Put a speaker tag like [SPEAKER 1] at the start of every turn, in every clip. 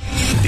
[SPEAKER 1] The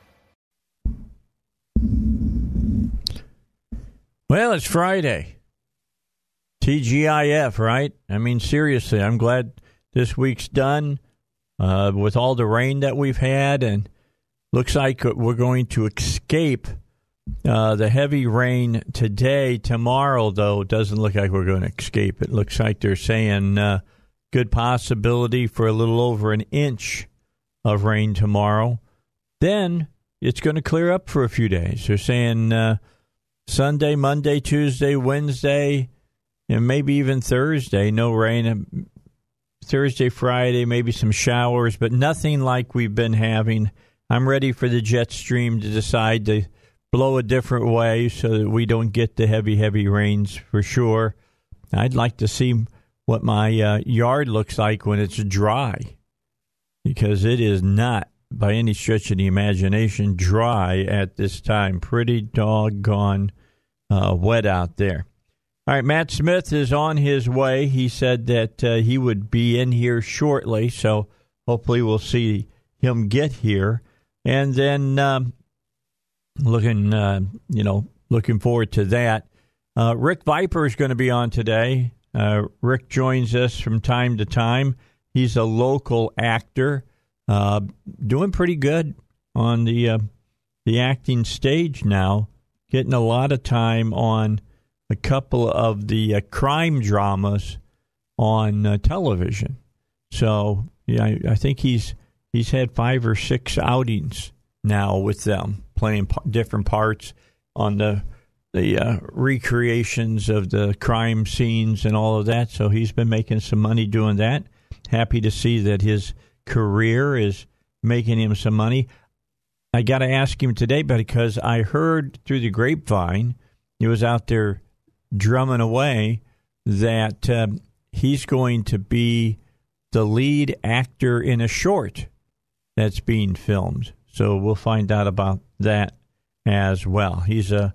[SPEAKER 2] Well, it's Friday. TGIF, right? I mean, seriously, I'm glad this week's done uh, with all the rain that we've had, and looks like we're going to escape uh, the heavy rain today. Tomorrow, though, doesn't look like we're going to escape. It looks like they're saying uh, good possibility for a little over an inch of rain tomorrow. Then it's going to clear up for a few days. They're saying. Uh, Sunday, Monday, Tuesday, Wednesday, and maybe even Thursday. No rain. Thursday, Friday, maybe some showers, but nothing like we've been having. I'm ready for the jet stream to decide to blow a different way so that we don't get the heavy, heavy rains for sure. I'd like to see what my uh, yard looks like when it's dry because it is not by any stretch of the imagination dry at this time. Pretty doggone uh, wet out there. All right, Matt Smith is on his way. He said that uh, he would be in here shortly, so hopefully we'll see him get here. And then um, looking, uh, you know, looking forward to that. Uh, Rick Viper is going to be on today. Uh, Rick joins us from time to time. He's a local actor. Uh, doing pretty good on the uh, the acting stage now, getting a lot of time on a couple of the uh, crime dramas on uh, television. So yeah, I, I, think he's he's had five or six outings now with them, playing p- different parts on the the uh, recreations of the crime scenes and all of that. So he's been making some money doing that. Happy to see that his career is making him some money. I got to ask him today because I heard through the grapevine, he was out there drumming away, that uh, he's going to be the lead actor in a short that's being filmed. So we'll find out about that as well. He's a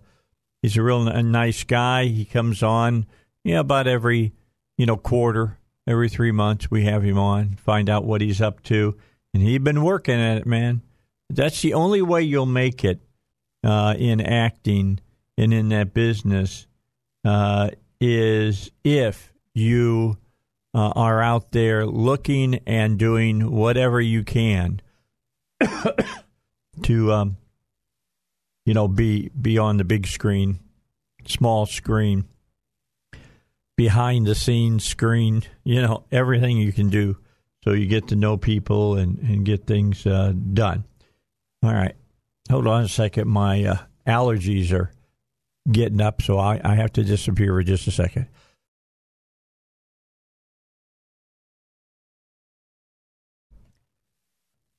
[SPEAKER 2] he's a real a nice guy. He comes on, yeah, you know, about every you know quarter every three months we have him on, find out what he's up to. And he's been working at it, man. That's the only way you'll make it uh, in acting and in that business uh, is if you uh, are out there looking and doing whatever you can to, um, you know, be be on the big screen, small screen behind the scenes screen, you know, everything you can do so you get to know people and, and get things uh, done. All right. Hold on a second. My uh, allergies are getting up, so I, I have to disappear for just a second.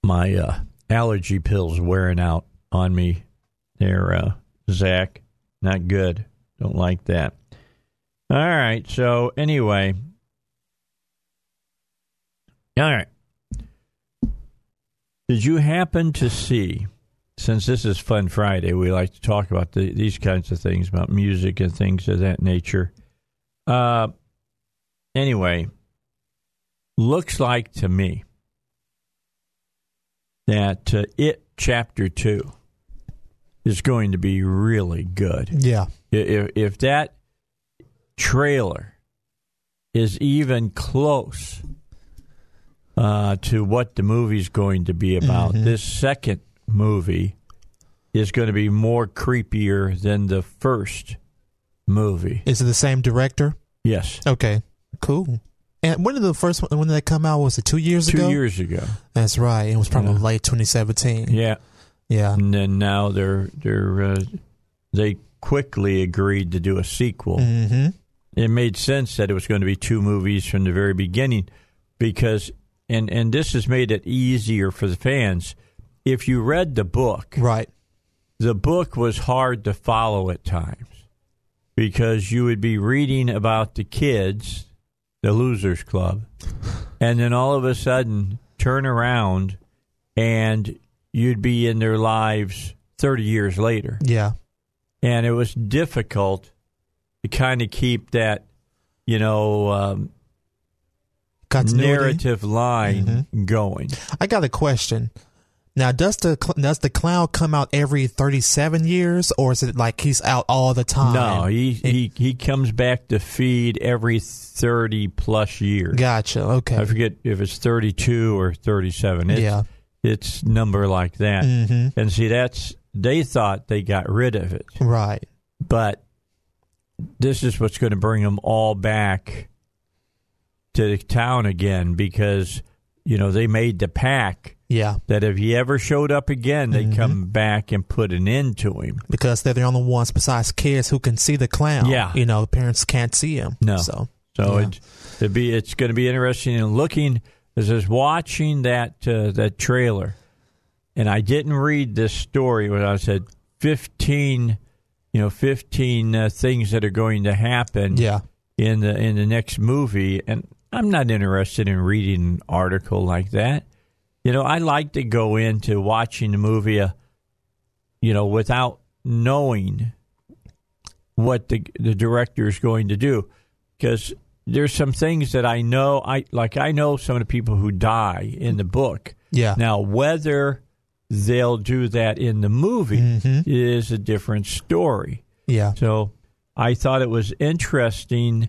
[SPEAKER 2] My uh, allergy pills wearing out on me there, uh, Zach. Not good. Don't like that. All right. So anyway, all right. Did you happen to see? Since this is Fun Friday, we like to talk about the, these kinds of things about music and things of that nature. Uh, anyway, looks like to me that uh, it chapter two is going to be really good.
[SPEAKER 3] Yeah.
[SPEAKER 2] If, if that trailer is even close uh, to what the movie's going to be about. Mm-hmm. This second movie is going to be more creepier than the first movie.
[SPEAKER 3] Is it the same director?
[SPEAKER 2] Yes.
[SPEAKER 3] Okay. Cool. And when did the first one? When did that come out? Was it two years
[SPEAKER 2] two
[SPEAKER 3] ago?
[SPEAKER 2] Two years ago.
[SPEAKER 3] That's right. It was probably yeah. late 2017.
[SPEAKER 2] Yeah.
[SPEAKER 3] Yeah.
[SPEAKER 2] And then now they're they're uh, they quickly agreed to do a sequel.
[SPEAKER 3] Mm-hmm
[SPEAKER 2] it made sense that it was going to be two movies from the very beginning because and and this has made it easier for the fans if you read the book
[SPEAKER 3] right
[SPEAKER 2] the book was hard to follow at times because you would be reading about the kids, the Losers Club, and then all of a sudden turn around and you'd be in their lives 30 years later.
[SPEAKER 3] Yeah.
[SPEAKER 2] And it was difficult to kind of keep that, you know, um,
[SPEAKER 3] Continuity.
[SPEAKER 2] narrative line going.
[SPEAKER 3] I got a question. Now, does the cl- does the clown come out every thirty seven years, or is it like he's out all the time?
[SPEAKER 2] No, he, he he comes back to feed every 30 plus years.
[SPEAKER 3] Gotcha. Okay.
[SPEAKER 2] I forget if it's 32 or 37. It's,
[SPEAKER 3] Yeah.
[SPEAKER 2] It's number like that. And see, that's they thought they got rid of it,
[SPEAKER 3] Right.
[SPEAKER 2] but this is what's going to bring them all back to the town again because you know they made the pack
[SPEAKER 3] Yeah.
[SPEAKER 2] that if he ever showed up again, they come back and put an end to him.
[SPEAKER 3] Because they're the only ones besides kids who can see the clown.
[SPEAKER 2] Yeah.
[SPEAKER 3] You know, parents can't see him.
[SPEAKER 2] No.
[SPEAKER 3] So.
[SPEAKER 2] So
[SPEAKER 3] yeah.
[SPEAKER 2] it it'd be it's going to be interesting and looking as I was watching that uh, that trailer, and I didn't read this story when I said fifteen, you know, fifteen uh, things that are going to happen
[SPEAKER 3] Yeah.
[SPEAKER 2] in the in the next movie, and I'm not interested in reading an article like that. You know, I like to go into watching the movie, uh, you know, without knowing what the the director is going to do, because there's some things that I know. I like I know some of the people who die in the book.
[SPEAKER 3] Yeah.
[SPEAKER 2] Now whether they'll do that in the movie is a different story.
[SPEAKER 3] Yeah.
[SPEAKER 2] So I thought it was interesting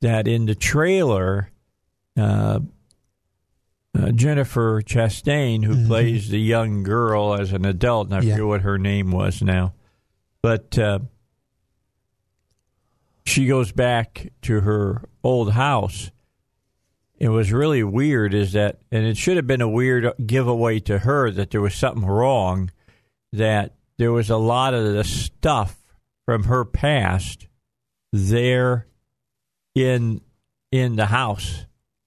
[SPEAKER 2] that in the trailer, uh, uh, Jennifer Chastain, who plays the young girl as an adult, and I
[SPEAKER 3] Yeah.
[SPEAKER 2] forget what her name was now, but uh, she goes back to her old house. It was really weird, is that, and it should have been a weird giveaway to her that there was something wrong that there was a lot of the stuff from her past there in in the house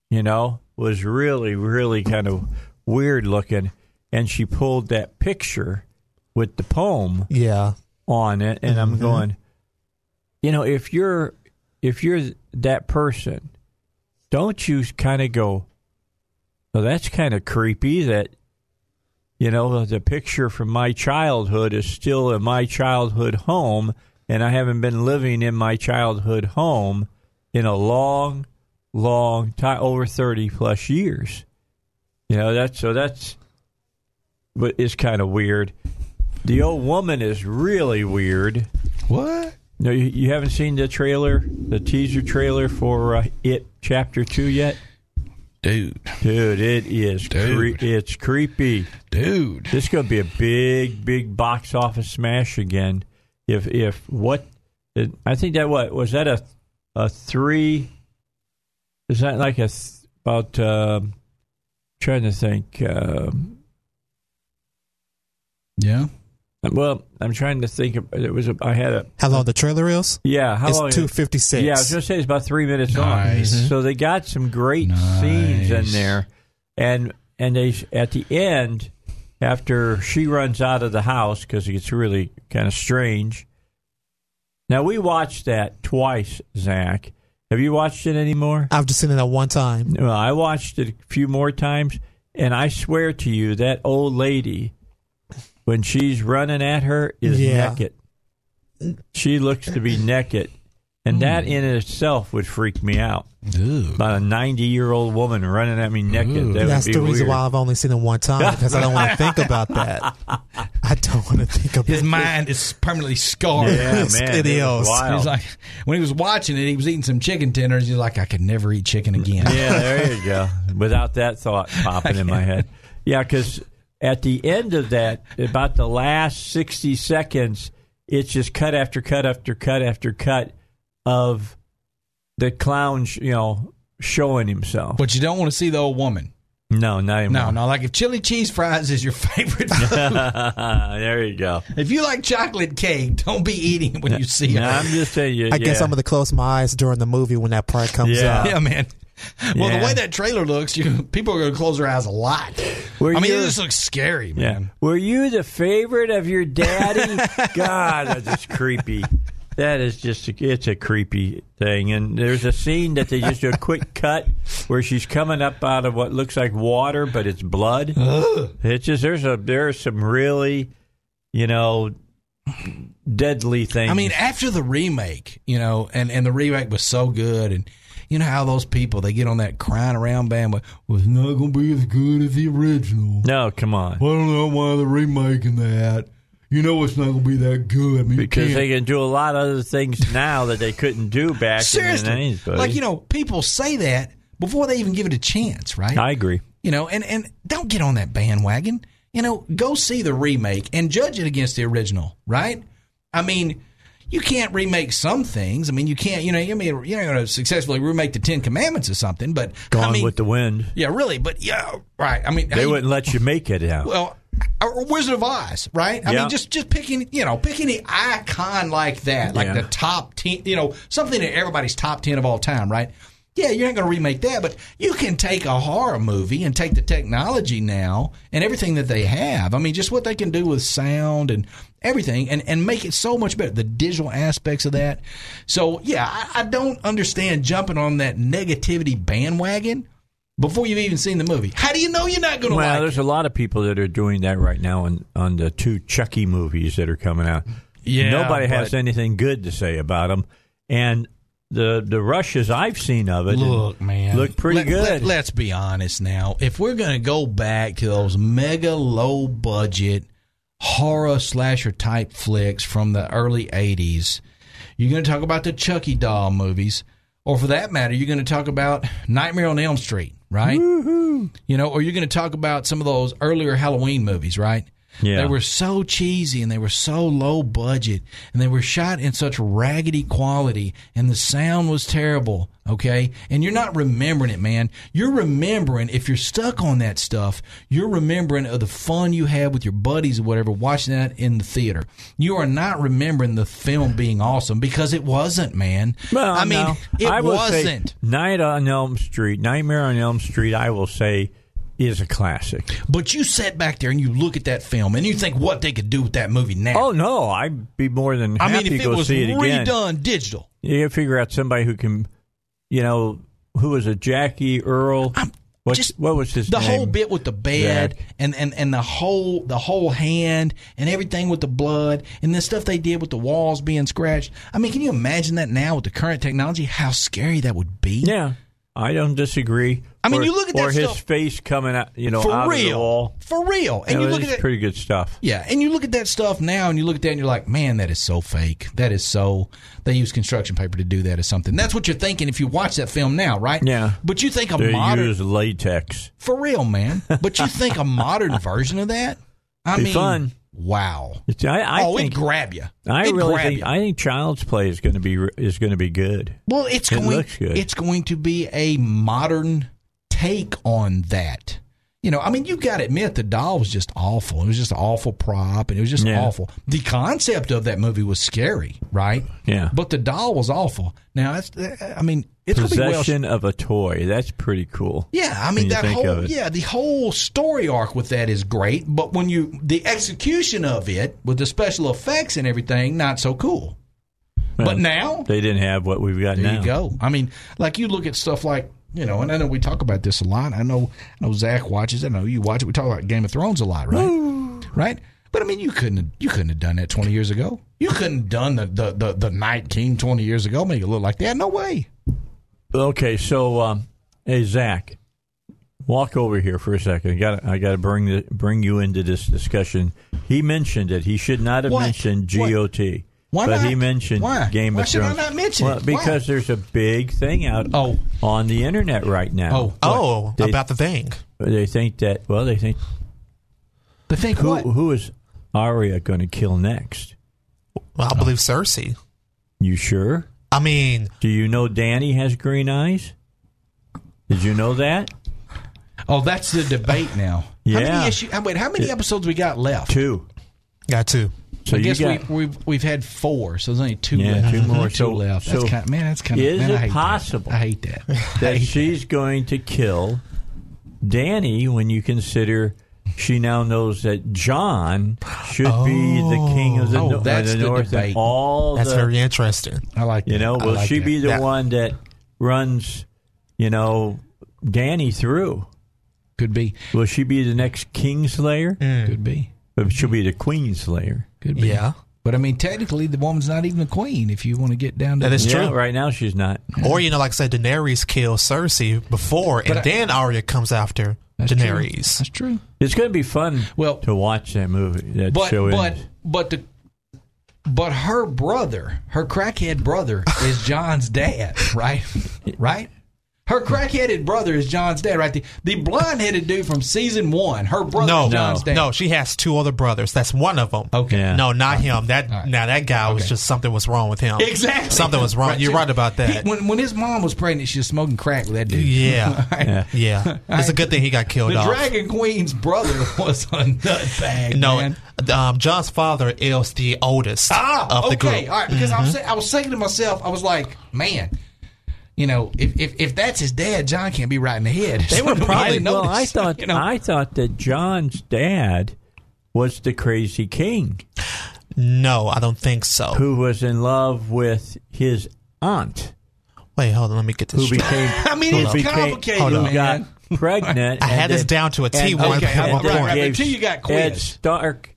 [SPEAKER 2] you know was really really kind of weird looking and she pulled that picture with the poem
[SPEAKER 3] Yeah.
[SPEAKER 2] on it and I'm going you know if you're if you're that person don't you kind of go well that's kind of creepy that you know the picture from my childhood is still in my childhood home and I haven't been living in my childhood home in a long long time over 30 plus years you know that's so that's but it's kind of weird the old woman is really weird.
[SPEAKER 4] What?
[SPEAKER 2] No, you, you haven't seen the trailer, the teaser trailer for uh, It Chapter Two yet,
[SPEAKER 4] Dude.
[SPEAKER 2] dude. It is, cre-
[SPEAKER 4] Dude.
[SPEAKER 2] it's creepy.
[SPEAKER 4] Dude.
[SPEAKER 2] This is going to be a big, big box office smash again. If if what, it, I think that what was that a a three? Is that like a th- about? um trying to think. Um,
[SPEAKER 4] Yeah.
[SPEAKER 2] well, I'm trying to think. Of, it was a, I had a
[SPEAKER 3] How long the trailer is?
[SPEAKER 2] yeah. How long
[SPEAKER 3] it's two fifty six.
[SPEAKER 2] Yeah, I was going to say it's about three minutes
[SPEAKER 4] Nice.
[SPEAKER 2] long. So they got some great
[SPEAKER 4] Nice.
[SPEAKER 2] scenes in there, and and they at the end after she runs out of the house because it gets really kind of strange. Now we watched that twice, Zach. Have you watched it anymore?
[SPEAKER 3] I've just seen it at one time.
[SPEAKER 2] Well, I watched it a few more times, and I swear to you, that old lady, when she's running at her, is
[SPEAKER 3] Yeah.
[SPEAKER 2] naked. She looks to be naked, and that
[SPEAKER 3] Hmm.
[SPEAKER 2] in itself would freak me out.
[SPEAKER 4] Dude.
[SPEAKER 2] About a ninety-year-old woman running at me naked.
[SPEAKER 4] Ooh.
[SPEAKER 2] That
[SPEAKER 3] That's
[SPEAKER 2] would
[SPEAKER 3] the
[SPEAKER 2] be
[SPEAKER 3] reason
[SPEAKER 2] weird.
[SPEAKER 3] why I've only seen it one time because I don't want to think about that. I don't want to think about
[SPEAKER 4] His mind is permanently scarred.
[SPEAKER 2] Yeah, man,
[SPEAKER 3] It's
[SPEAKER 2] it was
[SPEAKER 3] idios.
[SPEAKER 2] wild.
[SPEAKER 4] He's like, when he was watching it, he was eating some chicken tenders. He's like, I could never eat chicken again.
[SPEAKER 2] yeah, there you go. Without that thought popping in my head. Yeah, because at the end of that, about the last 60 seconds, it's just cut after cut after cut after cut of the clown, sh- you know, showing himself.
[SPEAKER 4] But you don't want to see the old woman.
[SPEAKER 2] no, not anymore.
[SPEAKER 4] No, no. Like if chili cheese fries is your favorite,
[SPEAKER 2] Uh, there you go.
[SPEAKER 4] if you like chocolate cake, don't be eating it when you see
[SPEAKER 2] No,
[SPEAKER 4] it.
[SPEAKER 2] I'm just saying. You,
[SPEAKER 3] I guess
[SPEAKER 2] yeah.
[SPEAKER 3] I'm going to close my eyes during the movie when that part comes
[SPEAKER 2] Yeah.
[SPEAKER 3] up.
[SPEAKER 4] Yeah, man.
[SPEAKER 5] Well,
[SPEAKER 2] Yeah.
[SPEAKER 5] the way that trailer looks, you, people are going to close their eyes a lot.
[SPEAKER 2] Were
[SPEAKER 5] I mean,
[SPEAKER 2] you-
[SPEAKER 5] this looks scary,
[SPEAKER 2] Yeah.
[SPEAKER 5] man.
[SPEAKER 2] Were you the favorite of your daddy? God, that's just creepy. That is just it's a creepy thing. And there's a scene that they just do a quick cut where she's coming up out of what looks like water, but it's blood. It's just there's a there's some really, you know, deadly things.
[SPEAKER 5] I mean, after the remake, you know, and, and the remake was so good, and you know how those people they get on that crying around bandwagon was not going to be as good as the original.
[SPEAKER 2] no, come on.
[SPEAKER 5] I don't know why they're remaking that. You know it's not going to be that good. I mean, you
[SPEAKER 2] Because
[SPEAKER 5] can't-
[SPEAKER 2] they can do a lot of other things now that they couldn't do back in the
[SPEAKER 5] seriously,
[SPEAKER 2] 90s. buddy.
[SPEAKER 5] like you know, people say that before they even give it a chance, right?
[SPEAKER 2] I agree.
[SPEAKER 5] you know, and and don't get on that bandwagon. You know, go see the remake and judge it against the original, right? I mean, you can't remake some things. I mean, you can't. You know, you mean you're not going to successfully remake the Ten Commandments or something, but
[SPEAKER 2] Gone
[SPEAKER 5] I mean,
[SPEAKER 2] with the wind.
[SPEAKER 5] yeah, really, but yeah, right. I mean, how
[SPEAKER 2] They
[SPEAKER 5] you-
[SPEAKER 2] wouldn't let you make it out.
[SPEAKER 5] well, or Wizard of Oz, right? I
[SPEAKER 2] Yeah.
[SPEAKER 5] mean, just just picking, you know, pick any icon like that, like
[SPEAKER 2] Yeah.
[SPEAKER 5] the top ten, you know, something in everybody's top ten of all time, right? Yeah, you're not going to remake that, but you can take a horror movie and take the technology now and everything that they have. I mean, just what they can do with sound and everything, and and make it so much better. The digital aspects of that. So yeah, I, I don't understand jumping on that negativity bandwagon. Before you've even seen the movie, how do you know you're not going to
[SPEAKER 2] Well,
[SPEAKER 5] like it?
[SPEAKER 2] there's a lot of people that are doing that right now on, on the two Chucky movies that are coming out.
[SPEAKER 5] Yeah,
[SPEAKER 2] nobody has
[SPEAKER 5] but-
[SPEAKER 2] anything good to say about them, and the the rushes I've seen of it
[SPEAKER 5] Look, man,
[SPEAKER 2] look pretty
[SPEAKER 5] Let-
[SPEAKER 2] good.
[SPEAKER 5] Let, us be honest now. If we're gonna go back to those mega low budget horror slasher type flicks from the early '80s, you're gonna talk about the Chucky doll movies, or for that matter, you're gonna talk about Nightmare on Elm Street, right? You know, or you're gonna talk about some of those earlier Halloween movies, right?
[SPEAKER 2] Yeah.
[SPEAKER 5] They were so cheesy and they were so low budget and they were shot in such raggedy quality and the sound was terrible. Okay. And you're not remembering it, man. You're remembering, if you're stuck on that stuff, you're remembering of the fun you had with your buddies or whatever watching that in the theater. You are not remembering the film being awesome because it wasn't, man.
[SPEAKER 2] Well,
[SPEAKER 5] I mean,
[SPEAKER 2] no.
[SPEAKER 5] it
[SPEAKER 2] I will say
[SPEAKER 5] wasn't.
[SPEAKER 2] Night on Elm Street, Nightmare on Elm Street. I will say is a classic.
[SPEAKER 5] But you sit back there and you look at that film and you think what they could do with that movie now.
[SPEAKER 2] Oh no, I'd be more than
[SPEAKER 5] I
[SPEAKER 2] happy
[SPEAKER 5] mean,
[SPEAKER 2] to
[SPEAKER 5] if it
[SPEAKER 2] go
[SPEAKER 5] was
[SPEAKER 2] see it again.
[SPEAKER 5] redone digital.
[SPEAKER 2] You gotta figure out somebody who can, you know, who was a Jackie Earl. What,
[SPEAKER 5] just-
[SPEAKER 2] what was his
[SPEAKER 5] the
[SPEAKER 2] name?
[SPEAKER 5] whole bit with the bed
[SPEAKER 2] Zach.
[SPEAKER 5] and, and, and the whole the whole hand and everything with the blood and the stuff they did with the walls being scratched. I mean, can you imagine that now with the current technology? How scary that would be.
[SPEAKER 2] Yeah, I don't disagree.
[SPEAKER 5] I mean,
[SPEAKER 2] Or-
[SPEAKER 5] you look at that
[SPEAKER 2] or his
[SPEAKER 5] stuff-
[SPEAKER 2] face coming out, you know,
[SPEAKER 5] for
[SPEAKER 2] out of the
[SPEAKER 5] real,
[SPEAKER 2] wall.
[SPEAKER 5] for real. And
[SPEAKER 2] Yeah,
[SPEAKER 5] you
[SPEAKER 2] it
[SPEAKER 5] look at
[SPEAKER 2] is
[SPEAKER 5] that,
[SPEAKER 2] pretty good stuff.
[SPEAKER 5] yeah, and you look at that stuff now, and you look at that, and you're like, man, that is so fake. That is so. They use construction paper to do that or something. That's what you're thinking if you watch that film now, right?
[SPEAKER 2] Yeah.
[SPEAKER 5] But you think a
[SPEAKER 2] They
[SPEAKER 5] modern
[SPEAKER 2] use latex.
[SPEAKER 5] for real, man. But you think a modern version of that? I
[SPEAKER 2] Be
[SPEAKER 5] mean,
[SPEAKER 2] fun.
[SPEAKER 5] wow.
[SPEAKER 2] It's- I, I
[SPEAKER 5] oh,
[SPEAKER 2] think
[SPEAKER 5] it grab you.
[SPEAKER 2] I
[SPEAKER 5] it
[SPEAKER 2] really
[SPEAKER 5] grab
[SPEAKER 2] think
[SPEAKER 5] you.
[SPEAKER 2] I think Child's Play is going to be re- is going to be good.
[SPEAKER 5] well, it's
[SPEAKER 2] it
[SPEAKER 5] going.
[SPEAKER 2] looks good.
[SPEAKER 5] It's going to be a modern take on that. You know, I mean, you got to admit the doll was just awful. It was just an awful prop, and it was just
[SPEAKER 2] Yeah.
[SPEAKER 5] awful. The concept of that movie was scary, right?
[SPEAKER 2] Yeah.
[SPEAKER 5] But the doll was awful. Now, that's, I mean, it's going to be well
[SPEAKER 2] Possession of a toy. That's pretty cool.
[SPEAKER 5] Yeah, I
[SPEAKER 2] when
[SPEAKER 5] mean
[SPEAKER 2] you
[SPEAKER 5] that
[SPEAKER 2] think
[SPEAKER 5] whole
[SPEAKER 2] of it.
[SPEAKER 5] yeah, the whole story arc with that is great, but when you the execution of it with the special effects and everything, not so cool.
[SPEAKER 2] Well,
[SPEAKER 5] but now
[SPEAKER 2] they didn't have what we've got
[SPEAKER 5] there
[SPEAKER 2] now.
[SPEAKER 5] you go. I mean, like you look at stuff like you know, and I know we talk about this a lot. I know, I know Zach watches. it. I know you watch it. We talk about Game of Thrones a lot, right? Right. But I mean, you couldn't have, you couldn't have done that twenty years ago. You couldn't have done the the the, the Night King twenty years ago. Make it look like that. No way.
[SPEAKER 2] Okay, so um, hey Zach, walk over here for a second. I got I got to bring the, bring you into this discussion. He mentioned it. He should not have
[SPEAKER 5] What?
[SPEAKER 2] mentioned
[SPEAKER 5] What?
[SPEAKER 2] GOT.
[SPEAKER 5] Why
[SPEAKER 2] but he
[SPEAKER 5] not?
[SPEAKER 2] mentioned
[SPEAKER 5] Why?
[SPEAKER 2] Game
[SPEAKER 5] Why
[SPEAKER 2] of
[SPEAKER 5] should I
[SPEAKER 2] Thrones.
[SPEAKER 5] not mention
[SPEAKER 2] well,
[SPEAKER 5] it? Why?
[SPEAKER 2] because there's a big thing out
[SPEAKER 5] Oh.
[SPEAKER 2] on the internet right now.
[SPEAKER 5] Oh.
[SPEAKER 3] Oh,
[SPEAKER 2] They-
[SPEAKER 3] about the thing.
[SPEAKER 2] They think that well, they think
[SPEAKER 5] But think
[SPEAKER 2] who
[SPEAKER 5] what?
[SPEAKER 2] who is Arya going to kill next?
[SPEAKER 3] Well, I
[SPEAKER 2] Oh.
[SPEAKER 3] believe Cersei.
[SPEAKER 2] You sure?
[SPEAKER 3] I mean,
[SPEAKER 2] Do you know Danny has green eyes? Did you know that?
[SPEAKER 5] Oh, that's the debate now. How
[SPEAKER 2] Yeah.
[SPEAKER 5] many issue, uh, wait, how many episodes we got left?
[SPEAKER 2] Two.
[SPEAKER 3] got to.
[SPEAKER 2] So
[SPEAKER 5] I
[SPEAKER 2] you
[SPEAKER 5] guess
[SPEAKER 2] got
[SPEAKER 5] we, we've we've had four, so there's only two
[SPEAKER 2] Yeah,
[SPEAKER 5] left.
[SPEAKER 2] two more.
[SPEAKER 5] Two
[SPEAKER 2] So-
[SPEAKER 5] left.
[SPEAKER 2] so
[SPEAKER 5] that's kind man, that's kind of
[SPEAKER 2] is
[SPEAKER 5] man, I
[SPEAKER 2] it
[SPEAKER 5] hate that.
[SPEAKER 2] possible
[SPEAKER 5] I hate that. I
[SPEAKER 2] that
[SPEAKER 5] hate
[SPEAKER 2] she's going to kill Danny when you consider she now knows that John should be the king of the,
[SPEAKER 5] Oh,
[SPEAKER 2] no- uh,
[SPEAKER 5] that's
[SPEAKER 2] the
[SPEAKER 5] the
[SPEAKER 2] North and
[SPEAKER 5] debate.
[SPEAKER 2] all
[SPEAKER 3] That's
[SPEAKER 2] the
[SPEAKER 3] very interesting.
[SPEAKER 5] I like
[SPEAKER 2] you
[SPEAKER 5] that.
[SPEAKER 2] know
[SPEAKER 5] I
[SPEAKER 2] will
[SPEAKER 5] like
[SPEAKER 2] she
[SPEAKER 5] that.
[SPEAKER 2] be the
[SPEAKER 3] Yeah.
[SPEAKER 2] one that runs you know Danny through?
[SPEAKER 5] Could be.
[SPEAKER 2] Will she be the next Kingslayer?
[SPEAKER 3] Hmm.
[SPEAKER 5] Could be.
[SPEAKER 2] But she'll be the Queenslayer.
[SPEAKER 5] Mm. Could be.
[SPEAKER 3] Yeah.
[SPEAKER 5] But I mean, technically, the woman's not even a queen. If you want to get down to
[SPEAKER 3] That is
[SPEAKER 2] yeah,
[SPEAKER 3] true.
[SPEAKER 2] right now she's not.
[SPEAKER 3] Or you know, like I said, Daenerys kills Cersei before, and
[SPEAKER 5] I-
[SPEAKER 3] then Arya comes after
[SPEAKER 5] That's true.
[SPEAKER 3] Daenerys.
[SPEAKER 5] That's true.
[SPEAKER 2] It's going to be fun
[SPEAKER 5] Well-
[SPEAKER 2] to watch that movie, that
[SPEAKER 5] But
[SPEAKER 2] show.
[SPEAKER 5] but
[SPEAKER 2] ends.
[SPEAKER 5] but the but her brother, her crackhead brother, is John's dad, right? right. Her crackheaded brother is John's dad, right? The, the blonde-headed dude from season one. Her brother,
[SPEAKER 3] No,
[SPEAKER 5] is John's dad.
[SPEAKER 3] no, she has two other brothers. That's one of them.
[SPEAKER 5] Okay.
[SPEAKER 2] Yeah.
[SPEAKER 3] No, not him. That
[SPEAKER 5] right.
[SPEAKER 3] now that guy was
[SPEAKER 5] Okay.
[SPEAKER 3] just something was wrong with him.
[SPEAKER 5] Exactly.
[SPEAKER 3] Something was wrong. You're
[SPEAKER 5] so
[SPEAKER 3] right about that.
[SPEAKER 5] he- when when his mom was pregnant, she was smoking crack with that dude.
[SPEAKER 3] yeah.
[SPEAKER 2] Yeah.
[SPEAKER 3] Yeah. It's a good thing he got killed
[SPEAKER 5] The
[SPEAKER 3] off.
[SPEAKER 5] Dragon Queen's brother was a nutbag.
[SPEAKER 3] no,
[SPEAKER 5] man.
[SPEAKER 3] um, John's father is the oldest
[SPEAKER 5] ah,
[SPEAKER 3] of the
[SPEAKER 5] okay,
[SPEAKER 3] group.
[SPEAKER 5] all right. Because I was say- I was thinking to myself, I was like, man, you know, if if, if that's his dad, John can't be right in the head. They
[SPEAKER 3] were probably-
[SPEAKER 2] I, well, I thought I thought that John's dad was the crazy king
[SPEAKER 3] No, I don't think so.
[SPEAKER 2] who was in love with his aunt,
[SPEAKER 3] Wait, hold on. Let me get this
[SPEAKER 2] who
[SPEAKER 3] straight.
[SPEAKER 2] became
[SPEAKER 5] I mean,
[SPEAKER 2] who
[SPEAKER 5] it's
[SPEAKER 2] became-
[SPEAKER 5] complicated,
[SPEAKER 2] who
[SPEAKER 5] man.
[SPEAKER 2] got pregnant.
[SPEAKER 3] I had
[SPEAKER 2] and
[SPEAKER 3] this
[SPEAKER 2] then-
[SPEAKER 3] down to a T
[SPEAKER 2] and-
[SPEAKER 3] one
[SPEAKER 5] Okay,
[SPEAKER 3] at
[SPEAKER 5] I'm-
[SPEAKER 3] one
[SPEAKER 5] right,
[SPEAKER 3] point.
[SPEAKER 5] right,
[SPEAKER 2] gave
[SPEAKER 5] until you got
[SPEAKER 2] Ed
[SPEAKER 5] quizzed.
[SPEAKER 2] Stark.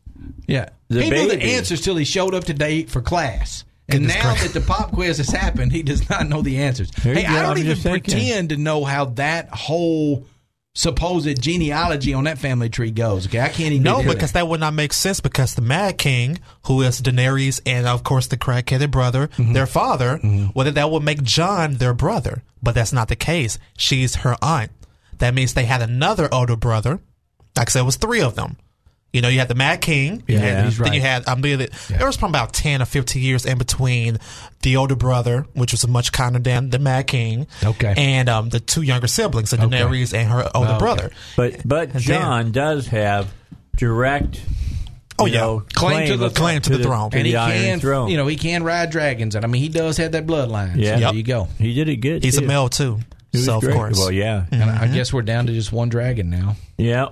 [SPEAKER 5] Yeah.
[SPEAKER 2] The
[SPEAKER 5] he knew the
[SPEAKER 2] baby.
[SPEAKER 5] answers till he showed up today for class. And
[SPEAKER 3] Goodness
[SPEAKER 5] now
[SPEAKER 3] gracious.
[SPEAKER 5] that the pop quiz has happened, he does not know the answers.
[SPEAKER 2] There you
[SPEAKER 5] hey,
[SPEAKER 2] go.
[SPEAKER 5] I don't
[SPEAKER 2] I'm
[SPEAKER 5] even
[SPEAKER 2] just thinking.
[SPEAKER 5] pretend to know how that whole supposed genealogy on that family tree goes. Okay, I can't even.
[SPEAKER 3] No,
[SPEAKER 5] get into
[SPEAKER 3] because
[SPEAKER 5] that.
[SPEAKER 3] that would not make sense because the Mad King, who is Daenerys and of course the crackheaded brother, their father, whether that would make John their brother. But that's not the case. She's her aunt. That means they had another older brother. Like I said, it was three of them. You know, you had the Mad King. you
[SPEAKER 5] Yeah,
[SPEAKER 3] had-
[SPEAKER 5] he's
[SPEAKER 3] then you
[SPEAKER 5] right.
[SPEAKER 3] had, I believe, it, there was probably about 10 or 15 years in between the older brother, which was much kinder than the Mad King,
[SPEAKER 5] Okay.
[SPEAKER 3] and um, the two younger siblings, the Daenerys and her older
[SPEAKER 5] Okay.
[SPEAKER 3] brother.
[SPEAKER 2] But but John does have direct.
[SPEAKER 3] Oh,
[SPEAKER 2] you
[SPEAKER 3] yeah.
[SPEAKER 2] know,
[SPEAKER 3] Claim to the- claim to the throne.
[SPEAKER 2] to
[SPEAKER 5] and he
[SPEAKER 2] the Iron
[SPEAKER 5] can,
[SPEAKER 2] throne.
[SPEAKER 5] you know, he can ride dragons, and I mean, he does have that bloodline.
[SPEAKER 2] Yeah.
[SPEAKER 5] so there
[SPEAKER 2] Yep.
[SPEAKER 5] you go.
[SPEAKER 2] he did it good.
[SPEAKER 3] He's a
[SPEAKER 2] too.
[SPEAKER 3] male too.
[SPEAKER 2] He was
[SPEAKER 3] So, of
[SPEAKER 2] great.
[SPEAKER 3] course. Hmm.
[SPEAKER 2] Well, yeah,
[SPEAKER 5] And I I guess we're down to just one dragon now.
[SPEAKER 2] yeah.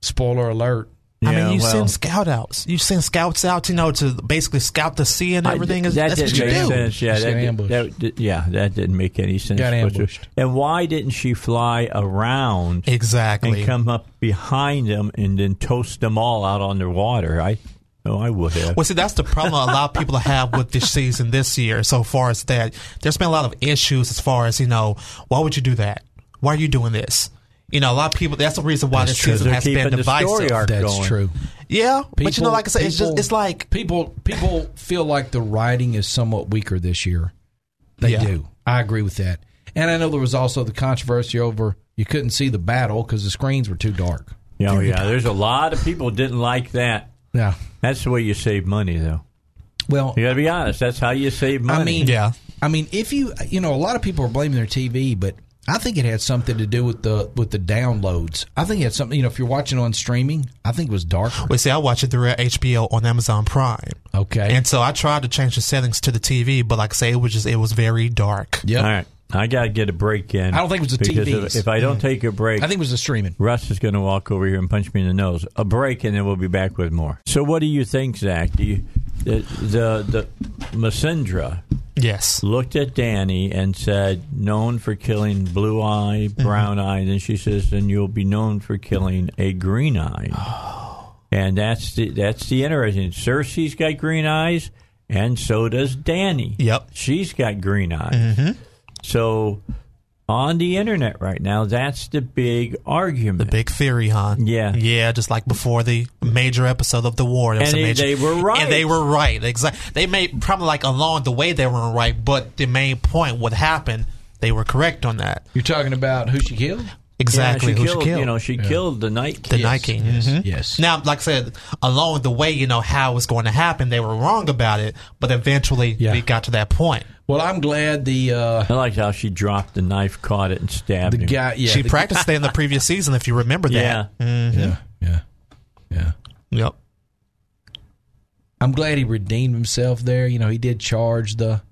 [SPEAKER 5] Spoiler alert.
[SPEAKER 3] I mean,
[SPEAKER 2] Yeah,
[SPEAKER 3] you
[SPEAKER 2] well.
[SPEAKER 3] send scout outs. You send scouts out, you know, to basically scout the sea and
[SPEAKER 2] I-
[SPEAKER 3] everything. Is,
[SPEAKER 2] that
[SPEAKER 3] that's what
[SPEAKER 2] didn't
[SPEAKER 3] you
[SPEAKER 2] make
[SPEAKER 3] do.
[SPEAKER 2] sense. Yeah,
[SPEAKER 5] She
[SPEAKER 2] that,
[SPEAKER 5] got
[SPEAKER 2] did-
[SPEAKER 5] ambushed.
[SPEAKER 2] that did- yeah, that didn't make any sense.
[SPEAKER 5] Got
[SPEAKER 2] whatsoever.
[SPEAKER 5] ambushed.
[SPEAKER 2] And why didn't she fly around
[SPEAKER 3] Exactly.
[SPEAKER 2] and come up behind them and then toast them all out on the water? I no, I would have.
[SPEAKER 3] Well, see, that's the problem a lot of people have with this season this year so far as that. There's been a lot of issues as far as, you know, why would you do that? Why are you doing this? You know, a lot of people, that's the reason why
[SPEAKER 2] That's
[SPEAKER 3] this
[SPEAKER 2] true.
[SPEAKER 3] season
[SPEAKER 2] They're
[SPEAKER 3] has been
[SPEAKER 2] keeping the story
[SPEAKER 3] divisive.
[SPEAKER 2] arc.
[SPEAKER 5] That's
[SPEAKER 2] going.
[SPEAKER 5] true.
[SPEAKER 3] Yeah. but, you know, like I said, it's just,
[SPEAKER 5] people-
[SPEAKER 3] it's like,
[SPEAKER 5] people people feel like the writing is somewhat weaker this year. They
[SPEAKER 3] Yeah.
[SPEAKER 5] do. I agree with that. And I know there was also the controversy over you couldn't see the battle because the screens were too dark.
[SPEAKER 2] Yeah, oh, yeah. There's a lot of people didn't like that.
[SPEAKER 5] Yeah.
[SPEAKER 2] That's the way you save money, though.
[SPEAKER 5] Well,
[SPEAKER 2] You got to be honest. That's how you save money.
[SPEAKER 5] I mean,
[SPEAKER 3] Yeah.
[SPEAKER 5] I mean, if you, you know, a lot of people are blaming their TV, but I think it had something to do with the with the downloads. I think it had something. You know, if you're watching on streaming, I think it was dark.
[SPEAKER 3] well, see, I watch it through HBO on Amazon Prime.
[SPEAKER 5] Okay.
[SPEAKER 3] And so I tried to change the settings to the TV, but like I say, it was just it was very dark.
[SPEAKER 5] Yep.
[SPEAKER 2] all right. I got to get a break in.
[SPEAKER 5] I don't think it was the
[SPEAKER 2] because
[SPEAKER 5] TVs.
[SPEAKER 2] If, if I don't take a break,
[SPEAKER 5] I think it was the streaming.
[SPEAKER 2] Russ is going to walk over here and punch me in the nose. A break, and then we'll be back with more. So, what do you think, Zach? Do you the the, the Masindra
[SPEAKER 3] Yes.
[SPEAKER 2] looked at Danny and said, "Known for killing blue eye, brown eye," and then she says, "Then you'll be known for killing a green eye." And that's the that's the interesting. Cersei's got green eyes, and so does Danny.
[SPEAKER 3] Yep.
[SPEAKER 2] she's got green eyes. So. On the internet right now, that's the big argument.
[SPEAKER 3] The big theory, huh?
[SPEAKER 2] Yeah.
[SPEAKER 3] Yeah, just like before the major episode of the war. There was
[SPEAKER 2] And
[SPEAKER 3] a
[SPEAKER 2] they-
[SPEAKER 3] major,
[SPEAKER 2] they were right.
[SPEAKER 3] And they were right. Exactly. They made probably like along the way they were right, but the main point, what happened, they were correct on that.
[SPEAKER 5] You're talking about who she killed?
[SPEAKER 3] Exactly.
[SPEAKER 2] Yeah, she
[SPEAKER 3] who
[SPEAKER 2] killed,
[SPEAKER 3] she killed.
[SPEAKER 2] You know, she killed the Night
[SPEAKER 3] the
[SPEAKER 2] King.
[SPEAKER 3] Night King. mhm.
[SPEAKER 5] Yes.
[SPEAKER 3] Now, like I said, along the way, you know, how it was going to happen, they were wrong about it, but eventually
[SPEAKER 5] Yeah.
[SPEAKER 3] we got to that point.
[SPEAKER 5] Well, I'm glad the uh,
[SPEAKER 2] I liked how she dropped the knife, caught it, and stabbed
[SPEAKER 5] the
[SPEAKER 2] him.
[SPEAKER 5] guy. Yeah.
[SPEAKER 3] she
[SPEAKER 5] the-
[SPEAKER 3] practiced that in the previous season, if you remember that.
[SPEAKER 2] Yeah.
[SPEAKER 3] Mm-hmm.
[SPEAKER 5] Yeah. Yeah. Yeah.
[SPEAKER 3] Yep.
[SPEAKER 5] I'm glad he redeemed himself there. You know, he did charge the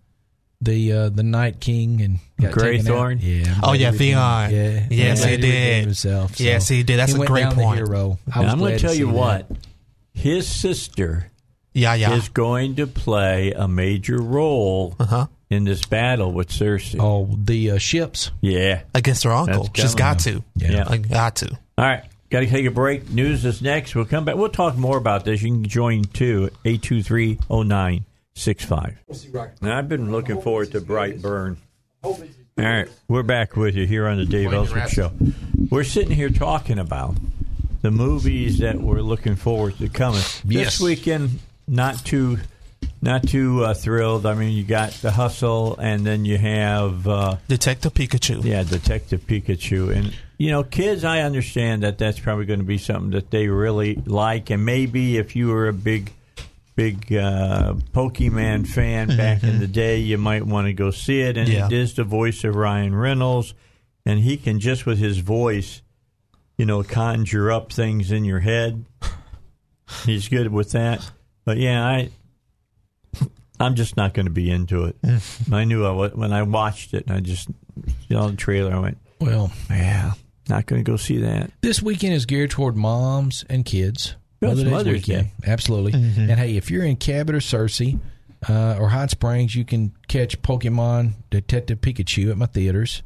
[SPEAKER 5] the uh, the Night King and got taken out.
[SPEAKER 2] Greythorn?
[SPEAKER 5] Yeah. I'm
[SPEAKER 3] Oh,
[SPEAKER 5] glad he
[SPEAKER 3] yeah,
[SPEAKER 5] redeemed-
[SPEAKER 3] Theon.
[SPEAKER 5] Yeah.
[SPEAKER 3] Yes,
[SPEAKER 5] I'm
[SPEAKER 3] he
[SPEAKER 5] glad redeemed
[SPEAKER 3] did.
[SPEAKER 5] Himself, so
[SPEAKER 3] Yes, he did. That's a
[SPEAKER 5] went
[SPEAKER 3] great
[SPEAKER 5] down the
[SPEAKER 3] point.
[SPEAKER 5] hero. I
[SPEAKER 2] And
[SPEAKER 5] was
[SPEAKER 2] I'm going
[SPEAKER 5] glad
[SPEAKER 2] to tell
[SPEAKER 5] see
[SPEAKER 2] you
[SPEAKER 5] that.
[SPEAKER 2] what, his sister
[SPEAKER 3] Yeah, yeah.
[SPEAKER 2] is going to play a major role
[SPEAKER 3] Uh-huh.
[SPEAKER 2] in this battle with Cersei.
[SPEAKER 5] Oh, the uh, ships.
[SPEAKER 2] Yeah.
[SPEAKER 3] Against her uncle.
[SPEAKER 2] That's
[SPEAKER 3] She's got to.
[SPEAKER 2] Yeah.
[SPEAKER 3] Like, got to.
[SPEAKER 2] All right. Got to take a break. News is next. We'll come back. We'll talk more about this. You can join too at 823-0965. Now, I've been looking forward to Bright Burn. All right. We're back with you here on the Dave Ellswick Show. We're sitting here talking about the movies that we're looking forward to coming. This
[SPEAKER 5] Yes.
[SPEAKER 2] weekend, not too not too uh, thrilled. I mean, you got The Hustle, and then you have... Uh,
[SPEAKER 3] Detective Pikachu.
[SPEAKER 2] yeah, Detective Pikachu. And, you know, kids, I understand that that's probably going to be something that they really like. And maybe if you were a big, big uh, Pokemon fan back in the day, you might want to go see it. And
[SPEAKER 3] Yeah.
[SPEAKER 2] it is the voice of Ryan Reynolds. And he can just with his voice, you know, conjure up things in your head. He's good with that. But yeah, I. I'm just not going to be into it. I knew I was, when I watched it. I just saw the trailer. I went,
[SPEAKER 5] Well,
[SPEAKER 2] yeah, not going to go see that.
[SPEAKER 5] this weekend is geared toward moms and kids.
[SPEAKER 2] Yeah, it's
[SPEAKER 5] Mother Day's
[SPEAKER 2] Mother's Mm-hmm.
[SPEAKER 5] weekend. Absolutely. And hey, if you're in Cabot or Searcy uh, or Hot Springs, you can catch Pokemon Detective Pikachu at my theaters.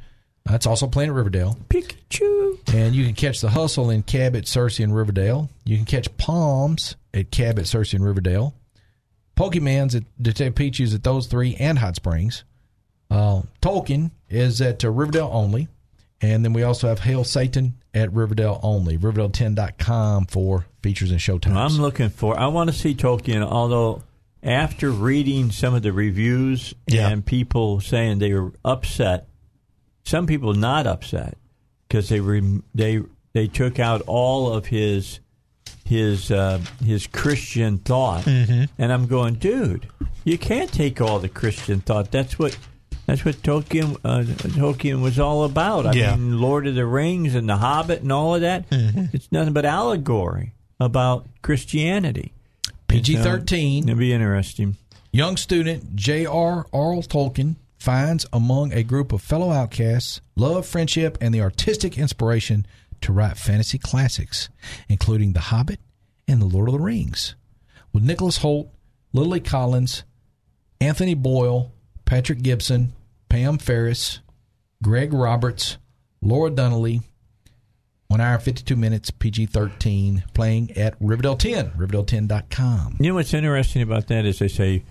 [SPEAKER 5] Uh, it's also playing at Riverdale.
[SPEAKER 2] Pikachu.
[SPEAKER 5] And you can catch The Hustle in Cabot, Searcy, and Riverdale. You can catch Palms at Cabot, Searcy, and Riverdale. Pokemon's at Detective Pikachu's at those three and Hot Springs. Uh, Tolkien is at uh, Riverdale only. And then we also have Hail Satan at Riverdale only. Riverdale10.com for features and showtimes.
[SPEAKER 2] I'm looking for. I want to see Tolkien. Although after reading some of the reviews
[SPEAKER 3] Yeah.
[SPEAKER 2] and people saying they were upset, some people not upset because they re, they they took out all of his his uh, his Christian thought, and I'm going, dude, you can't take all the Christian thought. That's what. That's what Tolkien uh, Tolkien was all about. I
[SPEAKER 3] Yeah.
[SPEAKER 2] mean, Lord of the Rings and The Hobbit and all of that. It's nothing but allegory about Christianity.
[SPEAKER 5] PG
[SPEAKER 2] So,
[SPEAKER 5] 13.
[SPEAKER 2] it'll be interesting.
[SPEAKER 5] Young student J.R. Arl Tolkien finds among a group of fellow outcasts love, friendship, and the artistic inspiration to write fantasy classics, including The Hobbit and The Lord of the Rings, with Nicholas Holt, Lily Collins, Anthony Boyle, Patrick Gibson, Pam Ferris, Greg Roberts, Laura Donnelly. One hour, and 52 minutes, PG 13, playing at Riverdale 10, riverdale10.com.
[SPEAKER 2] You know what's interesting about that is they say it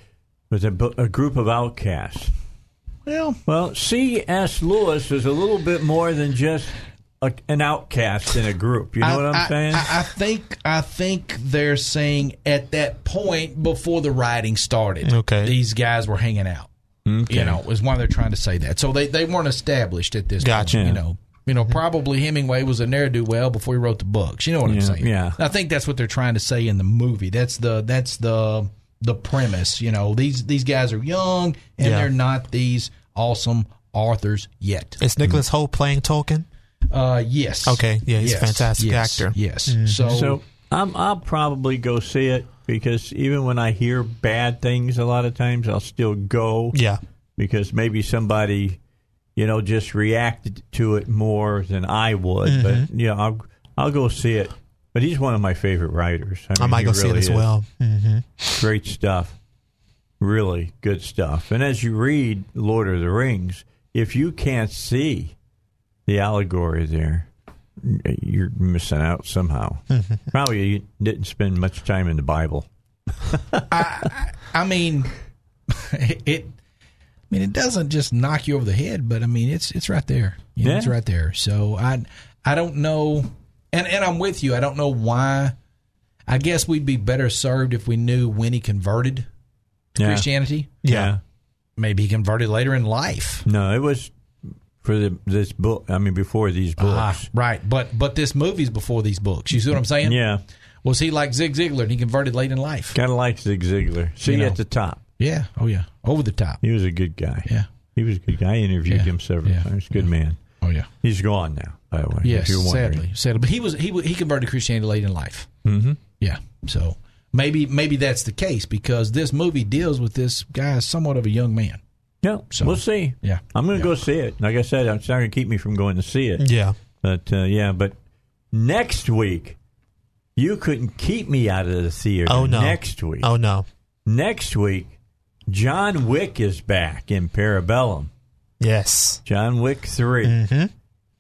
[SPEAKER 2] was a, bu- a group of outcasts.
[SPEAKER 5] Well,
[SPEAKER 2] Well, C.S. Lewis is a little bit more than just a, an outcast in a group. You know what I'm saying?
[SPEAKER 5] I, I think I think they're saying at that point before the rioting started.
[SPEAKER 3] Okay.
[SPEAKER 5] these guys were hanging out. You know, is why they're trying to say that. So they, they weren't established at this.
[SPEAKER 3] Gotcha.
[SPEAKER 5] Point, you know, you know, probably Hemingway was a ne'er do well before he wrote the books. You know what
[SPEAKER 2] Yeah,
[SPEAKER 5] I'm saying?
[SPEAKER 2] yeah.
[SPEAKER 5] I think that's what they're trying to say in the movie. That's the that's the the premise. You know, these these guys are young and
[SPEAKER 3] Yeah.
[SPEAKER 5] they're not these awesome authors yet.
[SPEAKER 3] Is Nicholas Holt playing Tolkien?
[SPEAKER 5] Uh, yes.
[SPEAKER 3] Okay, yeah, he's a
[SPEAKER 5] Yes,
[SPEAKER 3] fantastic
[SPEAKER 5] yes,
[SPEAKER 3] actor. Mm-hmm.
[SPEAKER 5] Yes. So,
[SPEAKER 2] so
[SPEAKER 3] oh.
[SPEAKER 2] I'm, I'll probably go see it because even when I hear bad things, a lot of times I'll still go.
[SPEAKER 3] Yeah.
[SPEAKER 2] because maybe somebody, you know, just reacted to it more than I would.
[SPEAKER 3] Mm-hmm.
[SPEAKER 2] But you know, I'll I'll go see it. But he's one of my favorite writers.
[SPEAKER 3] I
[SPEAKER 2] mean,
[SPEAKER 3] might
[SPEAKER 2] he
[SPEAKER 3] go see it
[SPEAKER 2] really
[SPEAKER 3] as
[SPEAKER 2] is.
[SPEAKER 3] well.
[SPEAKER 2] Great stuff. Really good stuff. And as you read Lord of the Rings, if you can't see the allegory there, you're missing out somehow. Probably you didn't spend much time in the Bible.
[SPEAKER 5] I mean, it. I mean, it doesn't just knock you over the head, but I mean, it's it's right there. You know,
[SPEAKER 2] Yeah.
[SPEAKER 5] It's right there. So I I don't know, and and I'm with you. I don't know why. I guess we'd be better served if we knew when he converted to
[SPEAKER 2] Yeah.
[SPEAKER 5] Christianity.
[SPEAKER 2] yeah.
[SPEAKER 5] Maybe he converted later in life.
[SPEAKER 2] No, it was for the, this book. I mean, before these books.
[SPEAKER 5] Ah, right, but but this movie's before these books. You see what I'm saying?
[SPEAKER 2] Yeah.
[SPEAKER 5] Was he like Zig Ziglar and he converted late in life?
[SPEAKER 2] Kind of like Zig Ziglar. See
[SPEAKER 5] You know.
[SPEAKER 2] at the top.
[SPEAKER 5] Yeah. Oh yeah. Over the top.
[SPEAKER 2] He was a good guy.
[SPEAKER 5] Yeah.
[SPEAKER 2] He was a good guy. I interviewed
[SPEAKER 5] Yeah.
[SPEAKER 2] him several
[SPEAKER 5] Yeah.
[SPEAKER 2] times. Good man.
[SPEAKER 5] Oh yeah.
[SPEAKER 2] He's gone now, by the way. if
[SPEAKER 5] Yes,
[SPEAKER 2] you're wondering.
[SPEAKER 5] sadly, sadly. But he was he wa- he converted to Christianity late in life. Mm-hmm. Yeah. So, Maybe maybe that's the case because this movie deals with this guy as somewhat of a young man.
[SPEAKER 2] Yeah,
[SPEAKER 5] So-
[SPEAKER 2] we'll see.
[SPEAKER 5] Yeah.
[SPEAKER 2] I'm going to
[SPEAKER 5] Yeah.
[SPEAKER 2] go see it. Like I said, it's not going to keep me from going to see it.
[SPEAKER 3] Yeah.
[SPEAKER 2] But uh, yeah, but next week you couldn't keep me out of the theater.
[SPEAKER 3] Oh no.
[SPEAKER 2] Next week.
[SPEAKER 3] Oh no.
[SPEAKER 2] Next week, John Wick is back in Parabellum.
[SPEAKER 3] Yes. Mm-hmm.
[SPEAKER 2] John Wick 3
[SPEAKER 3] Mm.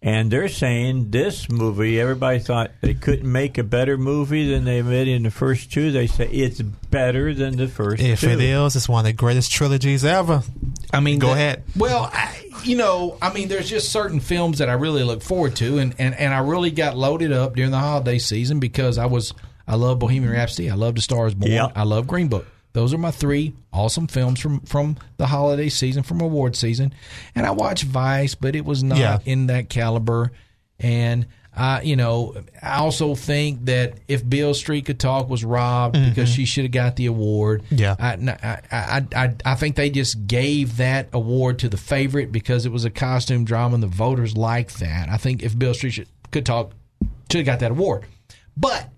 [SPEAKER 2] And they're saying this movie, everybody thought they couldn't make a better movie than they made in the first two. They say it's better than the first
[SPEAKER 3] If
[SPEAKER 2] two.
[SPEAKER 3] it is, it's one of the greatest trilogies ever.
[SPEAKER 5] I mean,
[SPEAKER 3] Go
[SPEAKER 5] that-
[SPEAKER 3] ahead.
[SPEAKER 5] Well, I, you know, I mean, there's just certain films that I really look forward to, and, and, and I really got loaded up during the holiday season because I was I love Bohemian Rhapsody, I love The Stars Born,
[SPEAKER 2] Yep.
[SPEAKER 5] I love Green Book. Those are my three awesome films from from the holiday season, from award season, and I watched Vice, but it was not
[SPEAKER 3] Yeah.
[SPEAKER 5] in that caliber, and. I you know, I also think that if Bill Street could talk was robbed
[SPEAKER 3] Mm-hmm.
[SPEAKER 5] because she should have got the award.
[SPEAKER 3] Yeah.
[SPEAKER 5] I, no, I, I, I, I think they just gave that award to the favorite because it was a costume drama and the voters liked that. I think if Bill Street should, could talk, should have got that award. But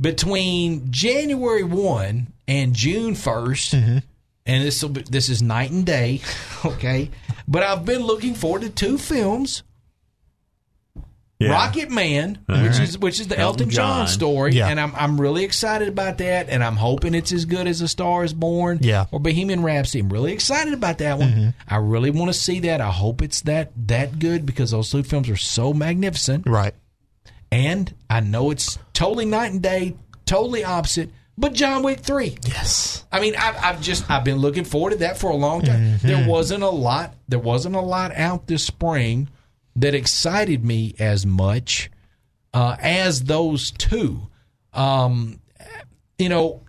[SPEAKER 5] between January 1 and June 1st, and this will be, this is night and day, okay? But I've been looking forward to two films.
[SPEAKER 2] Yeah.
[SPEAKER 5] Rocket Man, which is which is the Elton,
[SPEAKER 2] Elton
[SPEAKER 5] John,
[SPEAKER 2] John.
[SPEAKER 5] story,
[SPEAKER 3] Yeah.
[SPEAKER 5] and I'm I'm really excited about that, and I'm hoping it's as good as A Star Is Born,
[SPEAKER 3] Yeah. Mm-hmm.
[SPEAKER 5] or Bohemian Rhapsody. I'm really excited about that one. I really want to see that. I hope it's that that good because those two films are so magnificent,
[SPEAKER 3] Right.
[SPEAKER 5] and I know it's totally night and day, totally opposite. But John Wick three,
[SPEAKER 3] Yes.
[SPEAKER 5] I mean, I've, I've just I've been looking forward to that for a long time. There wasn't a lot. There wasn't a lot out this spring that excited me as much uh, as those two. Um, you know,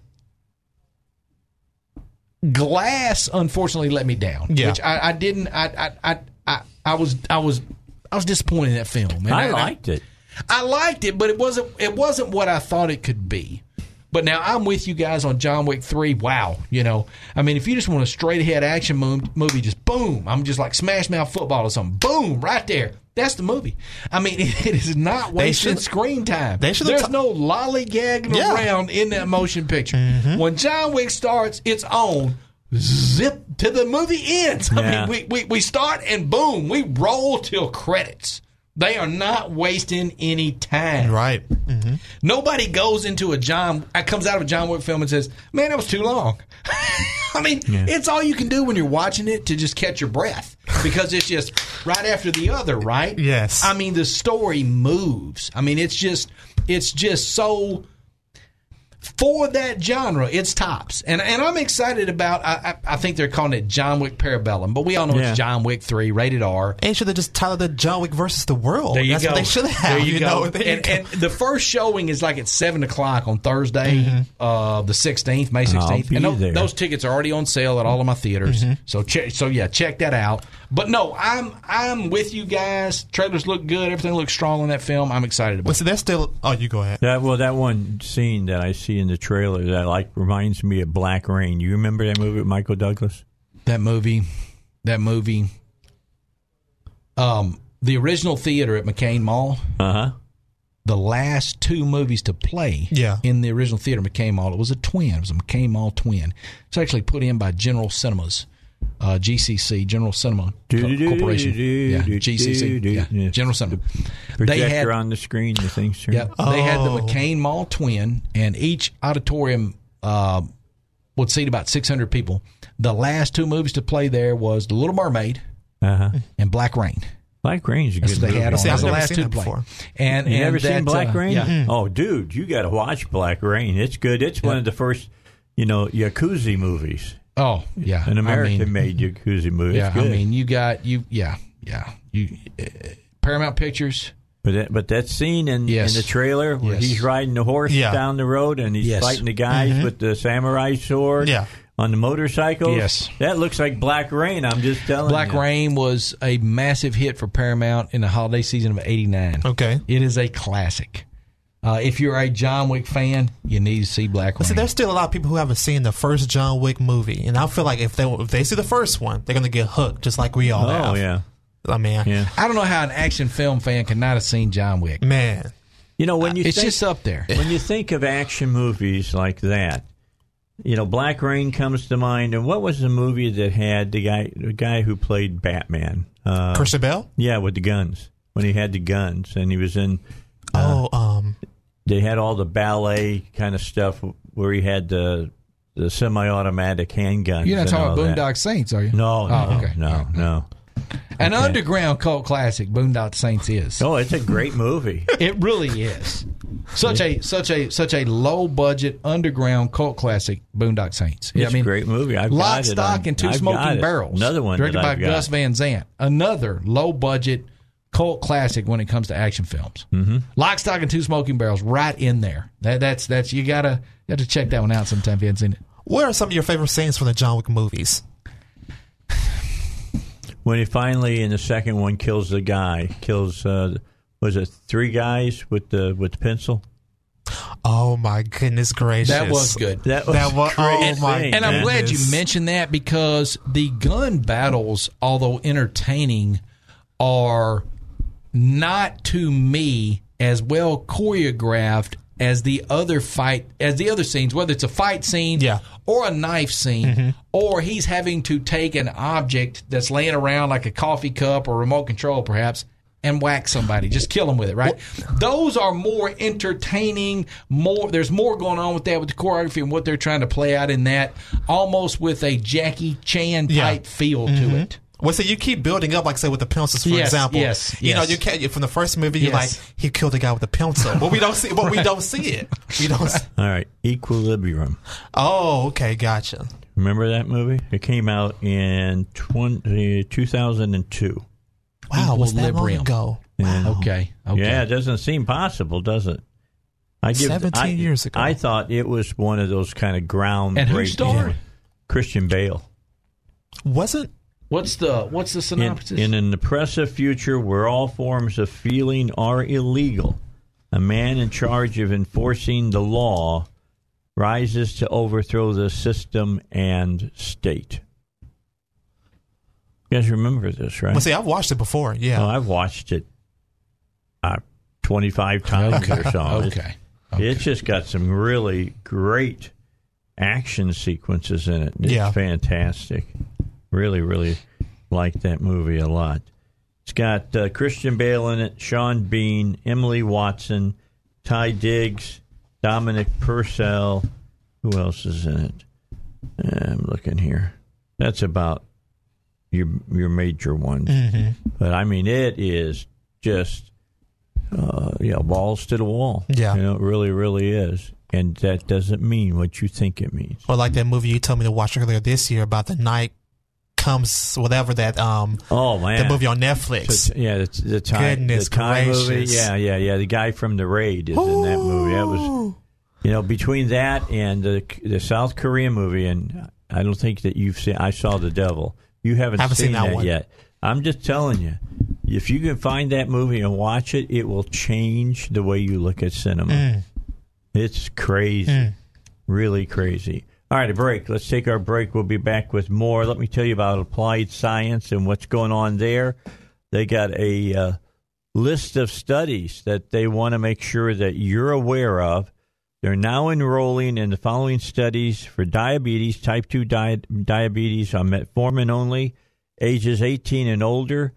[SPEAKER 5] Glass unfortunately let me down.
[SPEAKER 3] Yeah.
[SPEAKER 5] which I, I didn't. I, I I I I was I was I was disappointed in that film. And
[SPEAKER 2] I
[SPEAKER 5] and
[SPEAKER 2] liked it.
[SPEAKER 5] I liked it, but it wasn't it wasn't what I thought it could be. But now I'm with you guys on John Wick three. Wow, you know, I mean, if you just want a straight ahead action mo- movie, just boom. I'm just like Smash Mouth football or something. Boom, right there. That's the movie. I mean, it is not wasted
[SPEAKER 3] should-
[SPEAKER 5] screen time.
[SPEAKER 3] they should have
[SPEAKER 5] There's
[SPEAKER 3] ta-
[SPEAKER 5] no lollygagging
[SPEAKER 3] Yeah. Mm-hmm.
[SPEAKER 5] around in that motion picture. When John Wick starts, it's on. Zip to the movie ends. I
[SPEAKER 2] Yeah.
[SPEAKER 5] mean, we, we, we start and boom, we roll till credits. They are not wasting any time.
[SPEAKER 3] Right. Mm-hmm.
[SPEAKER 5] Nobody goes into a John uh, comes out of a John Wick film and says, "Man, that was too long." I mean, it's all you can do when you're watching it to just catch your breath because it's just right after the other, right?
[SPEAKER 3] Yes.
[SPEAKER 5] I mean, the story moves. I mean, it's just it's just so for that genre, it's tops, and and I'm excited about. I I, I think they're calling it John Wick Parabellum, but we all know
[SPEAKER 2] Yeah.
[SPEAKER 5] it's John Wick Three, rated R.
[SPEAKER 3] And should have just titled it John Wick versus the World.
[SPEAKER 5] There you
[SPEAKER 3] That's
[SPEAKER 5] go.
[SPEAKER 3] what they should have.
[SPEAKER 5] There you, go.
[SPEAKER 3] Know? There you
[SPEAKER 5] and,
[SPEAKER 3] go.
[SPEAKER 5] and the first showing is like at seven o'clock on Thursday,
[SPEAKER 3] Mm-hmm.
[SPEAKER 5] uh, the sixteenth, May 16th
[SPEAKER 2] be
[SPEAKER 5] and tho-
[SPEAKER 2] there.
[SPEAKER 5] those tickets are already on sale at all of my theaters.
[SPEAKER 3] Mm-hmm.
[SPEAKER 5] So check. So yeah, check that out. But no, I'm I'm with you guys. Trailers look good. Everything looks strong in that film. I'm excited about.
[SPEAKER 3] But see, that's still. Oh, you go ahead.
[SPEAKER 2] That well, that one scene that I see in the trailer that like reminds me of Black Rain. You remember that movie with Michael Douglas?
[SPEAKER 5] that movie that movie um the original theater at mccain mall
[SPEAKER 2] Uh huh.
[SPEAKER 5] the last two movies to play
[SPEAKER 3] Yeah.
[SPEAKER 5] in the original theater at mccain mall it was a twin it was a mccain mall twin it's actually put in by general cinemas uh, GCC General Cinema Co-
[SPEAKER 2] Do-do-do-do-do-do-do.
[SPEAKER 5] Corporation, yeah, GCC, yeah.
[SPEAKER 2] Yeah.
[SPEAKER 5] General Cinema.
[SPEAKER 2] Projector
[SPEAKER 5] They had
[SPEAKER 2] on the screen, the thing's turning.
[SPEAKER 5] Yep. They had the
[SPEAKER 3] Oh.
[SPEAKER 5] McCain Mall twin, and each auditorium uh, would seat about 600 people. The last two movies to play there was The Little Mermaid
[SPEAKER 2] Uh-huh.
[SPEAKER 5] and Black Rain.
[SPEAKER 2] Black Rain's a good
[SPEAKER 5] That's what
[SPEAKER 2] movie.
[SPEAKER 5] they had on.
[SPEAKER 3] See, I've
[SPEAKER 5] That's the
[SPEAKER 3] never
[SPEAKER 5] last
[SPEAKER 3] seen
[SPEAKER 5] two
[SPEAKER 3] that
[SPEAKER 5] to play.
[SPEAKER 3] before.
[SPEAKER 5] And
[SPEAKER 2] You
[SPEAKER 5] and
[SPEAKER 2] never
[SPEAKER 5] that,
[SPEAKER 2] seen Black
[SPEAKER 5] uh,
[SPEAKER 2] Rain?
[SPEAKER 5] Yeah.
[SPEAKER 2] Oh, dude, you got to watch Black Rain. It's good. It's one of the first, you know, Yakuza movies.
[SPEAKER 5] Oh, yeah.
[SPEAKER 2] An American
[SPEAKER 5] I mean,
[SPEAKER 2] made Yakuza movie.
[SPEAKER 5] Yeah,
[SPEAKER 2] it's
[SPEAKER 5] I
[SPEAKER 2] good.
[SPEAKER 5] mean, you got you. Yeah, yeah. You uh, Paramount Pictures.
[SPEAKER 2] but that, but that scene in,
[SPEAKER 5] Yes.
[SPEAKER 2] in the trailer where
[SPEAKER 5] Yes.
[SPEAKER 2] he's riding the horse
[SPEAKER 3] Yeah.
[SPEAKER 2] down the road and he's
[SPEAKER 5] Yes. Mm-hmm.
[SPEAKER 2] fighting the guys with the samurai sword
[SPEAKER 3] Yeah.
[SPEAKER 2] on the motorcycles.
[SPEAKER 5] Yes.
[SPEAKER 2] That looks like Black Rain, I'm just telling
[SPEAKER 5] Black
[SPEAKER 2] you.
[SPEAKER 5] Rain was a massive hit for Paramount in the holiday season of '89.
[SPEAKER 3] Okay.
[SPEAKER 5] It is a classic. Uh, if you're a John Wick fan, you need to see Black Rain.
[SPEAKER 3] See, there's still a lot of people who haven't seen the first John Wick movie, and I feel like if they if they see the first one, they're gonna get hooked, just like we
[SPEAKER 2] Oh,
[SPEAKER 3] all have.
[SPEAKER 2] yeah.
[SPEAKER 3] I mean,
[SPEAKER 2] Yeah.
[SPEAKER 5] I don't know how an action film fan could not have seen John Wick.
[SPEAKER 3] man,
[SPEAKER 2] You know, when you
[SPEAKER 5] Uh, It's
[SPEAKER 2] think,
[SPEAKER 5] just up there.
[SPEAKER 2] when you think of action movies like that, you know, Black Rain comes to mind. And what was the movie that had the guy the guy who played Batman? Uh,
[SPEAKER 3] Christian Bell?
[SPEAKER 2] yeah, with the guns. When he had the guns, and he was in. Uh-huh.
[SPEAKER 3] oh, um,
[SPEAKER 2] They had all the ballet kind of stuff where he had the the semi-automatic handguns.
[SPEAKER 5] You're not
[SPEAKER 2] and
[SPEAKER 5] talking
[SPEAKER 2] all
[SPEAKER 5] about
[SPEAKER 2] that.
[SPEAKER 5] Boondock Saints, are you?
[SPEAKER 2] No, no,
[SPEAKER 5] Oh, okay.
[SPEAKER 2] no, no.
[SPEAKER 5] An underground cult classic, Boondock Saints is.
[SPEAKER 2] Oh, it's a great movie.
[SPEAKER 5] It really is. Such a such a such a low budget underground cult classic, Boondock Saints.
[SPEAKER 2] It's a great movie. I've
[SPEAKER 5] Lock,
[SPEAKER 2] got it
[SPEAKER 5] Stock,
[SPEAKER 2] on-
[SPEAKER 5] and 2
[SPEAKER 2] I've got
[SPEAKER 5] Smoking
[SPEAKER 2] it.
[SPEAKER 5] Barrels.
[SPEAKER 2] Another one
[SPEAKER 5] directed
[SPEAKER 2] that
[SPEAKER 5] by
[SPEAKER 2] I've got.
[SPEAKER 5] Gus Van Zant. Another low budget cult classic when it comes to action films. Mm-hmm. Lock, Stock, and Two Smoking Barrels, right in there. That, that's that's you gotta you have to check that one out sometime if you haven't seen it.
[SPEAKER 3] what are some of your favorite scenes from the John Wick movies?
[SPEAKER 2] when he finally in the second one kills the guy, kills uh, was it three guys with the with the pencil?
[SPEAKER 3] Oh my goodness gracious!
[SPEAKER 5] That was good.
[SPEAKER 2] That was,
[SPEAKER 3] That was-
[SPEAKER 2] a great
[SPEAKER 3] oh, my
[SPEAKER 2] thing,
[SPEAKER 3] God.
[SPEAKER 5] And I'm
[SPEAKER 2] man.
[SPEAKER 5] glad you
[SPEAKER 3] Yes.
[SPEAKER 5] mentioned that because the gun battles, although entertaining, are not to me as well choreographed as the other fight as the other scenes, whether it's a fight scene
[SPEAKER 3] Yeah. Mm-hmm.
[SPEAKER 5] or a knife scene, or he's having to take an object that's laying around like a coffee cup or remote control perhaps and whack somebody, just kill them with it, right? Those are more entertaining, more there's more going on with that with the choreography and what they're trying to play out in that almost with a Jackie Chan
[SPEAKER 3] Yeah. Mm-hmm.
[SPEAKER 5] type feel to it.
[SPEAKER 3] Well, so you keep building up, like say with the pencils, for
[SPEAKER 5] Yes,
[SPEAKER 3] example.
[SPEAKER 5] yes,
[SPEAKER 3] You know,
[SPEAKER 5] yes.
[SPEAKER 3] you can't from the first movie. You're
[SPEAKER 5] Yes.
[SPEAKER 3] like, he killed a guy with a pencil, but we don't see. But we don't see it. We don't. See,
[SPEAKER 2] All right, Equilibrium.
[SPEAKER 3] oh, okay, gotcha.
[SPEAKER 2] Remember that movie? It came out in uh, 20, 2002.
[SPEAKER 3] Wow, was that long
[SPEAKER 5] Equilibrium.
[SPEAKER 3] ago?
[SPEAKER 2] And-
[SPEAKER 5] Okay. Okay.
[SPEAKER 2] Yeah, it doesn't seem possible, does it? I
[SPEAKER 3] 17
[SPEAKER 2] I-
[SPEAKER 3] years ago.
[SPEAKER 2] I thought it was one of those kind of groundbreaking.
[SPEAKER 5] And who starred?
[SPEAKER 2] Christian Bale.
[SPEAKER 3] Wasn't
[SPEAKER 5] What's the what's the
[SPEAKER 2] In,
[SPEAKER 5] synopsis?
[SPEAKER 2] in an oppressive future where all forms of feeling are illegal, a man in charge of enforcing the law rises to overthrow the system and state. You guys remember this, right?
[SPEAKER 3] well, see, I've watched it before. Yeah,
[SPEAKER 2] Oh, I've watched it uh, 25 times or so.
[SPEAKER 5] okay.
[SPEAKER 2] It's just got some really great action sequences in it. It's
[SPEAKER 3] Yeah.
[SPEAKER 2] fantastic. Really, really like that movie a lot. It's got uh, Christian Bale in it, Sean Bean, Emily Watson, Ty Diggs, Dominic Purcell. Who else is in it? Uh, I'm looking here. That's about your your major ones.
[SPEAKER 3] Mm-hmm.
[SPEAKER 2] But I mean, it is just uh, you know balls to the wall.
[SPEAKER 3] Yeah.
[SPEAKER 2] you know, it really, really is. And that doesn't mean what you think it means.
[SPEAKER 3] or like that movie you told me to watch earlier this year about the night comes whatever that um
[SPEAKER 2] Oh man,
[SPEAKER 3] that movie on Netflix.
[SPEAKER 2] So, yeah, the, the time,
[SPEAKER 3] Goodness
[SPEAKER 2] the time movie.
[SPEAKER 3] gracious.
[SPEAKER 2] Yeah, yeah, yeah. The guy from the raid is in that movie. That was, you know, between that and the the South Korean movie, and I don't think that you've seen. I saw the devil. You haven't,
[SPEAKER 3] Haven't seen that
[SPEAKER 2] that
[SPEAKER 3] one.
[SPEAKER 2] yet. I'm just telling you, if you can find that movie and watch it, it will change the way you look at cinema.
[SPEAKER 3] Mm.
[SPEAKER 2] It's crazy. Really crazy. All right, a break. Let's take our break. We'll be back with more. Let me tell you about applied science and what's going on there. They got a uh, list of studies that they want to make sure that you're aware of. They're now enrolling in the following studies for diabetes, type 2 di- diabetes on metformin only, ages 18 and older.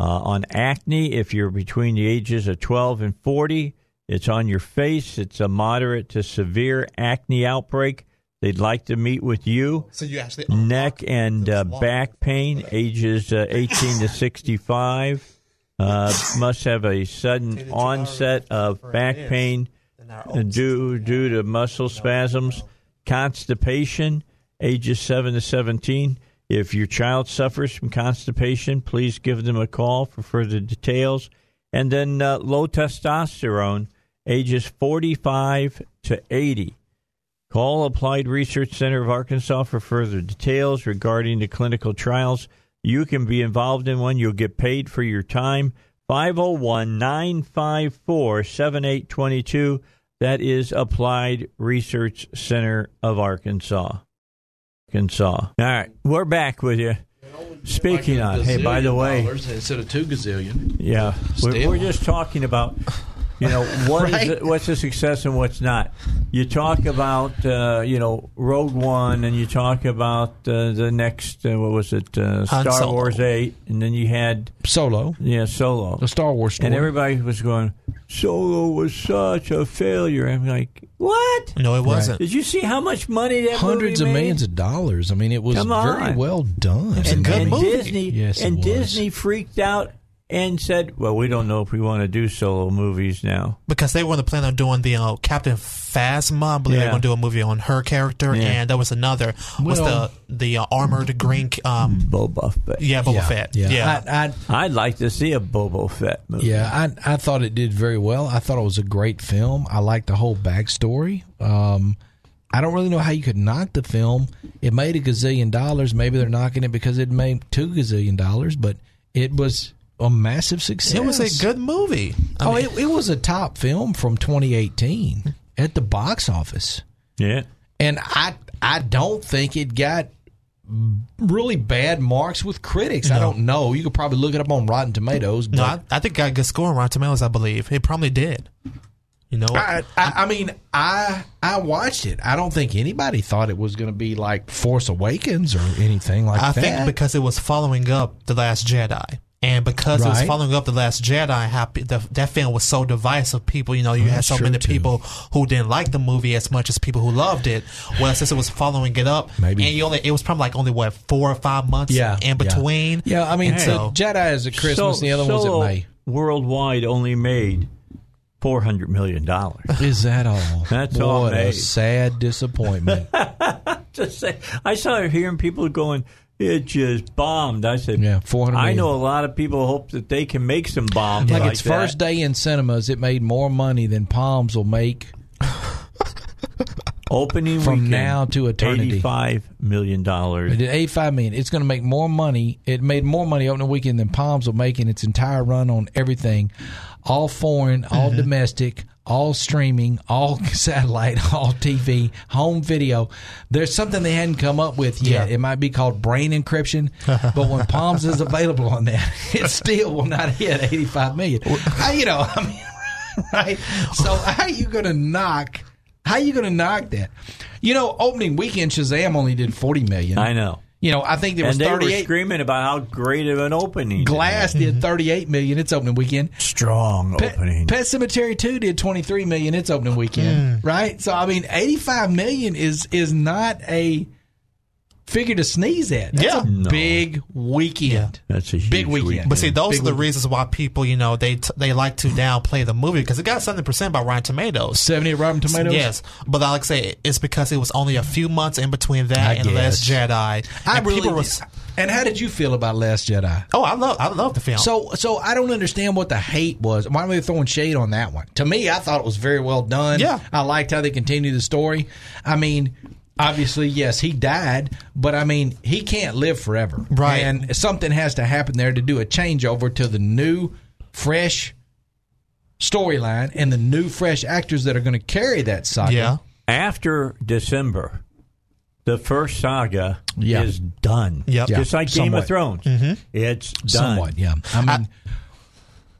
[SPEAKER 2] Uh, on acne, if you're between the ages of 12 and 40, it's on your face. It's a moderate to severe acne outbreak. They'd like to meet with you
[SPEAKER 3] So you actually
[SPEAKER 2] neck and uh, back pain, ages uh, 18 to 65. Uh, must have a sudden onset of back pain due due to muscle spasms, constipation, ages 7 to 17. If your child suffers from constipation, please give them a call for further details. And then uh, low testosterone, ages 45 to 80. Call Applied Research Center of Arkansas for further details regarding the clinical trials. You can be involved in one. You'll get paid for your time. 501 954 7822. That is Applied Research Center of Arkansas. Arkansas. All right, we're back with you. Speaking of, hey, by the way,
[SPEAKER 5] instead of two gazillion.
[SPEAKER 2] yeah, we're,
[SPEAKER 5] Still.
[SPEAKER 2] we're just talking about You know what is
[SPEAKER 6] Right.
[SPEAKER 2] it, what's a success and what's not. You talk about uh, you know Rogue One, and you talk about uh, the next uh, what was it uh,
[SPEAKER 3] Han
[SPEAKER 2] Star
[SPEAKER 3] Solo.
[SPEAKER 2] Wars Eight, and then you had
[SPEAKER 6] Solo,
[SPEAKER 2] yeah Solo,
[SPEAKER 6] the Star Wars story.
[SPEAKER 2] and everybody was going Solo was such a failure. I'm like, what?
[SPEAKER 3] No, it wasn't.
[SPEAKER 2] Did you see how much money that
[SPEAKER 6] hundreds
[SPEAKER 2] movie
[SPEAKER 6] of
[SPEAKER 2] made?
[SPEAKER 6] millions of dollars. I mean, it was
[SPEAKER 2] Come
[SPEAKER 6] very
[SPEAKER 2] on.
[SPEAKER 6] well done.
[SPEAKER 3] It's a
[SPEAKER 6] I
[SPEAKER 3] good
[SPEAKER 6] mean,
[SPEAKER 2] and
[SPEAKER 3] movie.
[SPEAKER 2] Disney
[SPEAKER 6] Yes, it
[SPEAKER 2] and
[SPEAKER 6] was.
[SPEAKER 2] Disney freaked out and said, "Well, we don't know if we want to do solo movies now."
[SPEAKER 3] because they were to plan on doing the uh, Captain Phasma. I believe they
[SPEAKER 2] Yeah.
[SPEAKER 3] were going to do a movie on her character,
[SPEAKER 2] Yeah.
[SPEAKER 3] and there was another. was
[SPEAKER 6] Well-
[SPEAKER 3] the the uh, armored green? Um,
[SPEAKER 2] Boba Fett.
[SPEAKER 3] yeah, Boba
[SPEAKER 5] Yeah,
[SPEAKER 3] Fett.
[SPEAKER 5] yeah.
[SPEAKER 3] Yeah,
[SPEAKER 6] I, I,
[SPEAKER 2] I'd like to see a Boba Fett movie.
[SPEAKER 5] Yeah, I I thought it did very well. I thought it was a great film. I liked the whole backstory. Um, I don't really know how you could knock the film. It made a gazillion dollars. Maybe they're knocking it because it made two gazillion dollars, but it was a massive success.
[SPEAKER 3] it was a good movie. I
[SPEAKER 5] oh,
[SPEAKER 3] mean,
[SPEAKER 5] it, it was a top film from 2018 at the box office,
[SPEAKER 2] Yeah.
[SPEAKER 5] and I I don't think it got really bad marks with critics. I don't know. You could probably look it up on Rotten Tomatoes. But
[SPEAKER 3] no, I, I think it got a good score on Rotten Tomatoes. I believe it probably did. You know,
[SPEAKER 5] I, I, I mean, I I watched it. I don't think anybody thought it was going to be like Force Awakens or anything like
[SPEAKER 3] I
[SPEAKER 5] that.
[SPEAKER 3] think because it was following up The Last Jedi. And because it was
[SPEAKER 5] Right.
[SPEAKER 3] following up The Last Jedi, how pe- the, that film was so divisive. People, you know, you had
[SPEAKER 5] that's
[SPEAKER 3] so
[SPEAKER 5] true,
[SPEAKER 3] many
[SPEAKER 5] too.
[SPEAKER 3] people who didn't like the movie as much as people who loved it. Well, since it was following it up,
[SPEAKER 5] Maybe.
[SPEAKER 3] and you only, it was probably like only what four or five months
[SPEAKER 5] yeah,
[SPEAKER 3] in between.
[SPEAKER 5] Yeah, I mean,
[SPEAKER 3] And
[SPEAKER 5] so
[SPEAKER 3] so,
[SPEAKER 5] Jedi is at Christmas,
[SPEAKER 2] So-
[SPEAKER 5] and the other
[SPEAKER 2] solo
[SPEAKER 5] one's at May.
[SPEAKER 2] Worldwide only made four hundred million dollars.
[SPEAKER 5] Is that all?
[SPEAKER 2] That's
[SPEAKER 5] what
[SPEAKER 2] all
[SPEAKER 5] a
[SPEAKER 2] made.
[SPEAKER 5] sad disappointment.
[SPEAKER 2] Just say- I started hearing people going, "It just bombed." I said,
[SPEAKER 5] Yeah, 400
[SPEAKER 2] I
[SPEAKER 5] million.
[SPEAKER 2] know a lot of people hope that they can make some bombs
[SPEAKER 5] like
[SPEAKER 2] like,
[SPEAKER 5] its
[SPEAKER 2] that.
[SPEAKER 5] first day in cinemas, it made more money than Palms will make.
[SPEAKER 2] opening
[SPEAKER 5] from
[SPEAKER 2] weekend,
[SPEAKER 5] now to eternity.
[SPEAKER 2] Eighty-five million
[SPEAKER 5] It
[SPEAKER 2] dollars.
[SPEAKER 5] did eighty-five million. It's going to make more money. It made more money opening weekend than Palms will make in its entire run on everything, all foreign, all domestic, all streaming, all satellite, all TV, home video. There's something they hadn't come up with yet.
[SPEAKER 3] Yeah.
[SPEAKER 5] It might be called brain encryption, but when Palms is available on that, it still will not hit eighty-five million. I, you know, I mean right? So how you going to knock? How you going to knock that? You know, opening weekend Shazam only did forty million.
[SPEAKER 2] I know.
[SPEAKER 5] You know, I think there was
[SPEAKER 2] And they were
[SPEAKER 5] thirty eight.
[SPEAKER 2] screaming about how great of an opening.
[SPEAKER 5] Glass did thirty eight million its opening weekend.
[SPEAKER 2] strong
[SPEAKER 5] Pet,
[SPEAKER 2] opening.
[SPEAKER 5] Pet Cemetery two did twenty three million its opening weekend. Right. So I mean, eighty five million is is not a figure to sneeze at. That's
[SPEAKER 3] Yeah.
[SPEAKER 5] a
[SPEAKER 2] No.
[SPEAKER 5] big weekend.
[SPEAKER 2] That's a huge
[SPEAKER 5] big weekend.
[SPEAKER 2] weekend.
[SPEAKER 3] but see, those
[SPEAKER 5] Big
[SPEAKER 3] are the
[SPEAKER 5] weekend.
[SPEAKER 3] reasons why people, you know, they t- they like to downplay the movie because it got seventy percent by Rotten Tomatoes.
[SPEAKER 5] Seventy at Rotten Tomatoes.
[SPEAKER 3] Yes, but like I say, it's because it was only a few months in between that
[SPEAKER 5] I
[SPEAKER 3] and The Last
[SPEAKER 5] guess.
[SPEAKER 3] Jedi.
[SPEAKER 5] I
[SPEAKER 3] and
[SPEAKER 5] really.
[SPEAKER 3] people
[SPEAKER 5] did.
[SPEAKER 3] was-
[SPEAKER 5] and how did you feel about Last Jedi?
[SPEAKER 3] Oh, I love I love the film.
[SPEAKER 5] So, so I don't understand what the hate was. Why are we throwing shade on that one? To me, I thought it was very well done.
[SPEAKER 3] Yeah.
[SPEAKER 5] I liked how they continued the story. I mean, obviously, yes, he died, but I mean, he can't live forever,
[SPEAKER 3] Right.
[SPEAKER 5] And something has to happen there to do a changeover to the new, fresh storyline and the new, fresh actors that are going to carry that saga.
[SPEAKER 3] yeah,
[SPEAKER 2] after December, the first saga
[SPEAKER 5] Yeah.
[SPEAKER 2] is done.
[SPEAKER 3] Yep. Yeah,
[SPEAKER 2] Just like Game
[SPEAKER 5] somewhat. Mm-hmm.
[SPEAKER 2] of Thrones. It's done.
[SPEAKER 5] somewhat. Yeah, I mean.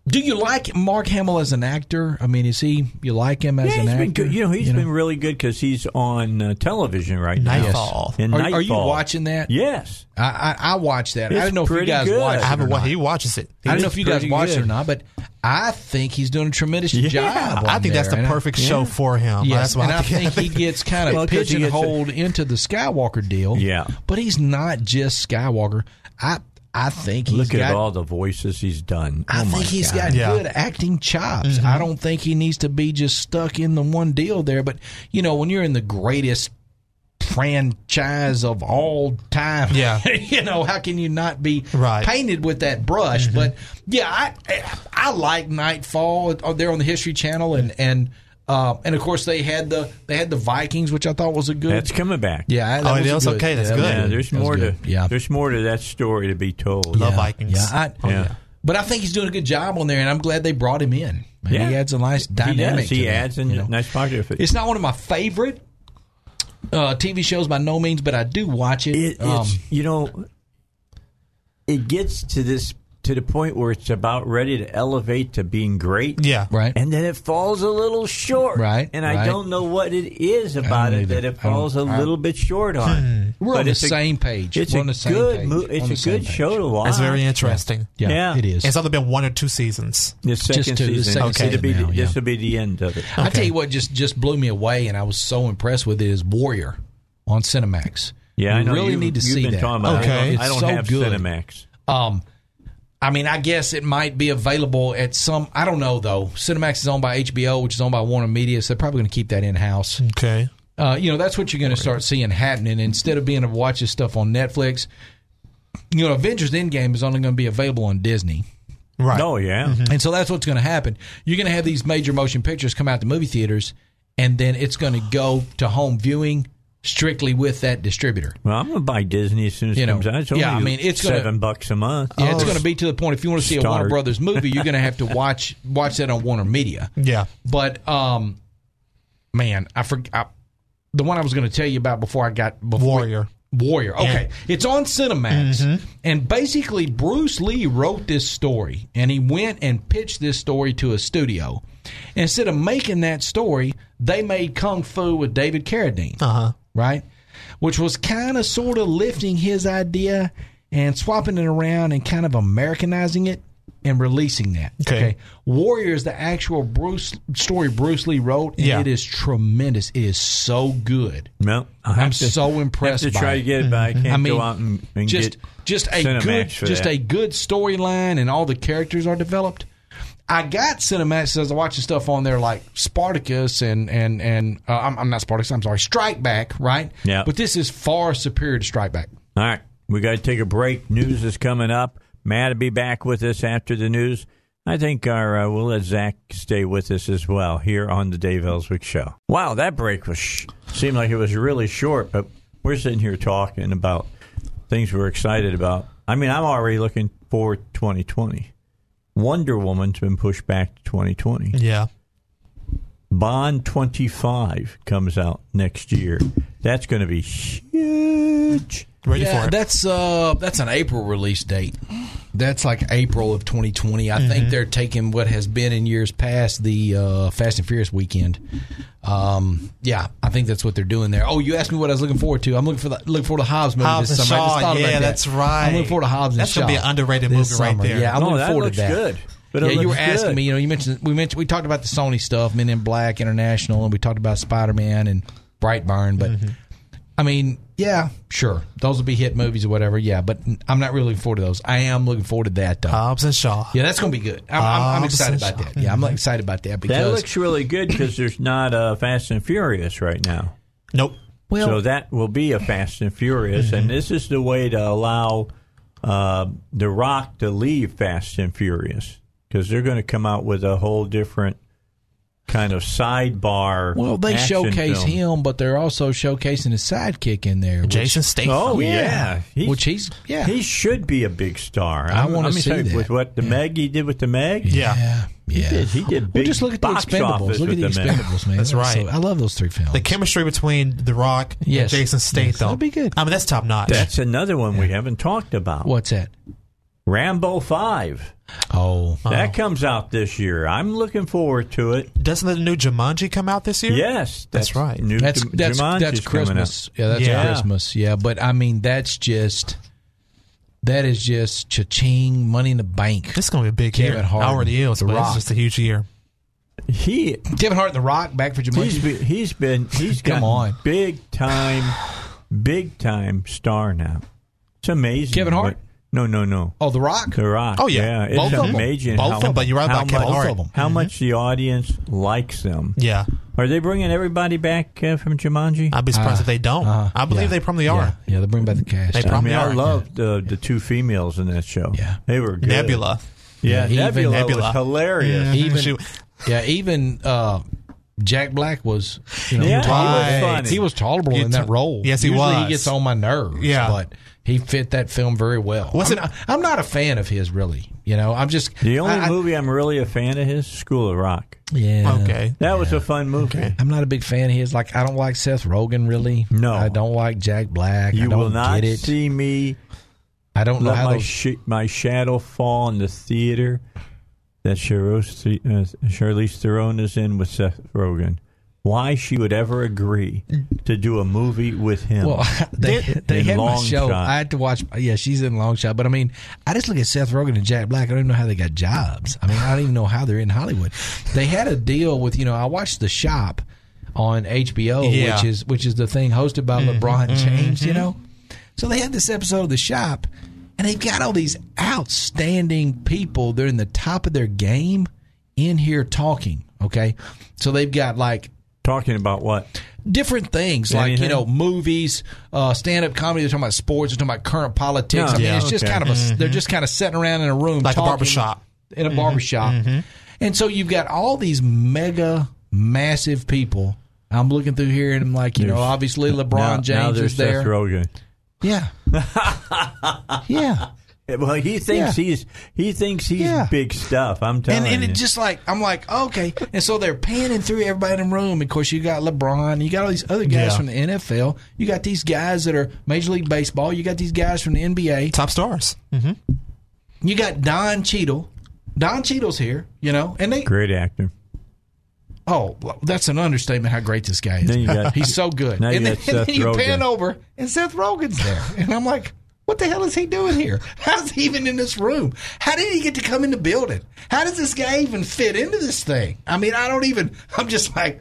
[SPEAKER 5] do you like Mark Hamill as an actor? I mean, is he? You like him as
[SPEAKER 2] Yeah,
[SPEAKER 5] an
[SPEAKER 2] he's
[SPEAKER 5] actor?
[SPEAKER 2] been good. You know, he's
[SPEAKER 5] You know?
[SPEAKER 2] been really good because he's on uh, television right
[SPEAKER 3] Nightfall.
[SPEAKER 2] now. In
[SPEAKER 5] Are, are
[SPEAKER 2] Nightfall.
[SPEAKER 5] you watching that?
[SPEAKER 2] Yes.
[SPEAKER 5] I, I, I watched that.
[SPEAKER 2] It's
[SPEAKER 5] I didn't know if you
[SPEAKER 2] pretty
[SPEAKER 5] guys
[SPEAKER 2] good.
[SPEAKER 5] watched it.
[SPEAKER 3] I haven't
[SPEAKER 5] or
[SPEAKER 3] watched.
[SPEAKER 5] not.
[SPEAKER 3] He watches it.
[SPEAKER 5] I don't know
[SPEAKER 2] It's
[SPEAKER 5] if you guys
[SPEAKER 2] pretty
[SPEAKER 5] watched it or
[SPEAKER 2] good.
[SPEAKER 5] not, but I think he's doing a tremendous
[SPEAKER 2] Yeah.
[SPEAKER 5] job. on
[SPEAKER 3] I think that's the
[SPEAKER 5] there, and I-
[SPEAKER 3] perfect show for him.
[SPEAKER 5] Yes,
[SPEAKER 3] That's why
[SPEAKER 5] and I think he gets kind of
[SPEAKER 2] Well, 'cause he gets a-
[SPEAKER 5] pigeonholed into the Skywalker deal.
[SPEAKER 2] Yeah.
[SPEAKER 5] but he's not just Skywalker. I I think he's
[SPEAKER 2] Look
[SPEAKER 5] got.
[SPEAKER 2] at all the voices he's done.
[SPEAKER 5] I
[SPEAKER 2] oh my
[SPEAKER 5] think he's
[SPEAKER 2] God.
[SPEAKER 5] got
[SPEAKER 3] Yeah. Mm-hmm.
[SPEAKER 5] good acting chops. I don't think he needs to be just stuck in the one deal there. But you know, when you're in the greatest franchise of all time,
[SPEAKER 3] Yeah.
[SPEAKER 5] you know, how can you not be
[SPEAKER 3] Right. Mm-hmm.
[SPEAKER 5] painted with that brush? But yeah, I I like Nightfall. uh, They're on the History Channel, and and uh, and of course they had the they had the Vikings, which I thought was a good.
[SPEAKER 2] That's coming back.
[SPEAKER 5] yeah, that
[SPEAKER 3] Oh, it
[SPEAKER 5] was
[SPEAKER 3] is?
[SPEAKER 5] a good-
[SPEAKER 3] Okay, that's
[SPEAKER 5] yeah, that was
[SPEAKER 3] good.
[SPEAKER 2] Yeah, there's
[SPEAKER 5] That was
[SPEAKER 2] more to
[SPEAKER 5] good. yeah.
[SPEAKER 2] there's more to that story to be told.
[SPEAKER 3] love
[SPEAKER 2] yeah.
[SPEAKER 3] Vikings.
[SPEAKER 5] Oh, Yeah, I,
[SPEAKER 2] Yeah.
[SPEAKER 5] But I think he's doing a good job on there, and I'm glad they brought him in. And
[SPEAKER 2] Yeah.
[SPEAKER 5] He adds a nice
[SPEAKER 2] He
[SPEAKER 5] dynamic.
[SPEAKER 2] does. He
[SPEAKER 5] to that,
[SPEAKER 2] adds a
[SPEAKER 5] you know.
[SPEAKER 2] nice pocket. It,
[SPEAKER 5] It's not one of my favorite uh, TV shows by no Um,
[SPEAKER 2] Um,
[SPEAKER 5] means, but I do watch it.
[SPEAKER 2] it, it's
[SPEAKER 5] Um,
[SPEAKER 2] you know, it gets to this to the point where it's about ready to elevate to being great.
[SPEAKER 3] Yeah.
[SPEAKER 5] Right.
[SPEAKER 2] And then it falls a little short.
[SPEAKER 5] Right,
[SPEAKER 2] And
[SPEAKER 5] right.
[SPEAKER 2] I don't know what it is about it
[SPEAKER 5] either.
[SPEAKER 2] that it
[SPEAKER 5] I don't-
[SPEAKER 2] falls a
[SPEAKER 5] I-
[SPEAKER 2] little bit short on.
[SPEAKER 3] Hmm.
[SPEAKER 5] We're on
[SPEAKER 2] But
[SPEAKER 5] the
[SPEAKER 2] it's a-
[SPEAKER 5] same page.
[SPEAKER 2] It's
[SPEAKER 5] We're
[SPEAKER 2] a
[SPEAKER 5] on the same
[SPEAKER 2] good
[SPEAKER 5] page.
[SPEAKER 2] mo-
[SPEAKER 5] We're on the
[SPEAKER 2] It's a
[SPEAKER 5] same
[SPEAKER 2] good
[SPEAKER 5] page.
[SPEAKER 2] show to watch.
[SPEAKER 3] That's very interesting.
[SPEAKER 5] Yeah,
[SPEAKER 2] Yeah.
[SPEAKER 5] it is.
[SPEAKER 3] It's only been one or two seasons.
[SPEAKER 2] The second
[SPEAKER 5] two, the
[SPEAKER 2] season.
[SPEAKER 5] second
[SPEAKER 2] okay.
[SPEAKER 5] season
[SPEAKER 2] be
[SPEAKER 5] now,
[SPEAKER 2] the,
[SPEAKER 5] yeah.
[SPEAKER 2] This will be the end of it.
[SPEAKER 5] I tell you what, just just blew me away, and I was so impressed with it. Is Warrior on Cinemax?
[SPEAKER 2] Yeah,
[SPEAKER 5] you
[SPEAKER 2] I know
[SPEAKER 5] really
[SPEAKER 2] you've-
[SPEAKER 5] need to
[SPEAKER 2] you've
[SPEAKER 5] see
[SPEAKER 2] been
[SPEAKER 5] that.
[SPEAKER 2] Talking about it.
[SPEAKER 3] Okay.
[SPEAKER 2] I don't, I
[SPEAKER 5] It's
[SPEAKER 2] don't
[SPEAKER 5] so
[SPEAKER 2] have
[SPEAKER 5] good.
[SPEAKER 2] Cinemax.
[SPEAKER 5] Um, I mean, I guess it might be available at some. I don't know though. Cinemax is owned by HBO, which is owned by Warner Media, so they're probably going to keep that in house.
[SPEAKER 3] Okay.
[SPEAKER 5] Uh, you know, that's what you're going to start seeing happening. Instead of being able to watch this stuff on Netflix, you know, Avengers Endgame is only going to be available on Disney.
[SPEAKER 3] Right. Mm-hmm.
[SPEAKER 2] Oh yeah.
[SPEAKER 5] And so that's what's going to happen. You're going to have these major motion pictures come out to movie theaters, and then it's going to go to home viewing strictly with that distributor.
[SPEAKER 2] Well, I'm gonna buy Disney as soon as
[SPEAKER 5] You
[SPEAKER 2] it
[SPEAKER 5] know,
[SPEAKER 2] comes out. It's only
[SPEAKER 5] yeah, I mean, it's gonna-
[SPEAKER 2] 7 bucks a month. Oh.
[SPEAKER 5] Yeah, it's going to be to the point if you want to see a Warner
[SPEAKER 2] Start.
[SPEAKER 5] Brothers movie, you're going to have to watch watch that on Warner Media.
[SPEAKER 3] Yeah.
[SPEAKER 5] But um, man, I forgot the one I was going to tell you about before I got before
[SPEAKER 3] Warrior.
[SPEAKER 5] Warrior. Okay. It's on Cinemax.
[SPEAKER 3] Mm-hmm.
[SPEAKER 5] And basically, Bruce Lee wrote this story and he went and pitched this story to a studio. Instead of making that story, they made Kung Fu with David Carradine,
[SPEAKER 3] Uh huh.
[SPEAKER 5] right? Which was kind of sort of lifting his idea and swapping it around and kind of Americanizing it and releasing that.
[SPEAKER 3] Okay.
[SPEAKER 5] Warrior is the actual Bruce story Bruce Lee wrote, and
[SPEAKER 3] Yeah.
[SPEAKER 5] it is tremendous. It is so good.
[SPEAKER 2] No, I have
[SPEAKER 5] I'm
[SPEAKER 2] to,
[SPEAKER 5] so
[SPEAKER 2] have
[SPEAKER 5] impressed
[SPEAKER 2] to
[SPEAKER 5] by
[SPEAKER 2] try
[SPEAKER 5] it. Mm-hmm.
[SPEAKER 2] to get it, but I can't
[SPEAKER 5] I mean,
[SPEAKER 2] go out and, and
[SPEAKER 5] just
[SPEAKER 2] get
[SPEAKER 5] just a
[SPEAKER 2] Cinemax
[SPEAKER 5] good
[SPEAKER 2] for
[SPEAKER 5] just
[SPEAKER 2] that.
[SPEAKER 5] a good storyline and all the characters are developed. I got Cinemax as I watching stuff on there like Spartacus and and and uh, I'm, I'm not Spartacus. I'm sorry, Strike Back, right?
[SPEAKER 2] Yeah.
[SPEAKER 5] But this is far superior to Strike Back.
[SPEAKER 2] All right, we got to take a break. News is coming up. Matt will be back with us after the news. I think our uh, we'll let Zach stay with us as well here on the Dave Ellswick Show. Wow, that break was sh- seemed like it was really short, but we're sitting here talking about things we're excited about. I mean, I'm already looking for 2020. Wonder Woman's been pushed back to 2020.
[SPEAKER 3] Yeah.
[SPEAKER 2] Bond 25 comes out next year. That's going to be huge.
[SPEAKER 3] Ready
[SPEAKER 5] Yeah,
[SPEAKER 3] for it.
[SPEAKER 5] that's uh that's an April release date. That's like April of 2020. I
[SPEAKER 3] Mm-hmm.
[SPEAKER 5] think they're taking what has been in years past the uh, Fast and Furious weekend. Um, yeah, I think that's what they're doing there. Oh, you asked me what I was looking forward to. I'm looking for the looking forward to Hobbs movie
[SPEAKER 3] Hobbs
[SPEAKER 5] this
[SPEAKER 3] and
[SPEAKER 5] summer. I just
[SPEAKER 3] Shaw,
[SPEAKER 5] thought
[SPEAKER 3] yeah,
[SPEAKER 5] about that.
[SPEAKER 3] that's right.
[SPEAKER 5] I'm looking forward to Hobbs and
[SPEAKER 3] That's
[SPEAKER 5] Shaw.
[SPEAKER 3] gonna be an underrated
[SPEAKER 5] this
[SPEAKER 3] movie right
[SPEAKER 5] summer.
[SPEAKER 3] there.
[SPEAKER 5] Yeah, I'm
[SPEAKER 2] No,
[SPEAKER 5] looking
[SPEAKER 2] that
[SPEAKER 5] forward
[SPEAKER 2] looks
[SPEAKER 5] to that.
[SPEAKER 2] good. But it
[SPEAKER 5] yeah, you were
[SPEAKER 2] looks
[SPEAKER 5] asking
[SPEAKER 2] good.
[SPEAKER 5] me. You know, you mentioned we mentioned we talked about the Sony stuff, Men in Black, International, and we talked about Spider Man and Brightburn, but.
[SPEAKER 3] Mm-hmm.
[SPEAKER 5] I mean, yeah, sure. Those will be hit movies or whatever. Yeah, but I'm not really looking forward to those. I am looking forward to that though.
[SPEAKER 2] Uh,
[SPEAKER 3] Hobbs and Shaw.
[SPEAKER 5] yeah, that's going to be good. I'm, I'm, I'm excited
[SPEAKER 3] Hobbs and
[SPEAKER 5] about that. Yeah, I'm excited about that
[SPEAKER 2] That
[SPEAKER 5] because
[SPEAKER 2] looks really good because there's not a Fast and Furious right now.
[SPEAKER 3] Nope.
[SPEAKER 5] well, Mm-hmm.
[SPEAKER 2] so that will be a Fast and Furious, and this is the way to allow uh, The Rock to leave Fast and Furious because they're going to come out with a whole different kind of sidebar.
[SPEAKER 5] well, they
[SPEAKER 2] action
[SPEAKER 5] showcase
[SPEAKER 2] film.
[SPEAKER 5] him, but they're also showcasing his sidekick in there, which-
[SPEAKER 3] Jason Statham.
[SPEAKER 2] Oh yeah, He's-
[SPEAKER 5] Which he's- yeah.
[SPEAKER 2] he should be a big star.
[SPEAKER 5] I
[SPEAKER 2] I'm-
[SPEAKER 5] wanna
[SPEAKER 2] I'm
[SPEAKER 5] see
[SPEAKER 2] excited
[SPEAKER 5] that.
[SPEAKER 2] with what the Meg he did with the Meg.
[SPEAKER 3] Yeah.
[SPEAKER 5] Yeah, yeah.
[SPEAKER 2] did- he did
[SPEAKER 5] Well,
[SPEAKER 2] big
[SPEAKER 5] just look at the
[SPEAKER 2] box
[SPEAKER 5] Expendables.
[SPEAKER 2] office
[SPEAKER 5] Look at
[SPEAKER 2] with
[SPEAKER 5] the
[SPEAKER 2] the man.
[SPEAKER 5] Expendables, man.
[SPEAKER 3] That's
[SPEAKER 5] That was
[SPEAKER 3] right.
[SPEAKER 5] So, I love those three films.
[SPEAKER 3] The chemistry between The Rock
[SPEAKER 5] Yes.
[SPEAKER 3] and Jason
[SPEAKER 5] Yes,
[SPEAKER 3] Statham.
[SPEAKER 5] that'd be good.
[SPEAKER 3] I mean, that's top notch.
[SPEAKER 2] That's another one we haven't talked about.
[SPEAKER 5] What's that?
[SPEAKER 2] Rambo Five.
[SPEAKER 5] Oh,
[SPEAKER 3] Uh-huh.
[SPEAKER 2] That comes out this year. I'm looking forward to it.
[SPEAKER 3] Doesn't the new Jumanji come out this year?
[SPEAKER 2] Yes,
[SPEAKER 3] That's right.
[SPEAKER 2] New
[SPEAKER 5] that's
[SPEAKER 2] Ju-
[SPEAKER 5] that's
[SPEAKER 2] Jumanji's
[SPEAKER 5] that's
[SPEAKER 2] coming out.
[SPEAKER 5] Christmas. Yeah, that's
[SPEAKER 3] Yeah.
[SPEAKER 5] Christmas. Yeah, but I mean, that's just that is just cha-ching, money in the bank.
[SPEAKER 3] This is going to be a big
[SPEAKER 5] Kevin
[SPEAKER 3] year.
[SPEAKER 5] Hart,
[SPEAKER 3] already is,
[SPEAKER 5] The
[SPEAKER 3] but
[SPEAKER 5] Rock.
[SPEAKER 3] it's just a huge year.
[SPEAKER 2] He
[SPEAKER 5] Kevin Hart and The Rock back for
[SPEAKER 2] he's
[SPEAKER 5] Jumanji.
[SPEAKER 2] been he's been he's
[SPEAKER 5] Come
[SPEAKER 2] gotten
[SPEAKER 5] on.
[SPEAKER 2] big time, big time star now. It's amazing.
[SPEAKER 5] Kevin Hart?
[SPEAKER 2] what- No, no, no.
[SPEAKER 5] Oh, The Rock.
[SPEAKER 2] The Rock.
[SPEAKER 3] Oh, yeah.
[SPEAKER 2] it's
[SPEAKER 5] Both of 'em.
[SPEAKER 2] amazing.
[SPEAKER 3] Both
[SPEAKER 2] how,
[SPEAKER 3] of 'em, but you're right
[SPEAKER 2] how
[SPEAKER 3] about Kevin
[SPEAKER 2] much-
[SPEAKER 3] Hart. Mm-hmm.
[SPEAKER 5] Both of 'em.
[SPEAKER 2] How much the audience likes them.
[SPEAKER 3] Yeah.
[SPEAKER 2] Are they bringing everybody back uh, from Jumanji?
[SPEAKER 3] I'd be surprised if they don't.
[SPEAKER 5] Uh,
[SPEAKER 3] I believe
[SPEAKER 5] yeah.
[SPEAKER 3] they probably are.
[SPEAKER 5] Yeah, yeah they bring back the cast.
[SPEAKER 3] They
[SPEAKER 2] I
[SPEAKER 3] probably
[SPEAKER 2] mean, I
[SPEAKER 3] are.
[SPEAKER 2] loved uh, the two females in that show.
[SPEAKER 5] Yeah.
[SPEAKER 2] they were good.
[SPEAKER 3] Nebula.
[SPEAKER 2] Yeah,
[SPEAKER 5] Yeah, even
[SPEAKER 2] Nebula,
[SPEAKER 3] Nebula.
[SPEAKER 2] was hilarious.
[SPEAKER 5] Even
[SPEAKER 3] Shoot.
[SPEAKER 5] yeah, even uh, Jack Black was you know,
[SPEAKER 2] Yeah,
[SPEAKER 5] he, was,
[SPEAKER 3] Right.
[SPEAKER 2] he was funny.
[SPEAKER 5] he was tolerable
[SPEAKER 3] You
[SPEAKER 5] in that
[SPEAKER 3] t-
[SPEAKER 5] role.
[SPEAKER 3] Yes, he
[SPEAKER 5] Usually
[SPEAKER 3] was.
[SPEAKER 5] He gets on my nerves.
[SPEAKER 3] Yeah.
[SPEAKER 5] but he fit that film very well.
[SPEAKER 3] Was
[SPEAKER 5] I'm
[SPEAKER 3] it-
[SPEAKER 5] Not, I'm not a fan of his really. You know, I'm just
[SPEAKER 2] The only
[SPEAKER 5] I- I-
[SPEAKER 2] movie I'm really a fan of his, School of Rock.
[SPEAKER 5] Yeah.
[SPEAKER 3] Okay.
[SPEAKER 2] That was a fun movie.
[SPEAKER 5] I'm not a big fan of his. Like, I don't like Seth Rogen really.
[SPEAKER 2] No.
[SPEAKER 5] I don't like Jack Black. I
[SPEAKER 2] You
[SPEAKER 5] don't
[SPEAKER 2] will not
[SPEAKER 5] get it.
[SPEAKER 2] see me
[SPEAKER 5] I don't know
[SPEAKER 2] Let
[SPEAKER 5] how
[SPEAKER 2] my
[SPEAKER 5] those-
[SPEAKER 2] sh- my shadow fall in the theater that Charlize, Th- uh, Charlize Theron is in with Seth Rogen. Why she would ever agree to do a movie with him?
[SPEAKER 5] Well, they they
[SPEAKER 2] in
[SPEAKER 5] had my
[SPEAKER 2] long
[SPEAKER 5] show.
[SPEAKER 2] shot.
[SPEAKER 5] I had to watch. Yeah, she's in long shot. But I mean, I just look at Seth Rogen and Jack Black. I don't even know how they got jobs. I mean, I don't even know how they're in Hollywood. They had a deal with you know. I watched The Shop on HBO,
[SPEAKER 3] Yeah.
[SPEAKER 5] which is which is the thing hosted by
[SPEAKER 2] Mm-hmm,
[SPEAKER 5] LeBron James. You know, so they had this episode of The Shop, and they've got all these outstanding people. They're in the top of their game in here talking. Okay, so they've got like
[SPEAKER 2] Talking about what?
[SPEAKER 5] different things like you
[SPEAKER 2] Anything?
[SPEAKER 5] know movies uh, stand-up comedy they're talking about sports they're talking about current politics
[SPEAKER 2] Yeah.
[SPEAKER 5] i mean
[SPEAKER 2] Yeah,
[SPEAKER 5] it's just
[SPEAKER 2] okay. Mm-hmm.
[SPEAKER 5] kind of a they're just kind of sitting around in a room
[SPEAKER 3] Like a
[SPEAKER 5] talking
[SPEAKER 3] barbershop.
[SPEAKER 5] in a barbershop
[SPEAKER 2] Mm-hmm.
[SPEAKER 5] and so you've got all these mega massive people i'm looking through here and i'm like you know obviously lebron
[SPEAKER 2] Now-
[SPEAKER 5] james
[SPEAKER 2] now there's
[SPEAKER 5] is there
[SPEAKER 2] Seth Rogen.
[SPEAKER 5] yeah yeah
[SPEAKER 2] Yeah, Well, he thinks
[SPEAKER 5] Yeah.
[SPEAKER 2] he's he thinks he's
[SPEAKER 5] Yeah.
[SPEAKER 2] big stuff. I'm telling
[SPEAKER 5] and, and
[SPEAKER 2] you.
[SPEAKER 5] it just like I'm like okay, and so they're panning through everybody in the room. Of course, you got LeBron, you got all these other guys
[SPEAKER 3] Yeah.
[SPEAKER 5] from the NFL, you got these guys that are Major League Baseball, you got these guys from the NBA,
[SPEAKER 3] Top stars.
[SPEAKER 5] you got Don Cheadle. Don Cheadle's here, you know, and they
[SPEAKER 2] Great actor.
[SPEAKER 5] oh, that's an understatement how great this guy is.
[SPEAKER 2] Then you got-
[SPEAKER 5] He's so good.
[SPEAKER 2] Now you
[SPEAKER 5] and, then,
[SPEAKER 2] got
[SPEAKER 5] and
[SPEAKER 2] Seth
[SPEAKER 5] then you
[SPEAKER 2] Rogen.
[SPEAKER 5] pan over, and Seth Rogen's there, and I'm like. What the hell is he doing here? How's he even in this room? How did he get to come in the building? How does this guy even fit into this thing? I mean, I don't even. I'm just like,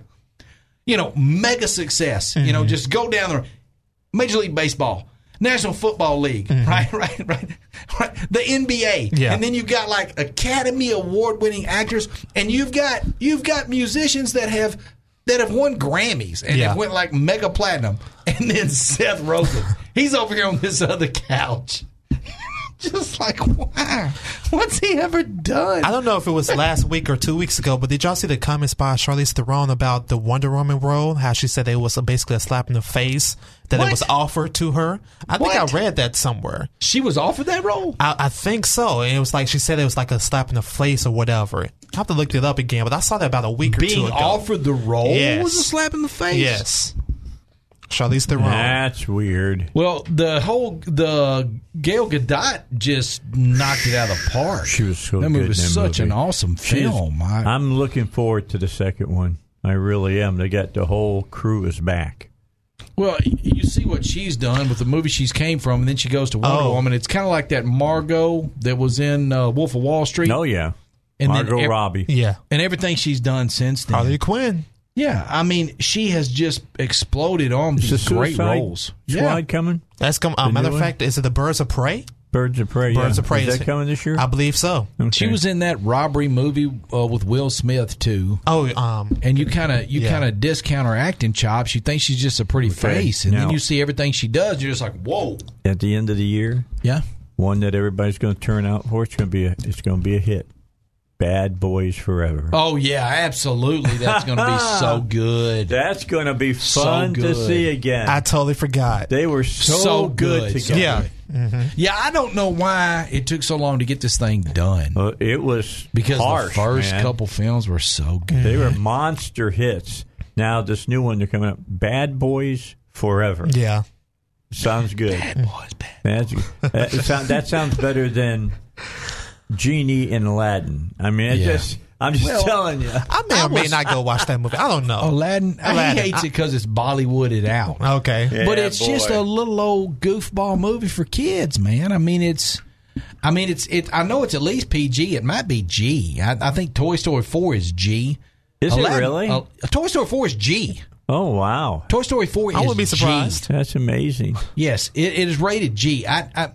[SPEAKER 5] you know, mega success. You
[SPEAKER 2] Mm-hmm.
[SPEAKER 5] know, just go down the Major League Baseball, National Football League,
[SPEAKER 2] Mm-hmm.
[SPEAKER 5] right, right, right, right, the NBA,
[SPEAKER 3] Yeah.
[SPEAKER 5] and then you've got like Academy Award winning actors, and you've got you've got musicians that have that have won Grammys and
[SPEAKER 3] Yeah.
[SPEAKER 5] have went like mega platinum, and then Seth Rogen, he's over here on this other couch. Just like, why? What's he ever done?
[SPEAKER 3] I don't know if it was last week or two weeks ago, but did y'all see the comments by Charlize Theron about the Wonder Woman role? How she said it was basically a slap in the face that
[SPEAKER 5] What?
[SPEAKER 3] it was offered to her. I think
[SPEAKER 5] What?
[SPEAKER 3] I read that somewhere.
[SPEAKER 5] she was offered that role.
[SPEAKER 3] I, I think so. And it was like she said it was like a slap in the face or whatever. I have to look it up again, but I saw that about a week or two
[SPEAKER 5] Being
[SPEAKER 3] ago.
[SPEAKER 5] offered the role
[SPEAKER 3] Yes.
[SPEAKER 5] was a slap in the face.
[SPEAKER 3] yes, Charlize Theron.
[SPEAKER 2] That's weird.
[SPEAKER 5] Well, the whole the Gail Gadot just knocked it out of the park.
[SPEAKER 2] She was so
[SPEAKER 5] that
[SPEAKER 2] good
[SPEAKER 5] movie
[SPEAKER 2] in
[SPEAKER 5] was
[SPEAKER 2] that
[SPEAKER 5] such
[SPEAKER 2] movie.
[SPEAKER 5] an awesome
[SPEAKER 2] She is-
[SPEAKER 5] film. I,
[SPEAKER 2] I'm looking forward to the second one. I really am. They got the whole crew is back.
[SPEAKER 5] well, y- you see what she's done with the movie she's came from, and then she goes to Wonder
[SPEAKER 3] Oh.
[SPEAKER 5] Woman. It's kind of like that Margot that was in uh, Wolf of Wall Street,
[SPEAKER 2] Oh yeah,
[SPEAKER 5] and then
[SPEAKER 2] Margot
[SPEAKER 5] ev-
[SPEAKER 2] Robbie.
[SPEAKER 3] Yeah,
[SPEAKER 5] and everything she's done since then.
[SPEAKER 3] Harley Quinn.
[SPEAKER 5] Yeah, I mean, she has just exploded on
[SPEAKER 2] Is the
[SPEAKER 5] these great
[SPEAKER 2] Suicide
[SPEAKER 5] roles.
[SPEAKER 2] Squad
[SPEAKER 5] Yeah.
[SPEAKER 2] coming?
[SPEAKER 3] That's come. Uh,
[SPEAKER 2] The
[SPEAKER 3] matter
[SPEAKER 2] new one?
[SPEAKER 3] of fact, is it the Birds of Prey?
[SPEAKER 2] Birds of Prey.
[SPEAKER 3] Birds
[SPEAKER 2] yeah.
[SPEAKER 3] of Prey
[SPEAKER 2] Is that coming this year?
[SPEAKER 3] I believe so.
[SPEAKER 5] She
[SPEAKER 2] Okay.
[SPEAKER 5] was in that robbery movie uh, with Will Smith too.
[SPEAKER 3] Oh, um,
[SPEAKER 5] and you kind of you
[SPEAKER 3] Yeah.
[SPEAKER 5] kind of discount her acting chops. You think she's just a pretty face, and then
[SPEAKER 2] Now-
[SPEAKER 5] you see everything she does. You're just like, whoa,
[SPEAKER 2] at the end of the year.
[SPEAKER 5] yeah.
[SPEAKER 2] One that everybody's going to turn out for. It's going to be a. It's going to be a hit. Bad Boys Forever.
[SPEAKER 5] Oh yeah, absolutely. That's going to be so good.
[SPEAKER 2] That's going to be
[SPEAKER 5] So
[SPEAKER 2] fun to
[SPEAKER 5] good.
[SPEAKER 2] see again.
[SPEAKER 3] I totally forgot.
[SPEAKER 2] they were so,
[SPEAKER 5] So
[SPEAKER 2] good,
[SPEAKER 5] good. Mm-hmm.
[SPEAKER 2] together.
[SPEAKER 3] yeah,
[SPEAKER 5] Yeah, I don't know why it took so long to get this thing done
[SPEAKER 2] Uh, it was
[SPEAKER 5] because
[SPEAKER 2] harsh,
[SPEAKER 5] the first
[SPEAKER 2] man.
[SPEAKER 5] couple films were so good.
[SPEAKER 2] They were monster hits. Now this new one they're coming up, Bad Boys Forever.
[SPEAKER 3] yeah.
[SPEAKER 2] Sounds good. Bad Boys, Bad. That's, that, sound, that sounds better than Genie in Aladdin. I mean, it
[SPEAKER 5] Yeah.
[SPEAKER 2] just I'm just telling you.
[SPEAKER 3] I may or may not go watch that movie. I don't know.
[SPEAKER 5] Aladdin,
[SPEAKER 3] Aladdin,
[SPEAKER 5] he hates
[SPEAKER 3] I-
[SPEAKER 5] it because it's Bollywooded out.
[SPEAKER 3] okay.
[SPEAKER 5] but
[SPEAKER 2] Oh, Yeah,
[SPEAKER 5] it's just
[SPEAKER 2] boy.
[SPEAKER 5] a little old goofball movie for kids, man. I mean, it's, I mean, it's it. I know it's at least PG. It might be G. I, I think Toy Story Four is G.
[SPEAKER 2] Is it
[SPEAKER 5] Aladdin-
[SPEAKER 2] really?
[SPEAKER 5] uh, Toy Story Four is G.
[SPEAKER 2] Oh wow,
[SPEAKER 5] Toy Story Four.
[SPEAKER 3] I
[SPEAKER 5] is
[SPEAKER 3] wouldn't be
[SPEAKER 5] G.
[SPEAKER 3] surprised.
[SPEAKER 2] that's amazing.
[SPEAKER 5] Yes, it, it is rated G. I, I,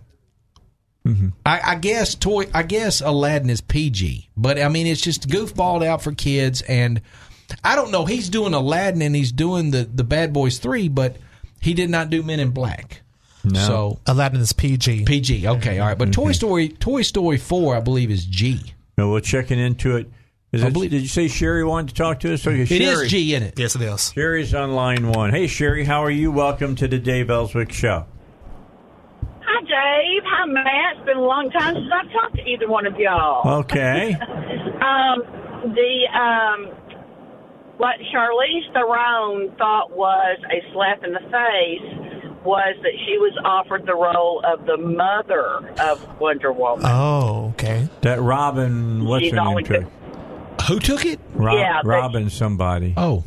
[SPEAKER 5] I, I guess toy. I guess Aladdin is PG, but I mean it's just goofballed out for kids. And I don't know. He's doing Aladdin and he's doing the the Bad Boys Three, but he did not do Men in Black. No. So
[SPEAKER 3] Aladdin is PG.
[SPEAKER 5] PG. Okay, all right. But Toy Story Toy Story Four, I believe, is G.
[SPEAKER 2] And we're checking into it. Is
[SPEAKER 5] I
[SPEAKER 2] it-
[SPEAKER 5] believe-
[SPEAKER 2] did you say Sherry wanted to talk to us? Okay,
[SPEAKER 5] It is
[SPEAKER 2] Sherry.
[SPEAKER 5] G in it.
[SPEAKER 3] yes, it is.
[SPEAKER 2] Sherry's on line one. Hey Sherry, how are you? Welcome to the Dave Ellswick Show.
[SPEAKER 7] Hi, Dave. Hi, Matt. It's been a long time since I've talked to either one of y'all.
[SPEAKER 2] Okay.
[SPEAKER 7] Um, the um, what Charlize Theron thought was a slap in the face was that she was offered the role of the mother of Wonder Woman.
[SPEAKER 3] Oh, okay.
[SPEAKER 2] That Robin, what's
[SPEAKER 7] She's
[SPEAKER 2] her name?
[SPEAKER 7] only
[SPEAKER 2] Took?
[SPEAKER 5] Who took it?
[SPEAKER 2] Rob,
[SPEAKER 7] Yeah, but-
[SPEAKER 2] Robin somebody.
[SPEAKER 5] Oh,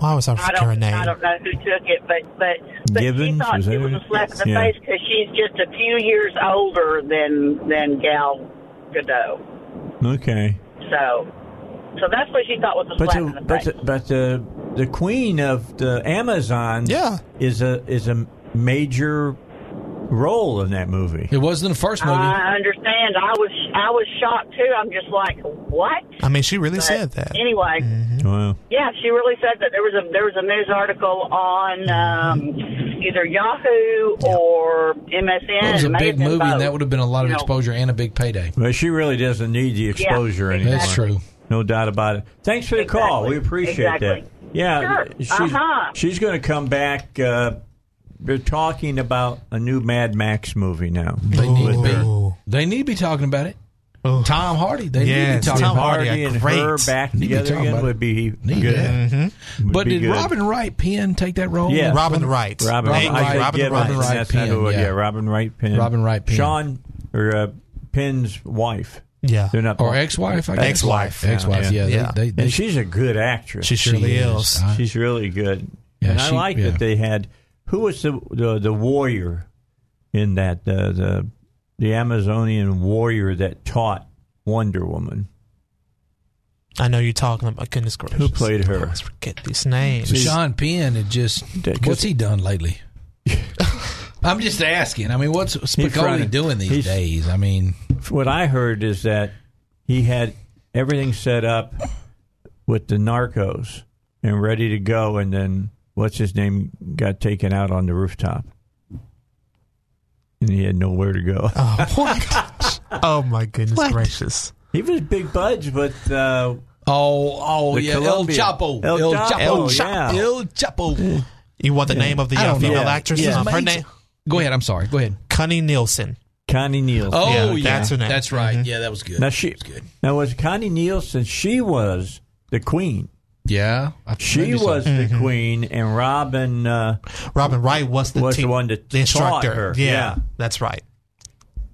[SPEAKER 3] Why was I
[SPEAKER 7] I
[SPEAKER 3] forgetting her
[SPEAKER 7] don't,
[SPEAKER 3] name?
[SPEAKER 7] I don't know who took it, but but, but she
[SPEAKER 2] Givens,
[SPEAKER 7] thought
[SPEAKER 2] was
[SPEAKER 7] she
[SPEAKER 2] that
[SPEAKER 7] was
[SPEAKER 2] it?
[SPEAKER 7] a slap in the
[SPEAKER 2] Yeah.
[SPEAKER 7] face because she's just a few years older than than Gal Gadot.
[SPEAKER 2] Okay.
[SPEAKER 7] So, so that's what she thought was a
[SPEAKER 2] But
[SPEAKER 7] slap in
[SPEAKER 2] the,
[SPEAKER 7] the
[SPEAKER 2] but
[SPEAKER 7] face.
[SPEAKER 2] the, but the the queen of the Amazon
[SPEAKER 3] Yeah.
[SPEAKER 2] is a is a major role in that movie.
[SPEAKER 5] it wasn't the first movie.
[SPEAKER 7] I understand. I was I was shocked too. I'm just like, what?
[SPEAKER 3] I mean, she really
[SPEAKER 7] But
[SPEAKER 3] said that.
[SPEAKER 7] Anyway,
[SPEAKER 5] Mm-hmm.
[SPEAKER 2] Wow.
[SPEAKER 7] yeah, she really said that. There was a there was a news article
[SPEAKER 5] Mm-hmm.
[SPEAKER 7] on um, either Yahoo or MSN.
[SPEAKER 5] It was a
[SPEAKER 7] It may
[SPEAKER 5] big
[SPEAKER 7] have been
[SPEAKER 5] movie,
[SPEAKER 7] both.
[SPEAKER 5] and that would have been a lot of
[SPEAKER 7] No.
[SPEAKER 5] exposure and a big payday.
[SPEAKER 2] But she really doesn't need the exposure anymore.
[SPEAKER 5] That's true.
[SPEAKER 2] No doubt about it. Thanks for the call.
[SPEAKER 7] Exactly.
[SPEAKER 2] We appreciate
[SPEAKER 7] Exactly.
[SPEAKER 2] that. Yeah,
[SPEAKER 7] Sure.
[SPEAKER 2] she's,
[SPEAKER 7] Uh-huh.
[SPEAKER 2] she's going to come back. Uh, they're talking about a new Mad Max movie now.
[SPEAKER 5] They need to
[SPEAKER 3] Ooh.
[SPEAKER 5] be. They need to be talking about it. Tom Hardy. They need
[SPEAKER 3] Yes,
[SPEAKER 5] to be talking
[SPEAKER 3] Tom
[SPEAKER 5] about
[SPEAKER 3] Hardy,
[SPEAKER 5] it.
[SPEAKER 3] a
[SPEAKER 2] and
[SPEAKER 3] great-
[SPEAKER 2] her back
[SPEAKER 5] Need to be
[SPEAKER 2] together
[SPEAKER 5] talking
[SPEAKER 2] again
[SPEAKER 5] about
[SPEAKER 2] would be
[SPEAKER 5] Need
[SPEAKER 2] good.
[SPEAKER 5] that.
[SPEAKER 2] Would
[SPEAKER 5] But
[SPEAKER 2] be
[SPEAKER 5] did
[SPEAKER 2] good.
[SPEAKER 5] Robin Wright Penn take that role?
[SPEAKER 2] Yeah.
[SPEAKER 3] Robin Wright.
[SPEAKER 2] Robin
[SPEAKER 3] Thank you,
[SPEAKER 2] Wright,
[SPEAKER 3] Robin
[SPEAKER 2] Gibbons,
[SPEAKER 3] Wright.
[SPEAKER 5] Robin Wright
[SPEAKER 2] that's not who-
[SPEAKER 5] Penn,
[SPEAKER 2] yeah.
[SPEAKER 5] yeah.
[SPEAKER 2] Robin Wright Penn.
[SPEAKER 5] Robin Wright Penn.
[SPEAKER 2] Sean or uh, Penn's wife.
[SPEAKER 3] Yeah.
[SPEAKER 2] They're not
[SPEAKER 5] Or ex-wife? I guess.
[SPEAKER 3] Ex-wife.
[SPEAKER 5] Ex-wife.
[SPEAKER 2] Yeah,
[SPEAKER 5] Yeah.
[SPEAKER 3] yeah.
[SPEAKER 5] They, they, they,
[SPEAKER 2] And she's a good actress.
[SPEAKER 3] She surely is.
[SPEAKER 5] I-
[SPEAKER 2] She's really good.
[SPEAKER 5] Uh-huh. Yeah,
[SPEAKER 2] and I
[SPEAKER 5] she-
[SPEAKER 2] like
[SPEAKER 5] yeah.
[SPEAKER 2] that they had who was the the, the warrior in that uh, the the Amazonian warrior that taught Wonder Woman.
[SPEAKER 3] I know you're talking about goodness gracious.
[SPEAKER 2] Who played her?
[SPEAKER 3] Let's forget these names.
[SPEAKER 5] Sean Penn had just.
[SPEAKER 2] That- 'cause-
[SPEAKER 5] What's he done lately? I'm just asking. I mean, what's
[SPEAKER 2] trying to-
[SPEAKER 5] Spicoli doing
[SPEAKER 2] he's-
[SPEAKER 5] these days? I mean,
[SPEAKER 2] What I heard is that he had everything set up with the narcos and ready to go, and then what's his name got taken out on the rooftop, and he had nowhere to go.
[SPEAKER 5] Uh-huh.
[SPEAKER 3] Oh, what? oh my goodness gracious.
[SPEAKER 2] He was big buds, but. Uh,
[SPEAKER 5] oh, oh,
[SPEAKER 2] The
[SPEAKER 5] yeah,
[SPEAKER 2] Columbia.
[SPEAKER 5] El Chapo,
[SPEAKER 2] El Chapo, yeah.
[SPEAKER 5] El Chapo, El Chapo.
[SPEAKER 3] You want the name of the
[SPEAKER 5] I
[SPEAKER 3] uh,
[SPEAKER 5] don't know.
[SPEAKER 3] female
[SPEAKER 2] Yeah,
[SPEAKER 3] actress?
[SPEAKER 2] yeah.
[SPEAKER 3] Um, her
[SPEAKER 5] Amazing.
[SPEAKER 3] name
[SPEAKER 5] Go ahead. I'm sorry. Go ahead.
[SPEAKER 3] Connie Nielsen.
[SPEAKER 2] Connie Nielsen.
[SPEAKER 5] Oh,
[SPEAKER 3] Yeah,
[SPEAKER 5] yeah,
[SPEAKER 3] that's her name.
[SPEAKER 5] That's right. Yeah, that was good.
[SPEAKER 2] Now she
[SPEAKER 5] That was good.
[SPEAKER 2] now was Connie Nielsen. She was the queen.
[SPEAKER 5] Yeah, I-
[SPEAKER 2] She
[SPEAKER 5] maybe so.
[SPEAKER 2] was the queen, and Robin uh,
[SPEAKER 3] Robin Wright was the,
[SPEAKER 2] was
[SPEAKER 3] te-
[SPEAKER 2] the one that
[SPEAKER 3] the instructor.
[SPEAKER 2] taught her.
[SPEAKER 3] Yeah, that's right.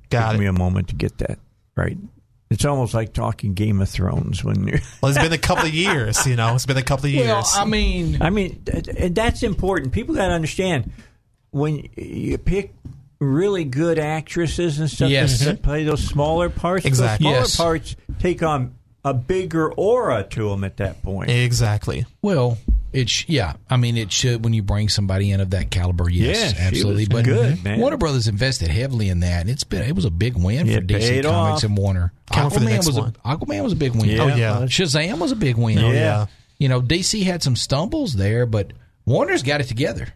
[SPEAKER 3] Got
[SPEAKER 2] Took me
[SPEAKER 3] it.
[SPEAKER 2] a moment to get that right. It's almost like talking Game of Thrones when you're.
[SPEAKER 3] Well, it's been a couple of years. You know, it's been a couple of years.
[SPEAKER 5] Well, I mean,
[SPEAKER 2] I mean, th- th- that's important. People got to understand when you pick really good actresses and stuff
[SPEAKER 5] Yes.
[SPEAKER 2] that- that play those smaller parts.
[SPEAKER 3] Exactly.
[SPEAKER 2] Those smaller
[SPEAKER 5] Yes.
[SPEAKER 2] parts take on a bigger aura to them at that point.
[SPEAKER 3] exactly.
[SPEAKER 5] Well, it sh- yeah, I mean it should when you bring somebody in of that caliber. Yes,
[SPEAKER 2] Yeah, she
[SPEAKER 5] absolutely.
[SPEAKER 2] was
[SPEAKER 5] but
[SPEAKER 2] good, man.
[SPEAKER 5] Warner Brothers invested heavily in that, and it's been it was a big win
[SPEAKER 2] Yeah,
[SPEAKER 5] for
[SPEAKER 2] it
[SPEAKER 5] DC
[SPEAKER 2] paid
[SPEAKER 5] Comics
[SPEAKER 2] off.
[SPEAKER 5] and Warner.
[SPEAKER 3] Count for the next
[SPEAKER 5] was
[SPEAKER 3] one.
[SPEAKER 5] a Aquaman was a big win.
[SPEAKER 2] Yeah. Oh,
[SPEAKER 3] yeah. Oh,
[SPEAKER 5] Shazam was a big win.
[SPEAKER 3] yeah.
[SPEAKER 5] you know DC had some stumbles there, but Warner's got it together.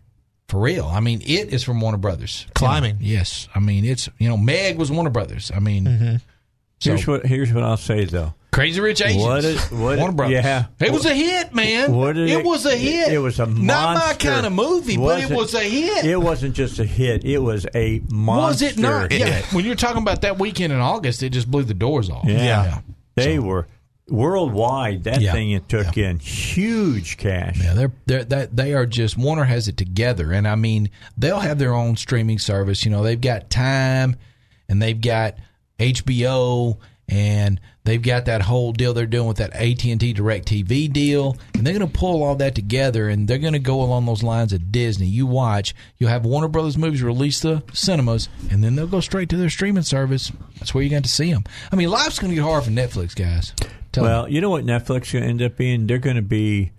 [SPEAKER 5] For real, I mean, it is from Warner Brothers.
[SPEAKER 3] Climbing.
[SPEAKER 5] You know, yes, I mean it's you know Meg was Warner Brothers. I mean,
[SPEAKER 3] Mm-hmm.
[SPEAKER 5] so
[SPEAKER 2] Here's what here's what I'll say though.
[SPEAKER 5] Crazy Rich Asians.
[SPEAKER 2] What is- what-
[SPEAKER 5] Warner Brothers.
[SPEAKER 2] yeah.
[SPEAKER 5] It was a hit, man.
[SPEAKER 2] What did
[SPEAKER 5] it, was a hit.
[SPEAKER 2] It was a monster.
[SPEAKER 5] Not my kind of movie, but it
[SPEAKER 2] Wasn't-
[SPEAKER 5] was a hit.
[SPEAKER 2] It wasn't just a hit. It was a
[SPEAKER 5] was
[SPEAKER 2] monster.
[SPEAKER 5] it not? Yeah.
[SPEAKER 3] Yeah.
[SPEAKER 5] When you're talking about that weekend in August, it just blew the doors off.
[SPEAKER 2] Yeah.
[SPEAKER 3] Yeah.
[SPEAKER 2] They were worldwide. That
[SPEAKER 5] Yeah.
[SPEAKER 2] thing it took in huge cash.
[SPEAKER 5] Yeah, they're, they're that they are just Warner has it together, and I mean they'll have their own streaming service. You know, they've got Time, and they've got HBO, and they've got that whole deal they're doing with that AT and T Direct TV deal, and they're going to pull all that together, and they're going to go along those lines of Disney. You watch, you'll have Warner Brothers movies release the cinemas, and then they'll go straight to their streaming service. That's where you got to see them. I mean, life's going to get hard for Netflix guys. Tell 'em.
[SPEAKER 2] Well, you know what Netflix going to end up being? They're going to be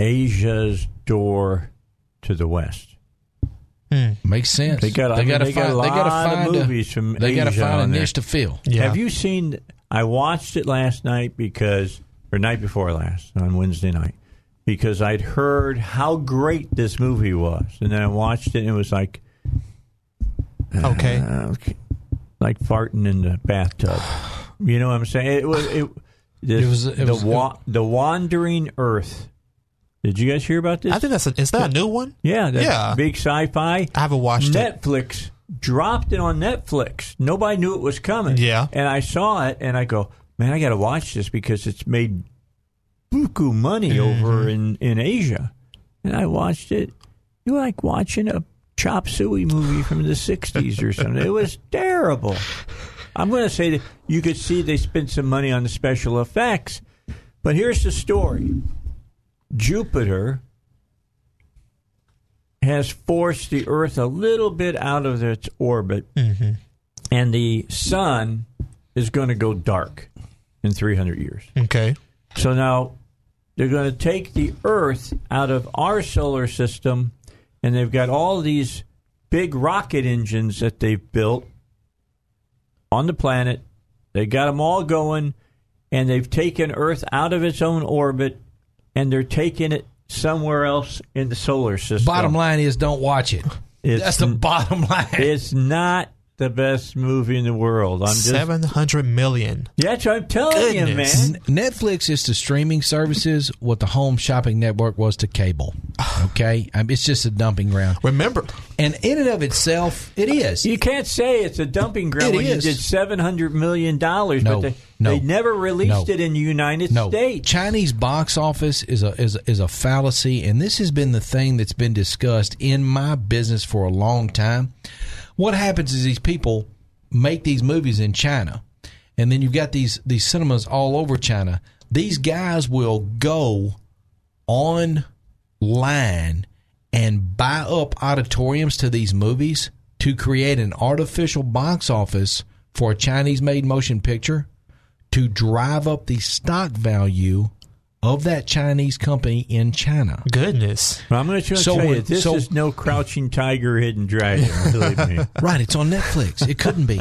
[SPEAKER 2] Asia's door to the West.
[SPEAKER 5] Makes sense.
[SPEAKER 2] They got- I mean,
[SPEAKER 5] gotta
[SPEAKER 2] they got a
[SPEAKER 5] gotta
[SPEAKER 2] lot of movies from
[SPEAKER 5] They gotta
[SPEAKER 2] Asia
[SPEAKER 5] find
[SPEAKER 2] on
[SPEAKER 5] a
[SPEAKER 2] there.
[SPEAKER 5] niche to fill.
[SPEAKER 3] Yeah.
[SPEAKER 2] Have you seen? I watched it last night because, or night before last on Wednesday night, because I'd heard how great this movie was, and then I watched it and it was like,
[SPEAKER 3] Okay.
[SPEAKER 2] uh, okay, like farting in the bathtub. You know what I'm saying? It was it. This,
[SPEAKER 5] It was- it
[SPEAKER 2] the
[SPEAKER 5] was-
[SPEAKER 2] wa- the wandering Earth. Did you guys hear about this?
[SPEAKER 3] I think that's a, is that a new one?
[SPEAKER 2] yeah, that
[SPEAKER 3] yeah.
[SPEAKER 2] big sci-fi.
[SPEAKER 3] I haven't watched it.
[SPEAKER 2] Netflix dropped it on Netflix. Nobody knew it was coming.
[SPEAKER 3] Yeah.
[SPEAKER 2] And I saw it and I go, man, I got to watch this because it's made buku money over in, in Asia. And I watched it. You like watching a chop suey movie from the 60s or something. It was terrible. I'm going to say that you could see they spent some money on the special effects. But here's the story Jupiter has forced the Earth a little bit out of its orbit, and the sun is going to go dark in 300 years.
[SPEAKER 3] Okay.
[SPEAKER 2] So now they're going to take the Earth out of our solar system, and they've got all these big rocket engines that they've built on the planet. They got them all going, and they've taken Earth out of its own orbit, and they're taking it somewhere else in the solar system.
[SPEAKER 5] Bottom line is, don't watch it.
[SPEAKER 2] It's-
[SPEAKER 5] That's the bottom line.
[SPEAKER 2] it's not the best movie in the world. I'm just
[SPEAKER 3] Seven hundred million.
[SPEAKER 2] that's what I'm telling
[SPEAKER 3] Goodness.
[SPEAKER 2] you, man.
[SPEAKER 5] Netflix is to streaming services what the home shopping network was to cable. Okay, Um, it's just a dumping ground,
[SPEAKER 3] Remember,
[SPEAKER 5] and in and of itself, it is.
[SPEAKER 2] You can't say it's a dumping ground
[SPEAKER 5] It
[SPEAKER 2] when
[SPEAKER 5] is.
[SPEAKER 2] you did seven hundred million dollars, but
[SPEAKER 5] No,
[SPEAKER 2] they,
[SPEAKER 5] no,
[SPEAKER 2] they never released
[SPEAKER 5] no,
[SPEAKER 2] it in the United
[SPEAKER 5] No,
[SPEAKER 2] States.
[SPEAKER 5] Chinese box office is a is a- is a fallacy, and this has been the thing that's been discussed in my business for a long time. What happens is these people make these movies in China, and then you've got these these cinemas all over China. These guys will go online and buy up auditoriums to these movies to create an artificial box office for a Chinese made motion picture to drive up the stock value of that Chinese company in China.
[SPEAKER 3] goodness.
[SPEAKER 2] Well, I'm going to
[SPEAKER 5] So
[SPEAKER 2] tell you,
[SPEAKER 5] when-
[SPEAKER 2] this
[SPEAKER 5] so-
[SPEAKER 2] is no crouching tiger, hidden dragon. Believe me.
[SPEAKER 5] Right, it's on Netflix. It couldn't be.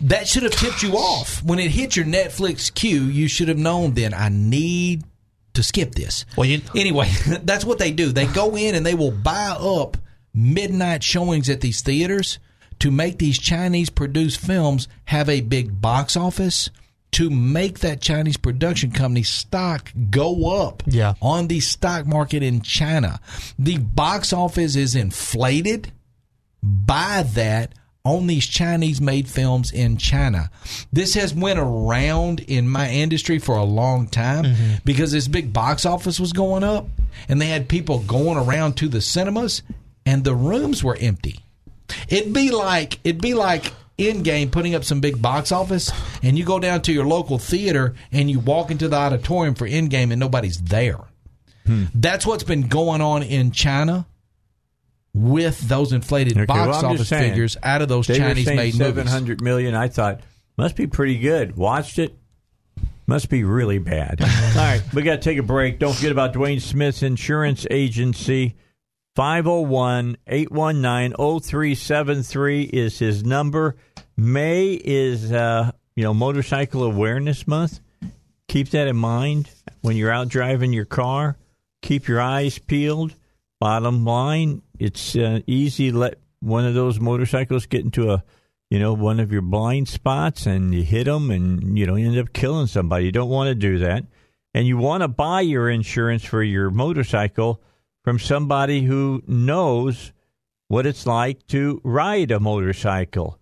[SPEAKER 5] That should have tipped you off. When it hit your Netflix queue, you should have known then I need to skip this.
[SPEAKER 3] Well, you
[SPEAKER 5] Anyway, that's what they do. They go in and they will buy up midnight showings at these theaters to make these Chinese produced films have a big box office to make that Chinese production company stock go up
[SPEAKER 3] Yeah.
[SPEAKER 5] on the stock market in China. The box office is inflated by that on these Chinese made films in China. This has went around in my industry for a long time because this big box office was going up and they had people going around to the cinemas and the rooms were empty. It'd be like it'd be like in game putting up some big box office and you go down to your local theater and you walk into the auditorium for in game and nobody's there.
[SPEAKER 2] Hmm.
[SPEAKER 5] That's what's been going on in China with those inflated
[SPEAKER 2] Okay, well,
[SPEAKER 5] box
[SPEAKER 2] I'm just
[SPEAKER 5] office
[SPEAKER 2] saying,
[SPEAKER 5] figures out of those
[SPEAKER 2] They
[SPEAKER 5] Chinese
[SPEAKER 2] were saying
[SPEAKER 5] made
[SPEAKER 2] seven
[SPEAKER 5] movies.
[SPEAKER 2] hundred million. I thought must be pretty good. Watched it. Must be really bad. All right, we got to take a break. Don't forget about Dwayne Smith's insurance agency. 501 819 0373 is his number. May is, uh, you know, Motorcycle Awareness Month. Keep that in mind when you're out driving your car. Keep your eyes peeled. Bottom line, it's uh, easy to let one of those motorcycles get into a, you know, one of your blind spots and you hit them and, you know, you end up killing somebody. You don't want to do that. And you want to buy your insurance for your motorcycle from somebody who knows what it's like to ride a motorcycle.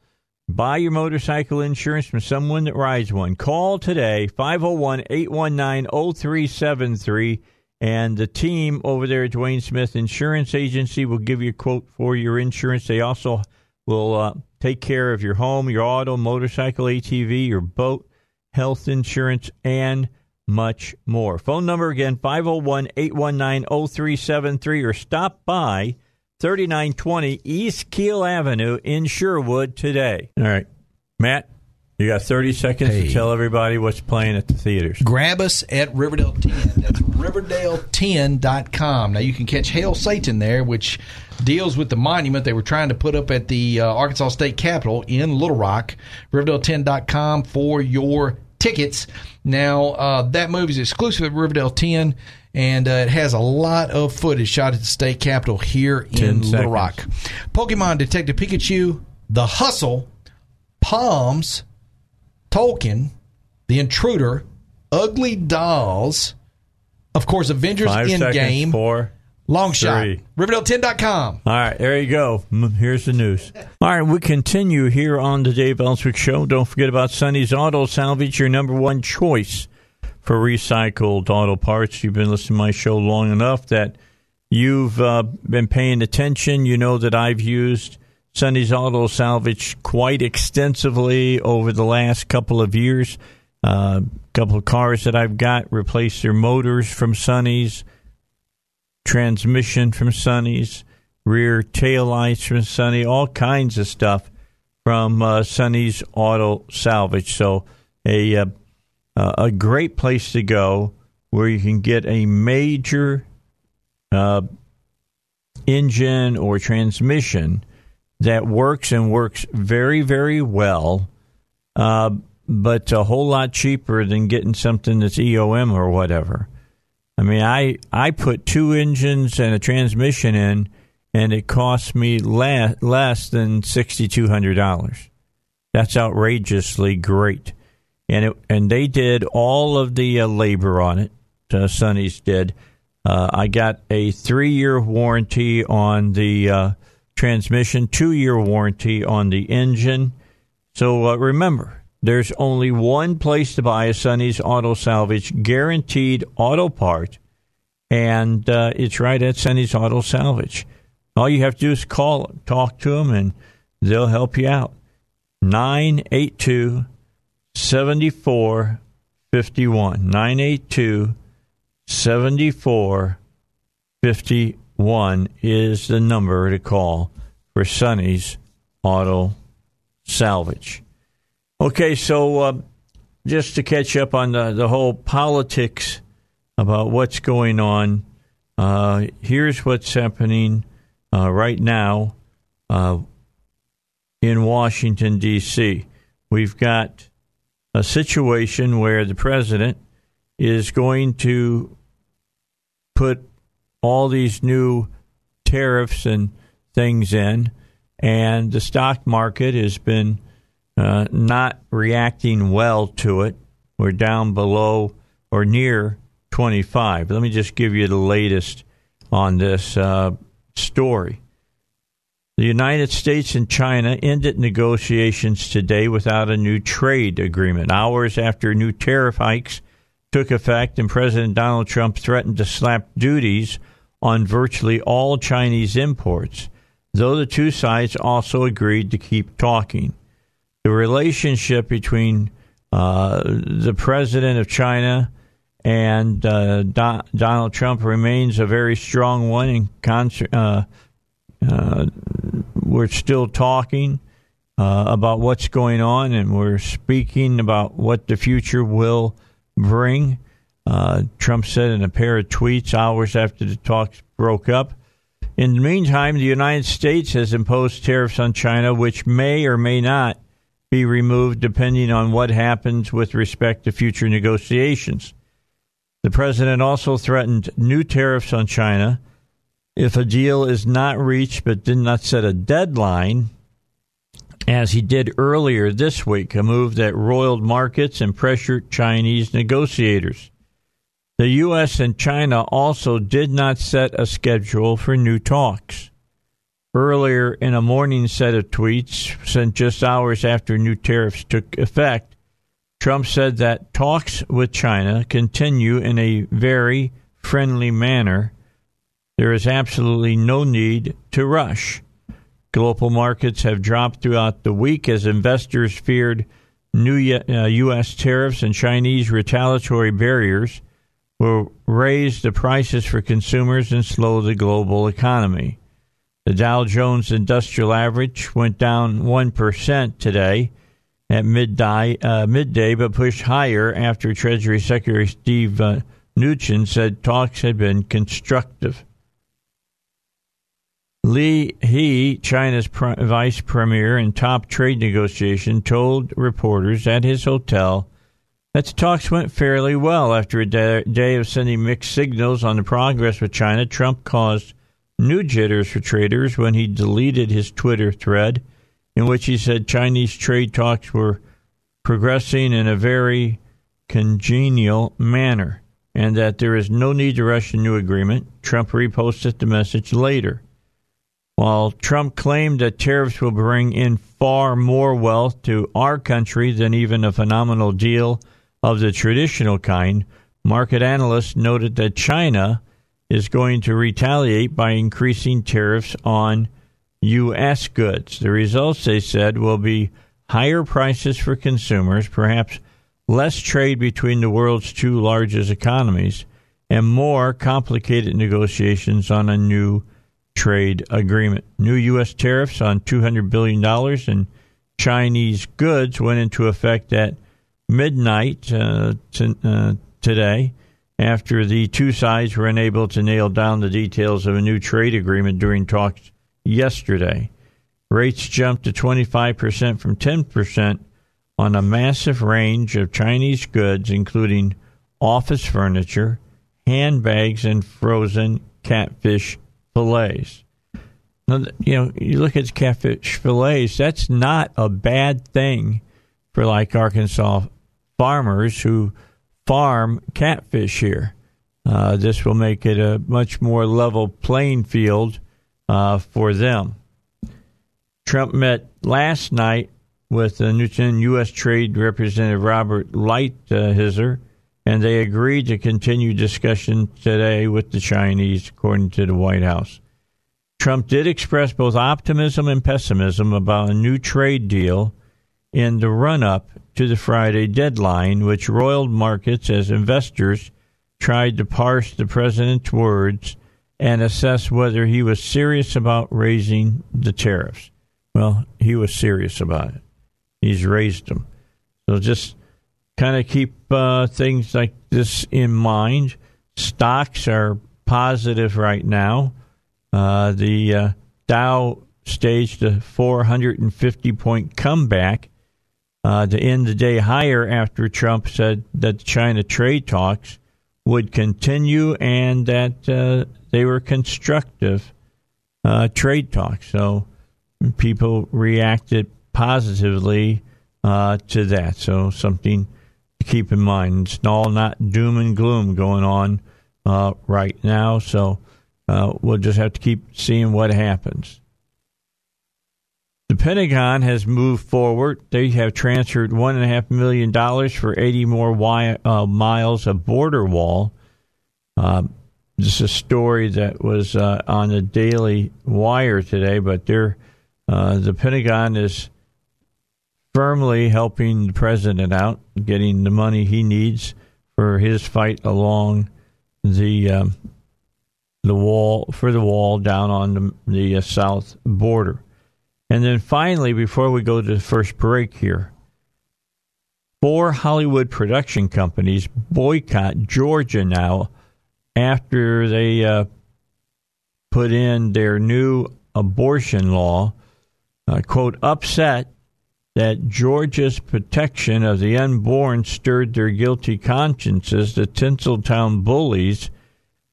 [SPEAKER 2] Buy your motorcycle insurance from someone that rides one. Call today, 501 819 0373, and the team over there at Dwayne Smith Insurance Agency will give you a quote for your insurance. They also will uh, take care of your home, your auto, motorcycle, ATV, your boat, health insurance, and much more. Phone number again 501 819 0373 or stop by 3920 East Keel Avenue in Sherwood today. All right. Matt, you got 30 seconds
[SPEAKER 5] Hey.
[SPEAKER 2] to tell everybody what's playing at the theaters.
[SPEAKER 5] Grab us at Riverdale 10. That's riverdale10.com. Now you can catch Hail Satan there, which deals with the monument they were trying to put up at the uh, Arkansas State Capitol in Little Rock. Riverdale10.com for your tickets. Now, uh, that movie is exclusive at Riverdale 10, and uh, it has a lot of footage shot at the state capitol here in Little
[SPEAKER 2] seconds.
[SPEAKER 5] Rock. Pokemon Detective Pikachu, The Hustle, Palms, Tolkien, The Intruder, Ugly Dolls, of course, Avengers
[SPEAKER 2] Five seconds.
[SPEAKER 5] Endgame,
[SPEAKER 2] Four.
[SPEAKER 5] Long Shot,
[SPEAKER 2] three.
[SPEAKER 5] Riverdale10.com.
[SPEAKER 2] All right, there you go. Mm, Here's the news. All right, we continue here on the Dave Ellswick Show. Don't forget about Sonny's Auto Salvage, your number one choice for recycled auto parts. You've been listening to my show long enough that you've uh, been paying attention, you know that I've used Sunny's Auto Salvage quite extensively over the last couple of years. A uh, couple of cars that I've got replaced their motors from Sunny's, transmission from Sunny's, rear tail lights from Sunny, all kinds of stuff from uh, Sunny's Auto Salvage. So a uh, uh, a great place to go where you can get a major uh, engine or transmission that works and works very very well, uh, but a whole lot cheaper than getting something that's EOM or whatever. I mean, I I put two engines and a transmission in, and it cost me la- less than sixty two hundred dollars. That's outrageously great, and it and they did all of the uh, labor on it. Uh, Sonny's did. Uh, I got a three year warranty on the uh, transmission, two year warranty on the engine. So uh, remember, there's only one place to buy a Sonny's Auto Salvage guaranteed auto part, and uh, it's right at Sonny's Auto Salvage. All you have to do is call 'em, talk to them, and they'll help you out. 982 7451. 982 7451 is the number to call for Sonny's Auto Salvage. Okay, so uh, just to catch up on the, the whole politics about what's going on, uh, here's what's happening uh, right now uh, in Washington, D.C. We've got a situation where the president is going to put all these new tariffs and things in, and the stock market has been uh, not reacting well to it. We're down below or near 25. Let me just give you the latest on this uh, story. The United States and China ended negotiations today without a new trade agreement, hours after new tariff hikes took effect and President Donald Trump threatened to slap duties on virtually all Chinese imports, though the two sides also agreed to keep talking. The relationship between uh, the president of China and uh, Don- Donald Trump remains a very strong one, and con- uh, uh, we're still talking uh, about what's going on, and we're speaking about what the future will bring. Uh, Trump said in a pair of tweets hours after the talks broke up. In the meantime, the United States has imposed tariffs on China, which may or may not be removed depending on what happens with respect to future negotiations. The president also threatened new tariffs on China if a deal is not reached but did not set a deadline, as he did earlier this week, a move that roiled markets and pressured Chinese negotiators. The U.S. and China also did not set a schedule for new talks. Earlier in a morning set of tweets sent just hours after new tariffs took effect, Trump said that talks with China continue in a very friendly manner. There is absolutely no need to rush. Global markets have dropped throughout the week as investors feared new U- uh, U.S. tariffs and Chinese retaliatory barriers will raise the prices for consumers and slow the global economy. The Dow Jones Industrial Average went down 1% today at midday, uh, midday but pushed higher after Treasury Secretary Steve uh, Mnuchin said talks had been constructive. Li He, China's pri vice premier and top trade negotiation, told reporters at his hotel that the talks went fairly well. After a da- day of sending mixed signals on the progress with China, Trump caused new jitters for traders when he deleted his Twitter thread in which he said Chinese trade talks were progressing in a very congenial manner and that there is no need to rush a new agreement. Trump reposted the message later. While Trump claimed that tariffs will bring in far more wealth to our country than even a phenomenal deal of the traditional kind, market analysts noted that China is going to retaliate by increasing tariffs on U.S. goods. The results, they said, will be higher prices for consumers, perhaps less trade between the world's two largest economies, and more complicated negotiations on a new trade agreement. New U.S. tariffs on $200 billion in Chinese goods went into effect at midnight uh, t- uh, today after the two sides were unable to nail down the details of a new trade agreement during talks yesterday. Rates jumped to 25% from 10% on a massive range of Chinese goods, including office furniture, handbags, and frozen catfish fillets. Now, you know, you look at catfish fillets, that's not a bad thing for like Arkansas farmers who farm catfish here. Uh, this will make it a much more level playing field uh, for them. Trump met last night with uh, Newton U.S. Trade Representative Robert Lighthizer, and they agreed to continue discussion today with the Chinese, according to the White House. Trump did express both optimism and pessimism about a new trade deal in the run up to the Friday deadline, which roiled markets as investors tried to parse the president's words and assess whether he was serious about raising the tariffs. Well, he was serious about it. He's raised them. So just kind of keep uh, things like this in mind. Stocks are positive right now. Uh, the uh, Dow staged a 450 point comeback uh, to end the day higher after Trump said that the China trade talks would continue and that uh, they were constructive uh, trade talks. So people reacted positively uh, to that. So something to keep in mind. It's all not doom and gloom going on uh, right now. So uh, we'll just have to keep seeing what happens. The Pentagon has moved forward. They have transferred $1.5 million for 80 more wi- uh, miles of border wall. Uh, this is a story that was uh, on the Daily Wire today, but they're, uh, the Pentagon is firmly helping the president out, getting the money he needs for his fight along the um, the wall for the wall down on the, the south border. And then finally, before we go to the first break here, four Hollywood production companies boycott Georgia now after they uh, put in their new abortion law, uh, quote, upset that Georgia's protection of the unborn stirred their guilty consciences. The Tinseltown bullies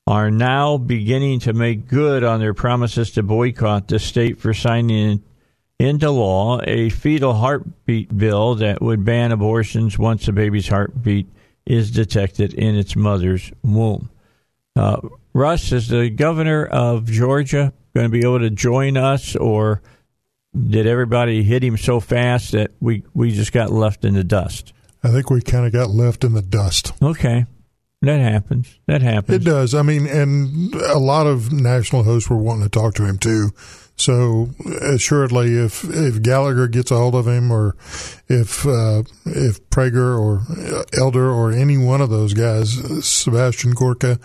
[SPEAKER 2] are now beginning to make good on their promises to boycott the state for signing into law a fetal heartbeat bill that would ban abortions once a baby's heartbeat is detected in its mother's womb. Uh, Russ, is the governor of Georgia going to be able to join us, or did everybody hit him so fast that we, we just got left in the dust?
[SPEAKER 8] I think we kind of got left in the dust.
[SPEAKER 2] Okay. That happens. That happens.
[SPEAKER 8] It does. I mean, and a lot of national hosts were wanting to talk to him too. So assuredly, if if Gallagher gets a hold of him, or if uh, if Prager or Elder or any one of those guys, Sebastian Gorka,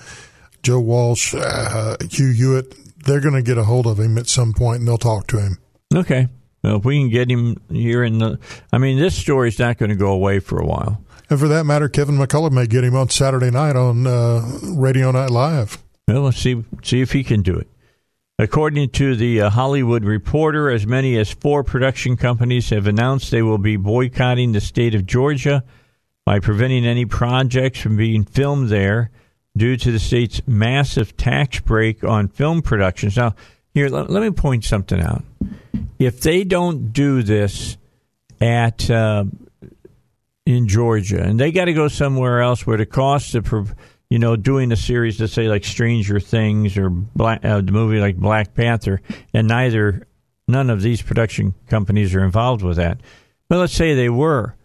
[SPEAKER 8] Joe Walsh, uh, Hugh Hewitt, they're going to get a hold of him at some point, and they'll talk to him.
[SPEAKER 2] Okay. Well, if we can get him here in the, I mean, this story's not going to go away for a while.
[SPEAKER 8] And for that matter, Kevin McCullough may get him on Saturday night on uh, Radio Night Live.
[SPEAKER 2] Well, let's see see if he can do it. According to the uh, Hollywood Reporter, as many as four production companies have announced they will be boycotting the state of Georgia by preventing any projects from being filmed there due to the state's massive tax break on film productions. Now, here, let, let me point something out. If they don't do this at uh, in Georgia, and they got to go somewhere else where the cost of you know, doing a series, let's say like Stranger Things or Black, uh, the movie like Black Panther, and neither, none of these production companies are involved with that. But let's say they were.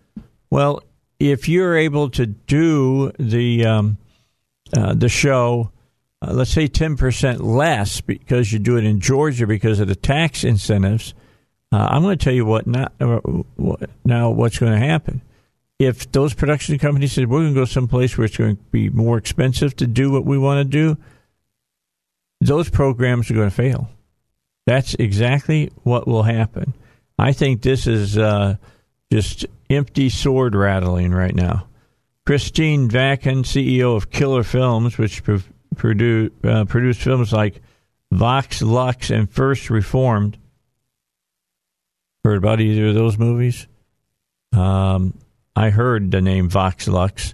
[SPEAKER 2] Well, if you're able to do the um, uh, the show uh, let's say 10% less because you do it in Georgia because of the tax incentives, uh, I'm going to tell you what not uh, what, now what's going to happen. If those production companies said we're going to go someplace where it's going to be more expensive to do what we want to do, those programs are going to fail. That's exactly what will happen. I think this is uh, just empty sword rattling right now. Christine Vacken, CEO of Killer Films, which pro- produ- uh, produced films like Vox Lux and First Reformed. Heard about either of those movies? Um, I heard the name Vox Lux.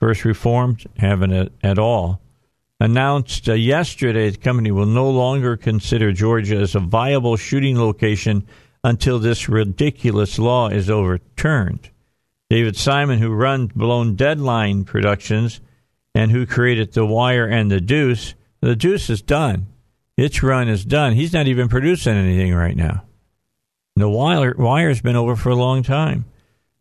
[SPEAKER 2] First Reformed, haven't it at all. Announced uh, yesterday, the company will no longer consider Georgia as a viable shooting location until this ridiculous law is overturned. David Simon, who runs Blown Deadline Productions and who created The Wire and The Deuce, The Deuce is done. Its run is done. He's not even producing anything right now. The Wire, Wire's been over for a long time.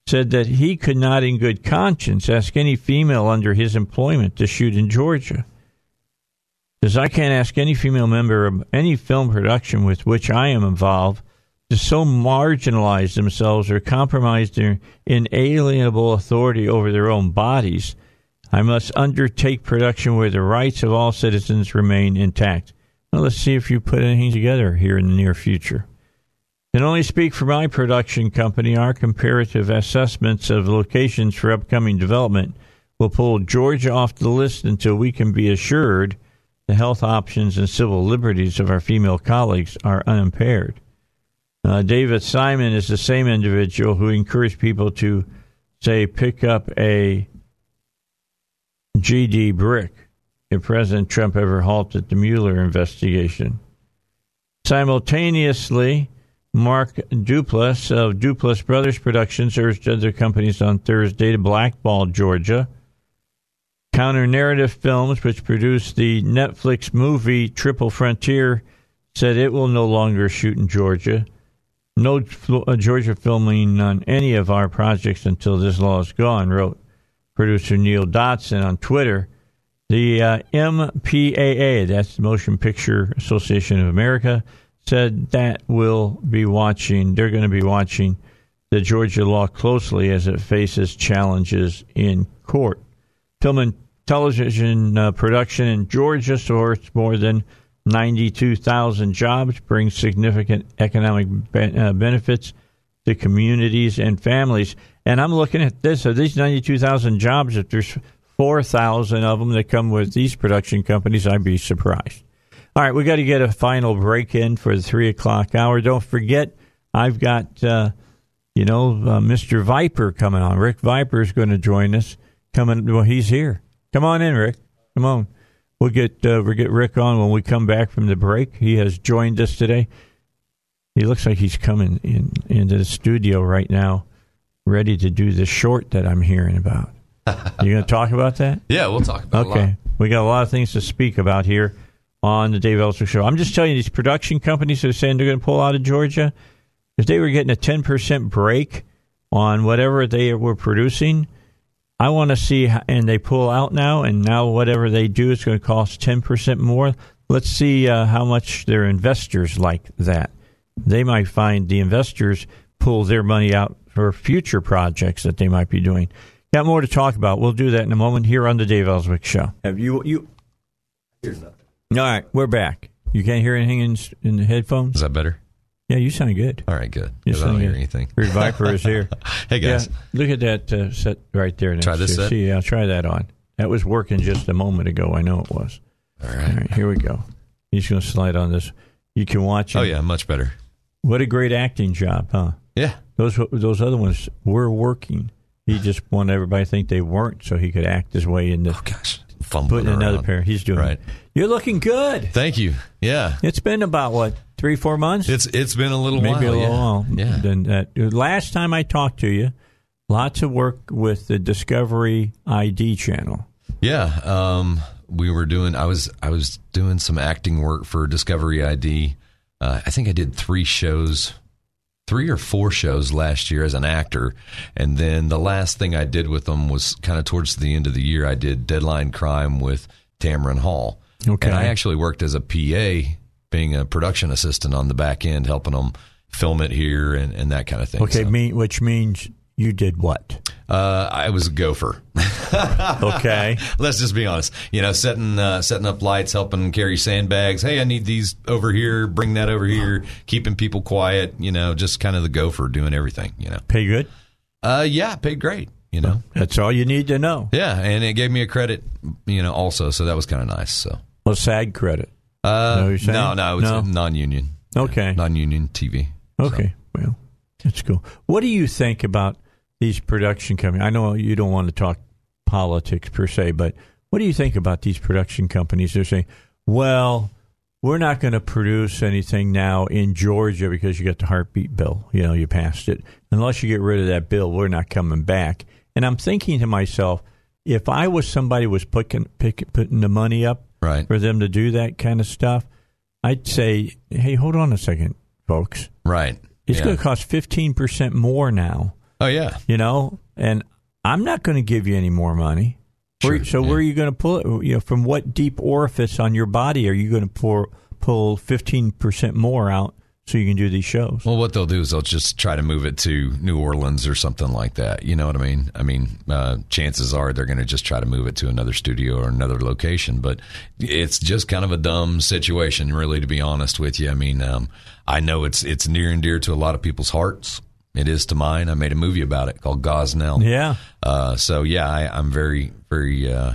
[SPEAKER 2] Said that he could not, in good conscience, ask any female under his employment to shoot in Georgia. Says, I can't ask any female member of any film production with which I am involved to so marginalize themselves or compromise their inalienable authority over their own bodies, I must undertake production where the rights of all citizens remain intact. Well, let's see if you put anything together here in the near future. Can only speak for my production company. Our comparative assessments of locations for upcoming development will pull Georgia off the list until we can be assured the health options and civil liberties of our female colleagues are unimpaired. Uh, David Simon is the same individual who encouraged people to, say, pick up a GD brick if President Trump ever halted the Mueller investigation. Simultaneously, Mark Duplass of Duplass Brothers Productions urged other companies on Thursday to blackball Georgia. Counter Narrative Films, which produced the Netflix movie Triple Frontier, said it will no longer shoot in Georgia no uh, Georgia filming on any of our projects until this law is gone, wrote producer Neil Dotson on Twitter. The uh, MPAA, that's the Motion Picture Association of America, said that will be watching, they're going to be watching the Georgia law closely as it faces challenges in court. Film and television uh, production in Georgia sourced more than 92,000 jobs bring significant economic ben, uh, benefits to communities and families. And I'm looking at this. So these 92,000 jobs, if there's 4,000 of them that come with these production companies, I'd be surprised. All right, we got to get a final break in for the three o'clock hour. Don't forget, I've got uh, you know uh, Mr. Viper coming on. Rick Viper is going to join us. Coming, well, he's here. Come on in, Rick. Come on. We'll get uh, we'll get Rick on when we come back from the break. He has joined us today. He looks like he's coming in into the studio right now, ready to do the short that I'm hearing about. you going to talk about that?
[SPEAKER 5] Yeah, we'll talk about.
[SPEAKER 2] Okay, we got a lot of things to speak about here on the Dave Ellswick Show. I'm just telling you, these production companies are saying they're going to pull out of Georgia. If they were getting a 10% break on whatever they were producing, I want to see, and they pull out now, and now whatever they do is going to cost 10% more. Let's see uh, how much their investors like that. They might find the investors pull their money out for future projects that they might be doing. Got more to talk about. We'll do that in a moment here on the Dave Ellswick Show. Have you you? All right, we're back. You can't hear anything in, in the headphones.
[SPEAKER 5] Is that better?
[SPEAKER 2] Yeah, you sound good.
[SPEAKER 5] All right, good.
[SPEAKER 2] You
[SPEAKER 5] 'Cause I don't
[SPEAKER 2] sound
[SPEAKER 5] hear
[SPEAKER 2] good.
[SPEAKER 5] anything.
[SPEAKER 2] Reed Viper is here.
[SPEAKER 5] Hey guys,
[SPEAKER 2] Yeah, look at that uh, set right there. Next
[SPEAKER 5] Try this
[SPEAKER 2] to-
[SPEAKER 5] set?
[SPEAKER 2] See, I'll try that on. That was working just a moment ago. I know it was.
[SPEAKER 5] all
[SPEAKER 2] All
[SPEAKER 5] right.
[SPEAKER 2] right, here we go. He's going to slide on this. You can watch it.
[SPEAKER 5] Oh yeah, much better.
[SPEAKER 2] What a great acting job, huh?
[SPEAKER 5] Yeah,
[SPEAKER 2] Those those other ones were working. He just wanted everybody to think they weren't, so he could act his way into
[SPEAKER 5] Oh, gosh, fumbling
[SPEAKER 2] putting another
[SPEAKER 5] around.
[SPEAKER 2] pair. He's doing
[SPEAKER 5] Right.
[SPEAKER 2] it. You're looking good.
[SPEAKER 5] Thank you. Yeah,
[SPEAKER 2] It's been about what three, four months.
[SPEAKER 5] it's it's been a little
[SPEAKER 2] maybe
[SPEAKER 5] while.
[SPEAKER 2] a little
[SPEAKER 5] yeah.
[SPEAKER 2] while
[SPEAKER 5] Yeah.
[SPEAKER 2] than that. Last time I talked to you, lots of work with the Discovery ID channel.
[SPEAKER 5] Yeah, um, we were doing. I was I was doing some acting work for Discovery ID. Uh, I think I did three shows, three or four shows last year as an actor, and then the last thing I did with them was kind of towards the end of the year. I did Deadline Crime with Tamron Hall,
[SPEAKER 2] Okay.
[SPEAKER 5] And I actually worked as a PA, being a production assistant on the back end, helping them film it here and, and that kind of thing.
[SPEAKER 2] Okay,
[SPEAKER 5] So,
[SPEAKER 2] mean, which means you did what?
[SPEAKER 5] uh, I was a gopher.
[SPEAKER 2] Okay.
[SPEAKER 5] Let's just be honest. You know, setting uh, setting up lights, helping carry sandbags. Hey, I need these over here. Bring that over here. Keeping people quiet. You know, just kind of the gopher doing everything. You know.
[SPEAKER 2] Pay good.
[SPEAKER 5] Uh, yeah, paid great. You know.
[SPEAKER 2] That's all you need to know.
[SPEAKER 5] Yeah, and it gave me a credit. You know, also, so that was kind of nice. So.
[SPEAKER 2] Well, SAG credit. Know what
[SPEAKER 5] Uh,
[SPEAKER 2] you're saying?
[SPEAKER 5] no, no, it's
[SPEAKER 2] No.
[SPEAKER 5] non-union.
[SPEAKER 2] Okay.
[SPEAKER 5] non-union TV.
[SPEAKER 2] Okay. Well, that's cool. What do you think about these production companies? I know you don't want to talk politics per se, but what do you think about these production companies? They're saying, well, we're not going to produce anything now in Georgia because you got the heartbeat bill. You know, you passed it. Unless you get rid of that bill, we're not coming back. And I'm thinking to myself, if I was somebody who was picking, pick, putting the money up
[SPEAKER 5] Right.
[SPEAKER 2] for them to do that kind of stuff, I'd say, hey, hold on a second, folks.
[SPEAKER 5] Right.
[SPEAKER 2] It's
[SPEAKER 5] Yeah.
[SPEAKER 2] going to cost 15% more now,
[SPEAKER 5] Oh yeah.
[SPEAKER 2] you know, and I'm not going to give you any more money. Where-
[SPEAKER 5] Sure,
[SPEAKER 2] so
[SPEAKER 5] yeah.
[SPEAKER 2] where are you going to pull it? You know, from what deep orifice on your body are you going to pour, pull 15% more out so you can do these shows?
[SPEAKER 5] Well, what they'll do is they'll just try to move it to New Orleans or something like that. You know what I mean? I mean, uh, chances are they're going to just try to move it to another studio or another location. But it's just kind of a dumb situation, really, to be honest with you. I mean, um, I know it's it's near and dear to a lot of people's hearts. It is to mine. I made a movie about it called Gosnell.
[SPEAKER 2] yeah.
[SPEAKER 5] Uh, so yeah, I, I'm very very. Uh,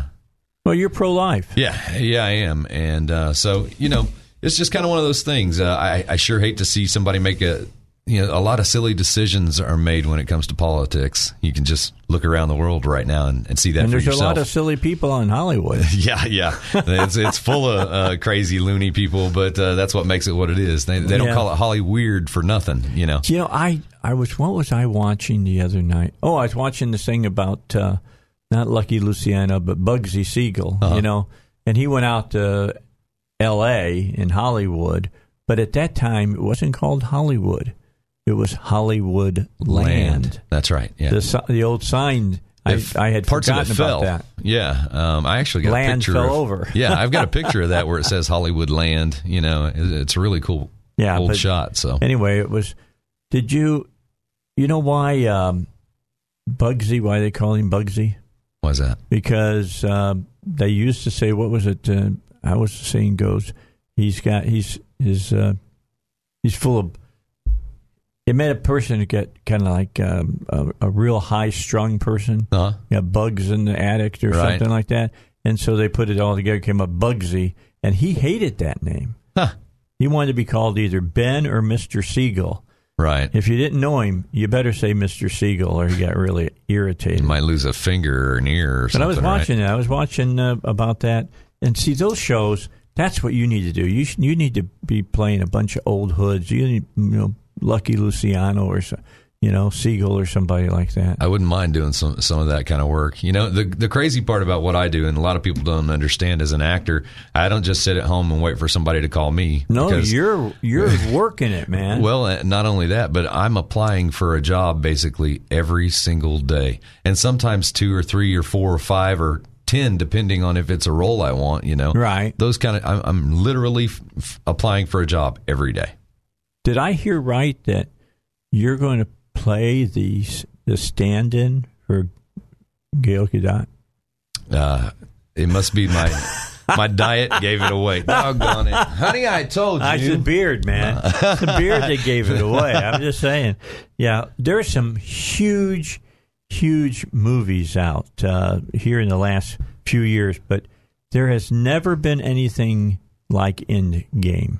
[SPEAKER 2] Well, you're pro life.
[SPEAKER 5] Yeah, yeah, I am, and uh, so you know, it's just kind of one of those things. Uh, I, I sure hate to see somebody make a you know a lot of silly decisions are made when it comes to politics. You can just look around the world right now and, and see that
[SPEAKER 2] And
[SPEAKER 5] for
[SPEAKER 2] there's
[SPEAKER 5] yourself.
[SPEAKER 2] a lot of silly people in Hollywood.
[SPEAKER 5] yeah, yeah, it's it's full of uh, crazy loony people, but uh, that's what makes it what it is. They, they don't
[SPEAKER 2] Yeah.
[SPEAKER 5] call it Holly weird for nothing, you know.
[SPEAKER 2] You know, I, I was what was I watching the other night? Oh, I was watching this thing about uh, not Lucky Luciano, but Bugsy Siegel.
[SPEAKER 5] Uh-huh.
[SPEAKER 2] You know, and he went out to L.A. in Hollywood, but at that time it wasn't called Hollywood; it was Hollywood Land.
[SPEAKER 5] That's right. Yeah.
[SPEAKER 2] The si- the old sign I,
[SPEAKER 5] If
[SPEAKER 2] I had
[SPEAKER 5] parts of it
[SPEAKER 2] forgotten
[SPEAKER 5] fell.
[SPEAKER 2] about that.
[SPEAKER 5] Yeah, um, I actually got a
[SPEAKER 2] Land
[SPEAKER 5] picture
[SPEAKER 2] fell
[SPEAKER 5] of-
[SPEAKER 2] over.
[SPEAKER 5] yeah, I've got a picture of that where it says Hollywood Land. You know, it, it's a really cool,
[SPEAKER 2] Yeah,
[SPEAKER 5] old
[SPEAKER 2] but-
[SPEAKER 5] shot. So
[SPEAKER 2] Anyway, it was. Did you you know why um, Bugsy? Why they call him Bugsy?
[SPEAKER 5] why's that?
[SPEAKER 2] because um, they used to say, "What was it?" Uh, how was the saying goes? He's got he's his uh, he's full of. It made a person get kind of like um, a, a real high strung person.
[SPEAKER 5] Uh-huh.
[SPEAKER 2] Got bugs in the attic or
[SPEAKER 5] Right.
[SPEAKER 2] something like that, and so they put it all together. Came up Bugsy, and he hated that name.
[SPEAKER 5] Huh.
[SPEAKER 2] He wanted to be called either Ben or Mister Siegel.
[SPEAKER 5] Right.
[SPEAKER 2] If you didn't know him, you better say Mister Siegel, or he got really irritated.
[SPEAKER 5] You might lose a finger or an ear or
[SPEAKER 2] But
[SPEAKER 5] something.
[SPEAKER 2] I was
[SPEAKER 5] right?
[SPEAKER 2] watching it. I was watching uh, about that, and see those shows. That's what you need to do. You sh- you need to be playing a bunch of old hoods. You need you know Lucky Luciano or so- you know Siegel or somebody like that.
[SPEAKER 5] I wouldn't mind doing some some of that kind of work. You know, the the crazy part about what I do, and a lot of people don't understand as an actor, I don't just sit at home and wait for somebody to call me.
[SPEAKER 2] No,
[SPEAKER 5] because-
[SPEAKER 2] you're you're working it, man.
[SPEAKER 5] Well, uh, not only that, but I'm applying for a job basically every single day, and sometimes two or three or four or five or ten, depending on if it's a role I want. You know,
[SPEAKER 2] Right.
[SPEAKER 5] Those kind of. I'm, I'm literally f- f- applying for a job every day.
[SPEAKER 2] Did I hear right that you're going to play the s- the stand-in for Gail Godot?
[SPEAKER 5] Uh, it must be my my diet gave it away. Doggone it, honey! I told you.
[SPEAKER 2] I It's a beard, man. it's the beard that gave it away. I'm just saying. Yeah, there's some huge, huge movies out uh, here in the last few years, but there has never been anything like Endgame.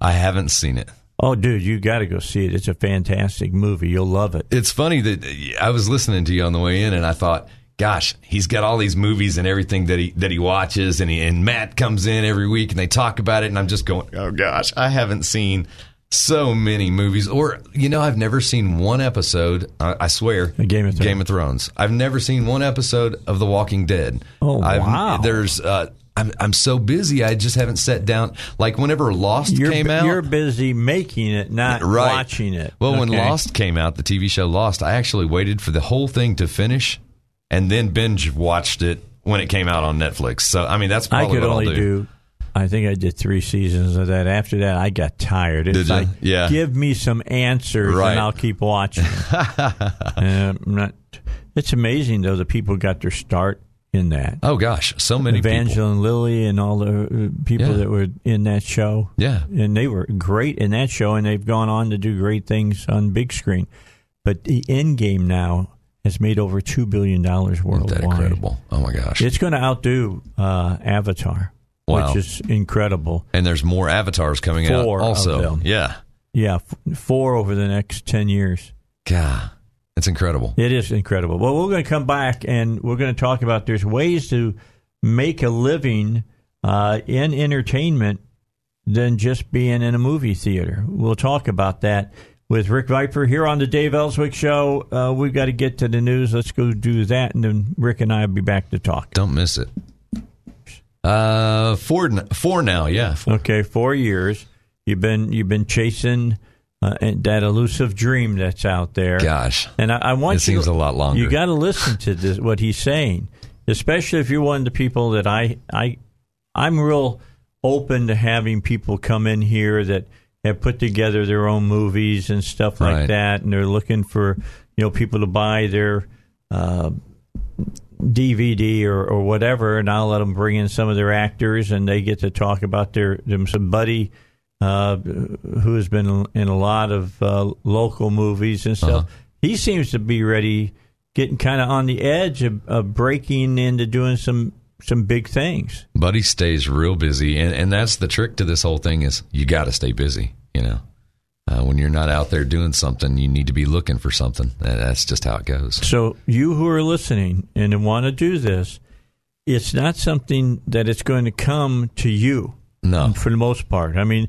[SPEAKER 5] I haven't seen it.
[SPEAKER 2] Oh, dude, you got to go see it. It's a fantastic movie. You'll love it.
[SPEAKER 5] it's funny that uh, I was listening to you on the way in, and I thought, "Gosh, he's got all these movies and everything that he that he watches." And he, and Matt comes in every week, and they talk about it, and I'm just going, "Oh gosh, I haven't seen so many movies." Or you know, I've never seen one episode. I, I swear,
[SPEAKER 2] A Game of Thrones.
[SPEAKER 5] Game of Thrones. I've never seen one episode of The Walking Dead.
[SPEAKER 2] Oh,
[SPEAKER 5] I've,
[SPEAKER 2] wow.
[SPEAKER 5] There's uh, I'm I'm so busy, I just haven't sat down. Like whenever Lost
[SPEAKER 2] You're,
[SPEAKER 5] came out,
[SPEAKER 2] you're busy making it, not
[SPEAKER 5] right.
[SPEAKER 2] watching it.
[SPEAKER 5] Well, when
[SPEAKER 2] Okay.
[SPEAKER 5] Lost came out, the TV show Lost, I actually waited for the whole thing to finish and then binge watched it when it came out on Netflix. So I mean, that's
[SPEAKER 2] I
[SPEAKER 5] probably
[SPEAKER 2] could
[SPEAKER 5] what
[SPEAKER 2] only
[SPEAKER 5] I'll do.
[SPEAKER 2] do. I think I did three seasons of that. After that, I got tired. It's
[SPEAKER 5] Did ya?
[SPEAKER 2] like,
[SPEAKER 5] Yeah.
[SPEAKER 2] give me some answers,
[SPEAKER 5] Right.
[SPEAKER 2] and I'll keep watching. And I'm not, it's amazing though the people got their start in that.
[SPEAKER 5] Oh gosh, so many people.
[SPEAKER 2] Evangeline Lilly and all the uh, people
[SPEAKER 5] Yeah.
[SPEAKER 2] that were in that show.
[SPEAKER 5] Yeah.
[SPEAKER 2] And they were great in that show, and they've gone on to do great things on big screen. But the end game now has made over $2 billion
[SPEAKER 5] Isn't
[SPEAKER 2] worldwide.
[SPEAKER 5] that incredible? Oh my gosh.
[SPEAKER 2] It's going to outdo uh, Avatar,
[SPEAKER 5] Wow.
[SPEAKER 2] which is incredible.
[SPEAKER 5] and there's more avatars coming out
[SPEAKER 2] Four of
[SPEAKER 5] also.
[SPEAKER 2] them.
[SPEAKER 5] Yeah.
[SPEAKER 2] Yeah, f- four over the next 10 years.
[SPEAKER 5] God. It's incredible.
[SPEAKER 2] It is incredible. Well, we're going to come back and we're going to talk about there's ways to make a living uh, in entertainment than just being in a movie theater. We'll talk about that with Rick Viper here on the Dave Ellswick Show. Uh, we've got to get to the news. Let's go do that, and then Rick and I will be back to talk.
[SPEAKER 5] Don't miss it. Uh four n- four now, yeah. Four.
[SPEAKER 2] Okay, four years. You've been you've been chasing uh, and that elusive dream that's out there.
[SPEAKER 5] Gosh.
[SPEAKER 2] and I, I want
[SPEAKER 5] It
[SPEAKER 2] you.
[SPEAKER 5] seems a lot longer.
[SPEAKER 2] You got to listen to this, what he's saying, especially if you're one of the people that I I I'm real open to having people come in here that have put together their own movies and stuff like
[SPEAKER 5] Right.
[SPEAKER 2] that, and they're looking for you know people to buy their. Uh, DVD or, or whatever, and I'll let them bring in some of their actors, and they get to talk about their them some buddy uh, who has been in a lot of uh, local movies and stuff. He seems to be ready, getting kind of on the edge of, of breaking into doing some some big things.
[SPEAKER 5] Buddy stays real busy and, and that's the trick to this whole thing is you gotta stay busy, you know. Uh, when you're not out there doing something, you need to be looking for something. That- That's just how it goes.
[SPEAKER 2] So you who are listening and want to do this, it's not something that it's going to come to you.
[SPEAKER 5] No.
[SPEAKER 2] for the most part. I mean,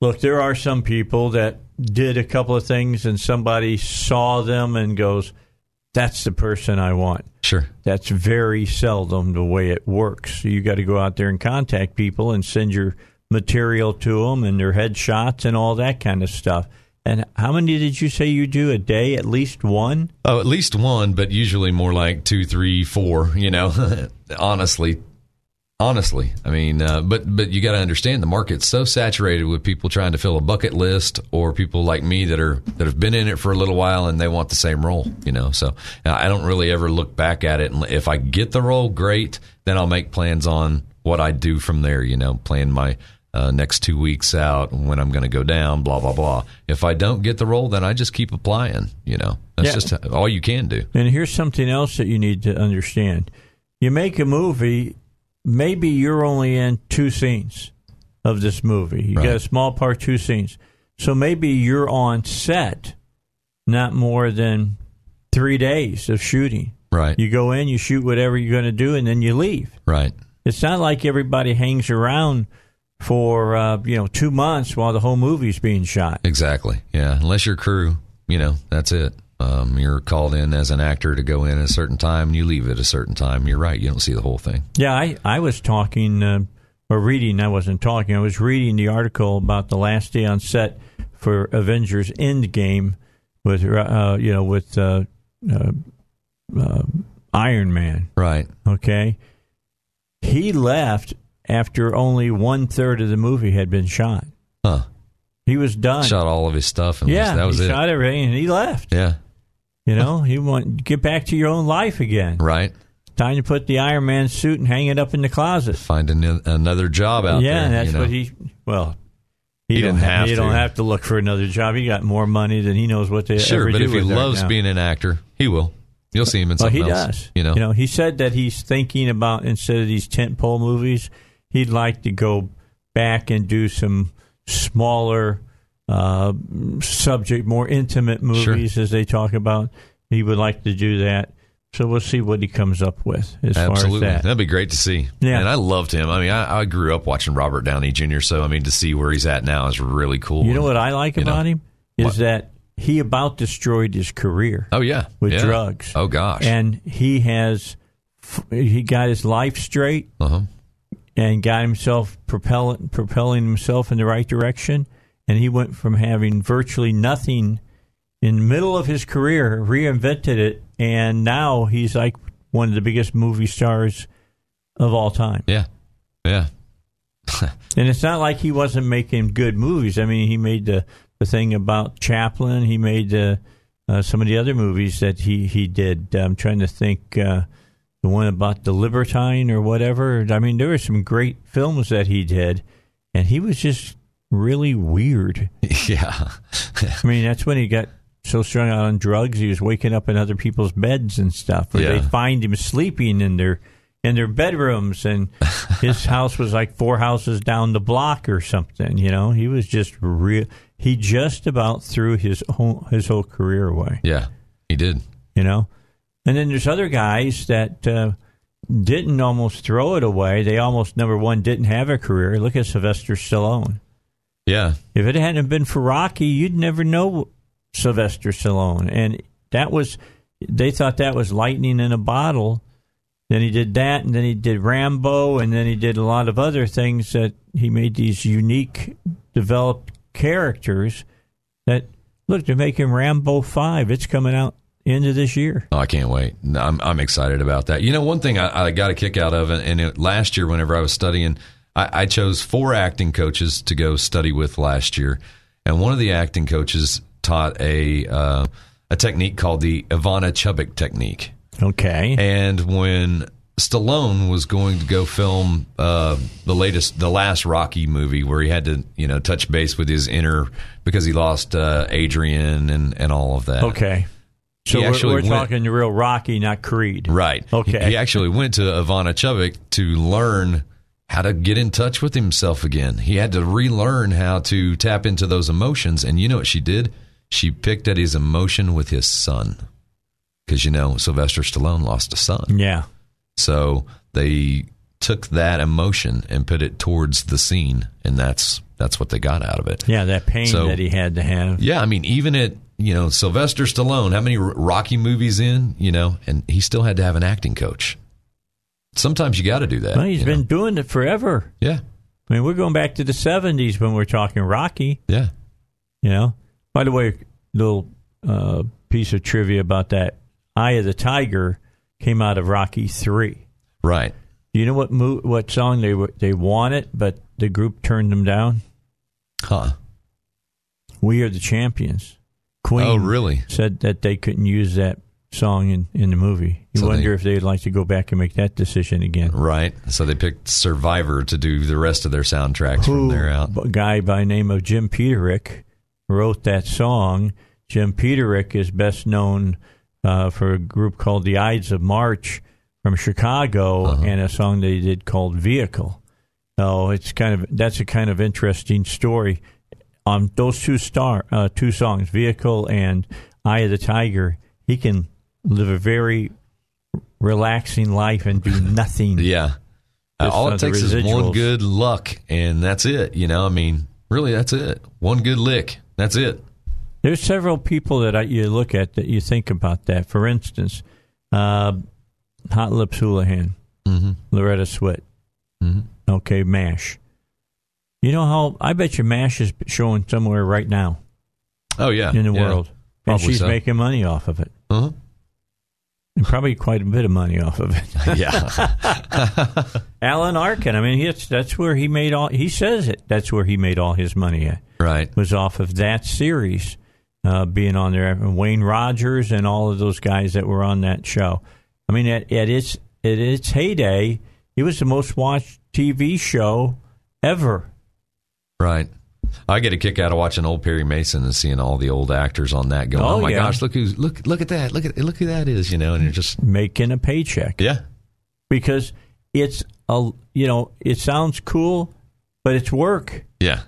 [SPEAKER 2] look, there are some people that did a couple of things and somebody saw them and goes, "That's the person I want."
[SPEAKER 5] Sure.
[SPEAKER 2] That's very seldom the way it works. So you got to go out there and contact people and send your material to them and their headshots and all that kind of stuff. And how many did you say you do a day? At least one.
[SPEAKER 5] Oh, at least one, but usually more like two, three, four. You know, honestly, honestly. I mean, uh, but but you got to understand the market's so saturated with people trying to fill a bucket list, or people like me that are that have been in it for a little while and they want the same role. You know, so uh, I don't really ever look back at it. And if I get the role, great. Then I'll make plans on what I do from there. You know, plan my. Uh, next two weeks out, when I'm going to go down, blah blah blah. If I don't get the role, then I just keep applying. You know, that's
[SPEAKER 2] Yeah.
[SPEAKER 5] just all you can do.
[SPEAKER 2] And here's something else that you need to understand. You make a movie, maybe you're only in two scenes of this movie. You got a
[SPEAKER 5] Right.
[SPEAKER 2] small part, two scenes. So maybe you're on set not more than three days of shooting.
[SPEAKER 5] Right.
[SPEAKER 2] You go in, you shoot whatever you're going to do, and then you leave.
[SPEAKER 5] Right.
[SPEAKER 2] It's not like everybody hangs around for uh, you know two months while the whole movie's being shot.
[SPEAKER 5] Exactly. Yeah. Unless your crew, you know, that's it. Um, you're called in as an actor to go in at a certain time and you leave at a certain time. You're right. You don't see the whole thing.
[SPEAKER 2] Yeah, I, I was talking uh, or reading. I wasn't talking. I was reading the article about the last day on set for Avengers Endgame with uh, you know with uh, uh, uh, Iron Man.
[SPEAKER 5] Right.
[SPEAKER 2] Okay, he left after only one third of the movie had been shot.
[SPEAKER 5] Huh.
[SPEAKER 2] He was done.
[SPEAKER 5] Shot all of his stuff and
[SPEAKER 2] yeah,
[SPEAKER 5] that was
[SPEAKER 2] he
[SPEAKER 5] it.
[SPEAKER 2] shot everything and he left.
[SPEAKER 5] Yeah.
[SPEAKER 2] You know, he want get back to your own life again.
[SPEAKER 5] Right.
[SPEAKER 2] Time to put the Iron Man suit and hang it up in the closet.
[SPEAKER 5] Find an, another job out
[SPEAKER 2] yeah,
[SPEAKER 5] there.
[SPEAKER 2] and that's
[SPEAKER 5] you know.
[SPEAKER 2] what he. Well, he,
[SPEAKER 5] He
[SPEAKER 2] don't
[SPEAKER 5] didn't
[SPEAKER 2] ha-
[SPEAKER 5] have
[SPEAKER 2] he don't
[SPEAKER 5] to.
[SPEAKER 2] have to look for another job. He got more money than he knows what to
[SPEAKER 5] Sure,
[SPEAKER 2] ever
[SPEAKER 5] but
[SPEAKER 2] do
[SPEAKER 5] if he
[SPEAKER 2] with right
[SPEAKER 5] loves
[SPEAKER 2] now.
[SPEAKER 5] being an actor, he will. You'll see him in
[SPEAKER 2] well,
[SPEAKER 5] something
[SPEAKER 2] he
[SPEAKER 5] else.
[SPEAKER 2] does.
[SPEAKER 5] You know.
[SPEAKER 2] he said that he's thinking about instead of these tentpole movies, he'd like to go back and do some smaller uh, subject, more intimate movies, as they talk about. He would like to do that. So we'll see what he comes up with as
[SPEAKER 5] Absolutely,
[SPEAKER 2] far as that.
[SPEAKER 5] would be great to see.
[SPEAKER 2] Yeah.
[SPEAKER 5] and I loved him. I mean, I, I grew up watching Robert Downey Jr., so I mean, to see where he's at now is really cool.
[SPEAKER 2] You know what I like
[SPEAKER 5] You know,
[SPEAKER 2] about him is
[SPEAKER 5] what?
[SPEAKER 2] that he about destroyed his career
[SPEAKER 5] Oh yeah,
[SPEAKER 2] with
[SPEAKER 5] Yeah.
[SPEAKER 2] drugs.
[SPEAKER 5] Oh gosh,
[SPEAKER 2] and he has f- he got his life straight
[SPEAKER 5] uh-huh.
[SPEAKER 2] and got himself propelling propelling himself in the right direction. And he went from having virtually nothing in the middle of his career, reinvented it, and now he's like one of the biggest movie stars of all time.
[SPEAKER 5] yeah, yeah.
[SPEAKER 2] and it's not like he wasn't making good movies. I mean, he made the the thing about Chaplin. He made uh, uh, some of the other movies that he he did. I'm trying to think uh, the one about the Libertine or whatever. I mean, there were some great films that he did, and he was just really weird.
[SPEAKER 5] yeah.
[SPEAKER 2] I mean, that's when he got so strung out on drugs. He was waking up in other people's beds and stuff. Or
[SPEAKER 5] Yeah.
[SPEAKER 2] they'd find him sleeping in their in their bedrooms, and his house was like four houses down the block or something. You know, he was just real. He just about threw his whole, his whole career away.
[SPEAKER 5] Yeah. He did.
[SPEAKER 2] You know, and then there's other guys that. Uh, didn't almost throw it away. They almost number one didn't have a career. Look at Sylvester Stallone.
[SPEAKER 5] Yeah.
[SPEAKER 2] If it hadn't been for Rocky, you'd never know Sylvester Stallone. And that was, they thought that was lightning in a bottle. Then he did that, and then he did Rambo, and then he did a lot of other things that he made these unique, developed characters that, look, they're making Rambo 5. It's coming out end of this year.
[SPEAKER 5] Oh, I can't wait. No, I'm, I'm excited about that. You know, one thing I, I got a kick out of, and, and it, last year, whenever I was studying, I, I chose four acting coaches to go study with last year. And one of the acting coaches taught a, uh, a technique called the Ivana Chubbuck technique.
[SPEAKER 2] Okay.
[SPEAKER 5] And when Stallone was going to go film uh, the latest, the last Rocky movie, where he had to, you know, touch base with his inner because he lost uh, Adrian and and all of that.
[SPEAKER 2] Okay. So
[SPEAKER 5] uh, He
[SPEAKER 2] we're,
[SPEAKER 5] actually
[SPEAKER 2] we're
[SPEAKER 5] went-
[SPEAKER 2] talking the real Rocky, not Creed.
[SPEAKER 5] right?
[SPEAKER 2] Okay.
[SPEAKER 5] He actually went to Ivana Chubbuck to learn how to get in touch with himself again. He had to relearn how to tap into those emotions, and you know what she did? She picked at his emotion with his son, because you know Sylvester Stallone lost a son.
[SPEAKER 2] Yeah.
[SPEAKER 5] So they took that emotion and put it towards the scene, and that's that's what they got out of it.
[SPEAKER 2] Yeah, that pain
[SPEAKER 5] So-
[SPEAKER 2] that he had to have.
[SPEAKER 5] Yeah, I mean, even at you know Sylvester Stallone, how many R- Rocky movies in you know, and he still had to have an acting coach. Sometimes you got to do that.
[SPEAKER 2] Well, he's
[SPEAKER 5] you know?
[SPEAKER 2] been doing it forever.
[SPEAKER 5] yeah,
[SPEAKER 2] I mean, we're going back to the seventies when we're talking Rocky.
[SPEAKER 5] yeah,
[SPEAKER 2] You know. By the way, little uh, piece of trivia about that: "Eye of the Tiger" came out of Rocky Three.
[SPEAKER 5] right.
[SPEAKER 2] Do you know what mo- what song they were, they wanted, but the group turned them down?
[SPEAKER 5] Huh?
[SPEAKER 2] "We Are the Champions." Queen.
[SPEAKER 5] Oh, really?
[SPEAKER 2] Said that they couldn't use that song in, in the movie. You
[SPEAKER 5] So they-
[SPEAKER 2] wonder if they'd like to go back and make that decision again.
[SPEAKER 5] Right. So they picked Survivor to do the rest of their soundtracks from there out.
[SPEAKER 2] a guy by name of Jim Peterick wrote that song. Jim Peterick is best known uh, for a group called the Ides of March from Chicago
[SPEAKER 5] Uh-huh.
[SPEAKER 2] and a song they did called Vehicle. So it's kind of that's a kind of interesting story. On those two star uh, two songs, Vehicle and Eye of the Tiger, he can live a very relaxing life and do nothing.
[SPEAKER 5] Yeah. Uh,
[SPEAKER 2] Just,
[SPEAKER 5] all
[SPEAKER 2] uh,
[SPEAKER 5] it
[SPEAKER 2] the
[SPEAKER 5] takes is one
[SPEAKER 2] residuals.
[SPEAKER 5] good luck, and that's it. You know, I mean, really, that's it. One good lick, that's it.
[SPEAKER 2] There's several people that I, you look at that you think about that. For instance, uh, Hot Lips Houlihan, Loretta Swit. Mm-hmm. Okay, MASH. You know how I bet you MASH is showing somewhere right now
[SPEAKER 5] Oh yeah,
[SPEAKER 2] in the
[SPEAKER 5] yeah.
[SPEAKER 2] world, and
[SPEAKER 5] Probably
[SPEAKER 2] she's
[SPEAKER 5] so.
[SPEAKER 2] making money off of it,
[SPEAKER 5] Uh-huh.
[SPEAKER 2] and probably quite a bit of money off of it.
[SPEAKER 5] Yeah,
[SPEAKER 2] Alan Arkin. I mean, he's, that's where he made all. He says it. That's where he made all his money at.
[SPEAKER 5] right.
[SPEAKER 2] was off of that series uh, being on there. And Wayne Rogers and all of those guys that were on that show. I mean, at, at its at its heyday, it was the most watched TV show ever.
[SPEAKER 5] Right. I get a kick out of watching old Perry Mason and seeing all the old actors on that going.
[SPEAKER 2] Oh,
[SPEAKER 5] Oh, my
[SPEAKER 2] yeah.
[SPEAKER 5] gosh, look who's look look at that. Look at look who that is, you know, and you're just
[SPEAKER 2] Making a paycheck
[SPEAKER 5] Yeah.
[SPEAKER 2] because it's a you know it sounds cool, but it's work.
[SPEAKER 5] Yeah.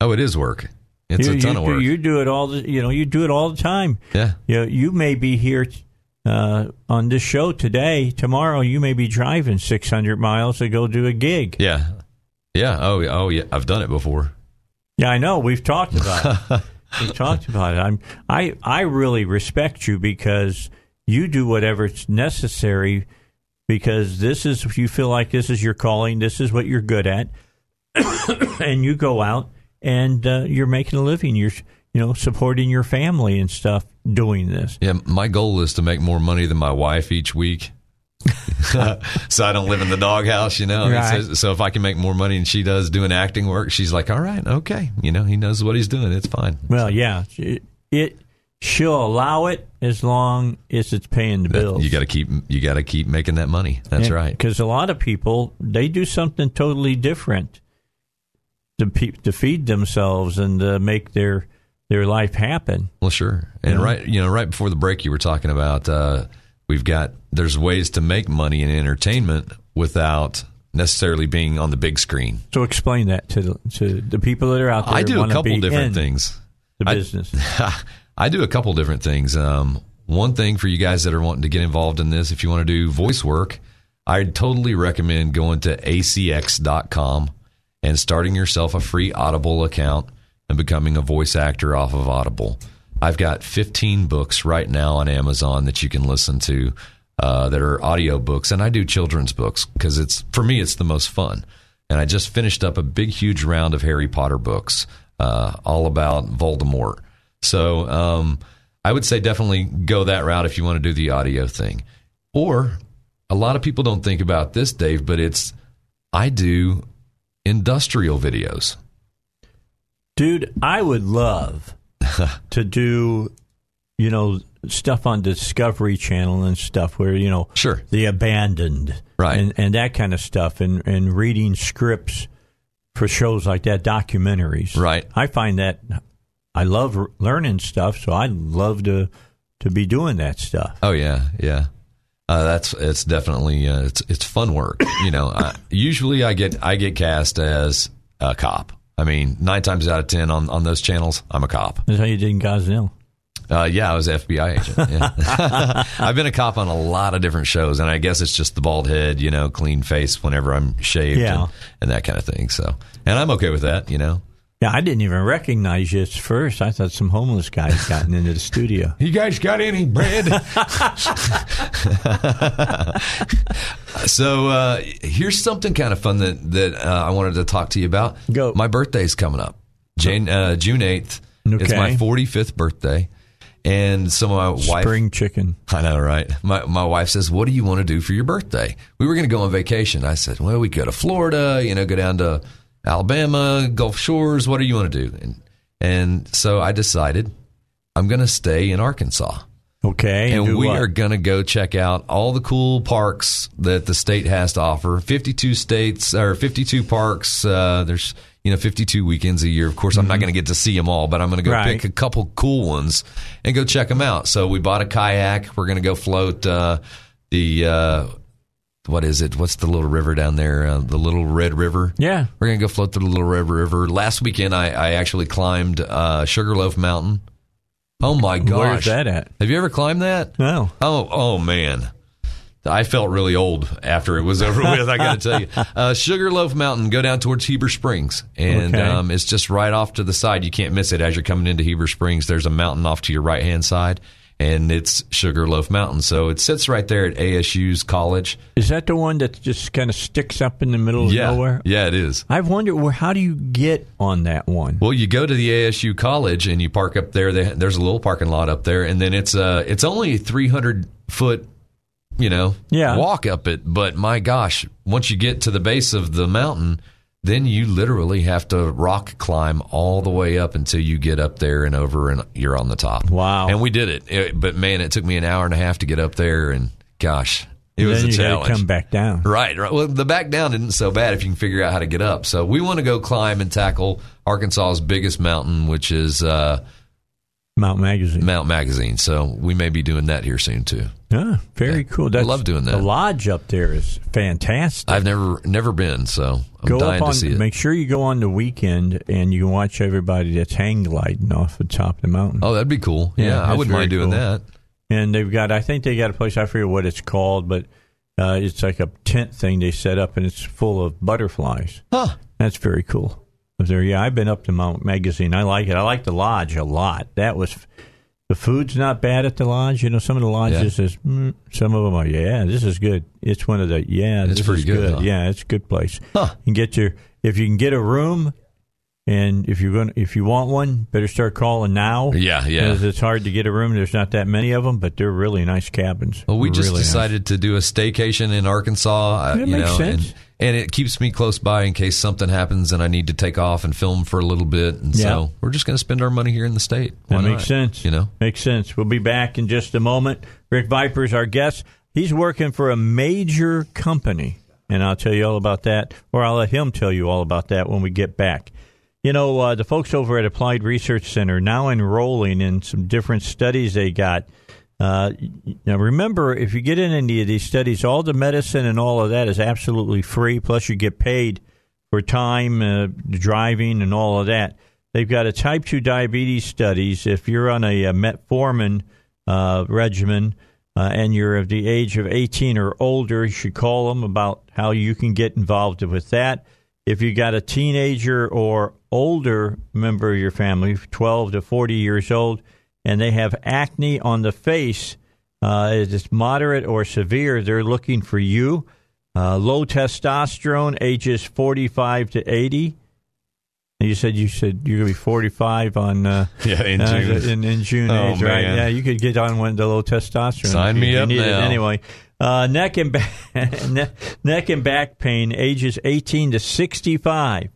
[SPEAKER 5] Oh, it is work. It's
[SPEAKER 2] you,
[SPEAKER 5] a ton
[SPEAKER 2] you
[SPEAKER 5] of
[SPEAKER 2] do-
[SPEAKER 5] work.
[SPEAKER 2] you do it all the you know you do it all the time.
[SPEAKER 5] yeah.
[SPEAKER 2] You know, you may be here uh, on this show today. Tomorrow you may be driving 600 miles to go do a gig.
[SPEAKER 5] Yeah. Yeah. Oh yeah. oh yeah. I've done it before.
[SPEAKER 2] Yeah, I know. We've talked about it. We've talked about it. I'm, I I really respect you because you do whatever's necessary because this is you feel like this is your calling. This is what you're good at, and you go out and uh, you're making a living. You're you know supporting your family and stuff doing this.
[SPEAKER 5] Yeah, my goal is to make more money than my wife each week. so I don't live in the doghouse, you know.
[SPEAKER 3] Right.
[SPEAKER 5] So, so if I can make more money than she does doing acting work, she's like, all right, okay, you know, he knows what he's doing. It's fine.
[SPEAKER 2] Well, yeah, it, it she'll allow it as long as it's paying the bills.
[SPEAKER 5] You got to keep you got to keep making that money. That's right.
[SPEAKER 2] Because a lot of people they do something totally different to pe- to feed themselves and to make their their life happen.
[SPEAKER 5] Well, sure. And right, you know, right before the break, you were talking about uh, we've got there's ways to make money in entertainment without necessarily being on the big screen.
[SPEAKER 2] So explain that to the, to the people that are out there.
[SPEAKER 5] I do a
[SPEAKER 2] wanna
[SPEAKER 5] couple
[SPEAKER 2] be
[SPEAKER 5] different
[SPEAKER 2] in
[SPEAKER 5] things.
[SPEAKER 2] The
[SPEAKER 5] I-
[SPEAKER 2] business.
[SPEAKER 5] I do a couple different things. Um, one thing for you guys that are wanting to get involved in this, if you want to do voice work, I'd totally recommend going to acx.com and starting yourself a free Audible account and becoming a voice actor off of Audible. I've got 15 books right now on Amazon that you can listen to uh, that are audio books, and I do children's books because it's for me it's the most fun. And I just finished up a big, huge round of Harry Potter books, uh, all about Voldemort. So um, I would say definitely go that route if you want to do the audio thing. Or a lot of people don't think about this, Dave, but it's I do industrial videos.
[SPEAKER 2] Dude, I would love to do, you know, stuff on Discovery Channel and stuff where, you know,
[SPEAKER 5] Sure.
[SPEAKER 2] the abandoned,
[SPEAKER 5] Right.
[SPEAKER 2] and, and that kind of stuff, and and reading scripts for shows like that, documentaries,
[SPEAKER 5] Right.
[SPEAKER 2] I find that I love r- learning stuff, so I love to to be doing that stuff.
[SPEAKER 5] Oh yeah, yeah. Uh, that's it's definitely uh, it's it's fun work. You know, I, usually I get I get cast as a cop. I mean, nine times out of ten on on those channels, I'm a cop.
[SPEAKER 2] That's how you did in Gosnell.
[SPEAKER 5] Uh, yeah, I was an FBI agent. Yeah. I've been a cop on a lot of different shows, and I guess it's just the bald head, you know, clean face whenever I'm shaved,
[SPEAKER 2] Yeah.
[SPEAKER 5] and, and that kind of thing. So, and I'm okay with that, you know.
[SPEAKER 2] Yeah, I didn't even recognize you at first. I thought some homeless guy had gotten into the studio.
[SPEAKER 5] You guys got any bread? so uh, here's something kind of fun that that uh, I wanted to talk to you about.
[SPEAKER 2] Go.
[SPEAKER 5] My birthday's coming up, Jan, uh, June 8th. It's
[SPEAKER 2] Okay.
[SPEAKER 5] my 45th birthday, and so my wife.
[SPEAKER 2] Spring chicken.
[SPEAKER 5] I know, right? My my wife says, "What do you want to do for your birthday?" We were going to go on vacation. I said, "Well, we go to Florida, you know, go down to Alabama, Gulf Shores. What do you want to do?" And and so I decided I'm going to stay in Arkansas,
[SPEAKER 2] Okay,
[SPEAKER 5] and,
[SPEAKER 2] do
[SPEAKER 5] we
[SPEAKER 2] what?
[SPEAKER 5] are going to go check out all the cool parks that the state has to offer. 52 states or 52 parks. Uh, there's you know 52 weekends a year. Of course, I'm not going to get to see them all, but I'm going to go
[SPEAKER 2] Mm-hmm. Right.
[SPEAKER 5] pick a couple cool ones and go check them out. So we bought a kayak. We're going to go float uh, the uh, what is it? What's the little river down there? Uh, the little Red River.
[SPEAKER 2] Yeah.
[SPEAKER 5] We're going to go float through the Little Red River. Last weekend, I, I actually climbed uh, Sugarloaf Mountain. Oh my gosh.
[SPEAKER 2] Where's that at?
[SPEAKER 5] Have you ever climbed that?
[SPEAKER 2] No.
[SPEAKER 5] Oh, oh man. I felt really old after it was over with. I got to tell you, uh, Sugarloaf Mountain. Go down towards Heber Springs, and
[SPEAKER 2] Okay.
[SPEAKER 5] um, it's just right off to the side. You can't miss it as you're coming into Heber Springs. There's a mountain off to your right hand side, and it's Sugarloaf Mountain. So it sits right there at ASU's college.
[SPEAKER 2] Is that the one that just kind of sticks up in the middle of
[SPEAKER 5] yeah,
[SPEAKER 2] nowhere?
[SPEAKER 5] yeah, it is.
[SPEAKER 2] I've wondered, well, how do you get on that one?
[SPEAKER 5] Well, you go to the ASU college and you park up there. They, there's a little parking lot up there, and then it's uh it's only a 300 foot, you know,
[SPEAKER 2] Yeah.
[SPEAKER 5] walk up it. But my gosh, once you get to the base of the mountain, then you literally have to rock climb all the way up until you get up there and over, and you're on the top.
[SPEAKER 2] Wow.
[SPEAKER 5] And we did it, It- but man, it took me an hour and a half to get up there, and gosh, it was
[SPEAKER 2] then
[SPEAKER 5] a
[SPEAKER 2] you gotta
[SPEAKER 5] challenge.
[SPEAKER 2] come back down.
[SPEAKER 5] Right, right. Well, the back down isn't so bad if you can figure out how to get up. So we want to go climb and tackle Arkansas's biggest mountain, which is uh,
[SPEAKER 2] Mount Magazine.
[SPEAKER 5] Mount Magazine. So we may be doing that here soon too.
[SPEAKER 2] Yeah, very cool. That's,
[SPEAKER 5] love doing that.
[SPEAKER 2] The lodge up there is fantastic.
[SPEAKER 5] I've never never been, so I'm
[SPEAKER 2] go
[SPEAKER 5] dying
[SPEAKER 2] up on.
[SPEAKER 5] to see it.
[SPEAKER 2] Make sure you go on the weekend and you can watch everybody that's hang gliding off the top of the mountain.
[SPEAKER 5] oh, that'd be cool.
[SPEAKER 2] Yeah,
[SPEAKER 5] Yeah, I
[SPEAKER 2] that's
[SPEAKER 5] wouldn't mind
[SPEAKER 2] very
[SPEAKER 5] doing
[SPEAKER 2] cool.
[SPEAKER 5] that.
[SPEAKER 2] And they've got, I think they got a place. I forget what it's called, but uh, it's like a tent thing they set up, and it's full of butterflies.
[SPEAKER 5] Huh?
[SPEAKER 2] That's very cool. Up there, yeah, I've been up to Mount Magazine. I like it. I like the lodge a lot. That was the food's not bad at the lodge. You know, some of the lodges is mm, some of them are. Yeah, this is good. It's one of the yeah,
[SPEAKER 5] It's
[SPEAKER 2] this
[SPEAKER 5] pretty
[SPEAKER 2] is
[SPEAKER 5] good, huh?
[SPEAKER 2] Yeah, it's a good place.
[SPEAKER 5] Huh.
[SPEAKER 2] You can get your if you can get a room And if you're going, to if you want one, better start calling now.
[SPEAKER 5] Yeah, yeah.
[SPEAKER 2] 'Cause it's hard to get a room. There's not that many of them, but they're really nice cabins.
[SPEAKER 5] Well, we just
[SPEAKER 2] Really nice.
[SPEAKER 5] decided to do a staycation in Arkansas. uh,
[SPEAKER 2] That
[SPEAKER 5] you
[SPEAKER 2] makes
[SPEAKER 5] know,
[SPEAKER 2] sense.
[SPEAKER 5] And, and it keeps me close by in case something happens and I need to take off and film for a little bit. And
[SPEAKER 2] Yeah.
[SPEAKER 5] so we're just going to spend our money here in the state. Why
[SPEAKER 2] That makes
[SPEAKER 5] not?
[SPEAKER 2] sense.
[SPEAKER 5] You know,
[SPEAKER 2] makes sense. We'll be back in just a moment. Rick Viper's our guest. He's working for a major company, and I'll tell you all about that, or I'll let him tell you all about that when we get back. You know, uh, the folks over at Applied Research Center now enrolling in some different studies they got. Uh, now, remember, if you get in any of these studies, all the medicine and all of that is absolutely free. Plus, you get paid for time, uh, driving, and all of that. They've got a type 2 diabetes studies. If you're on a, uh metformin uh, regimen uh, and you're of the age of 18 or older, you should call them about how you can get involved with that. If you got a teenager or older member of your family, 12 to 40 years old, and they have acne on the face, uh, if it's moderate or severe, they're looking for you. Uh, low testosterone, ages 45 to 80. And You said you said you're gonna be 45 on uh,
[SPEAKER 5] Yeah, in
[SPEAKER 2] uh,
[SPEAKER 5] June.
[SPEAKER 2] in, in June
[SPEAKER 5] Oh,
[SPEAKER 2] age, right?
[SPEAKER 5] man.
[SPEAKER 2] Yeah, you could get on one the low testosterone.
[SPEAKER 5] Sign
[SPEAKER 2] if you-
[SPEAKER 5] me
[SPEAKER 2] you
[SPEAKER 5] up
[SPEAKER 2] need it
[SPEAKER 5] now.
[SPEAKER 2] anyway. Uh, neck and back, ne- neck and back pain, ages 18 to 65.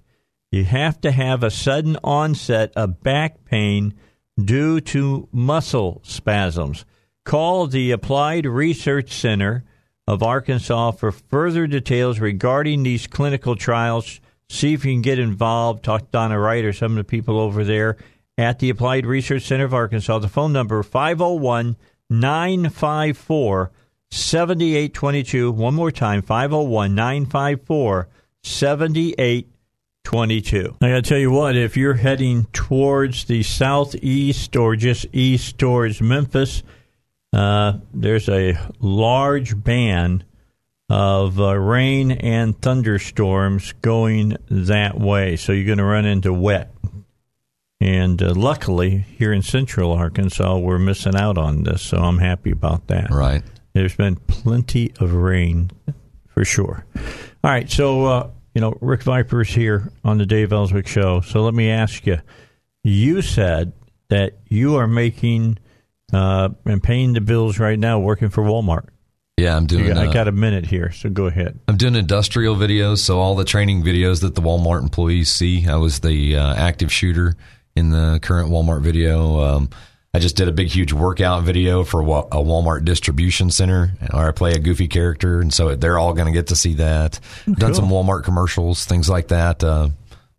[SPEAKER 2] You have to have a sudden onset of back pain due to muscle spasms. Call the Applied Research Center of Arkansas for further details regarding these clinical trials. See if you can get involved. Talk to Donna Wright or some of the people over there at the Applied Research Center of Arkansas. The phone number 501 954 7822. One more time 501 954 7822. 22. I got to tell you what, if you're heading towards the southeast or just east towards Memphis, uh, there's a large ban of uh, rain and thunderstorms going that way. So you're going to run into wet. And uh, luckily, here in central Arkansas, we're missing out on this. So I'm happy about that.
[SPEAKER 5] right.
[SPEAKER 2] There's been plenty of rain for sure. All right, so uh, you know Rick Viper's here on the Dave Ellswick show. So let me ask you: You said that you are making uh, and paying the bills right now, working for Walmart.
[SPEAKER 5] Yeah, I'm doing.
[SPEAKER 2] You got- I
[SPEAKER 5] uh,
[SPEAKER 2] got a minute here, so go ahead.
[SPEAKER 5] I'm doing industrial videos, so all the training videos that the Walmart employees see. I was the uh, active shooter in the current Walmart video. Um, I just did a big, huge workout video for wa- a Walmart distribution center, where I play a goofy character, and so they're all going to get to see that. Done some Walmart commercials, things like that. Uh,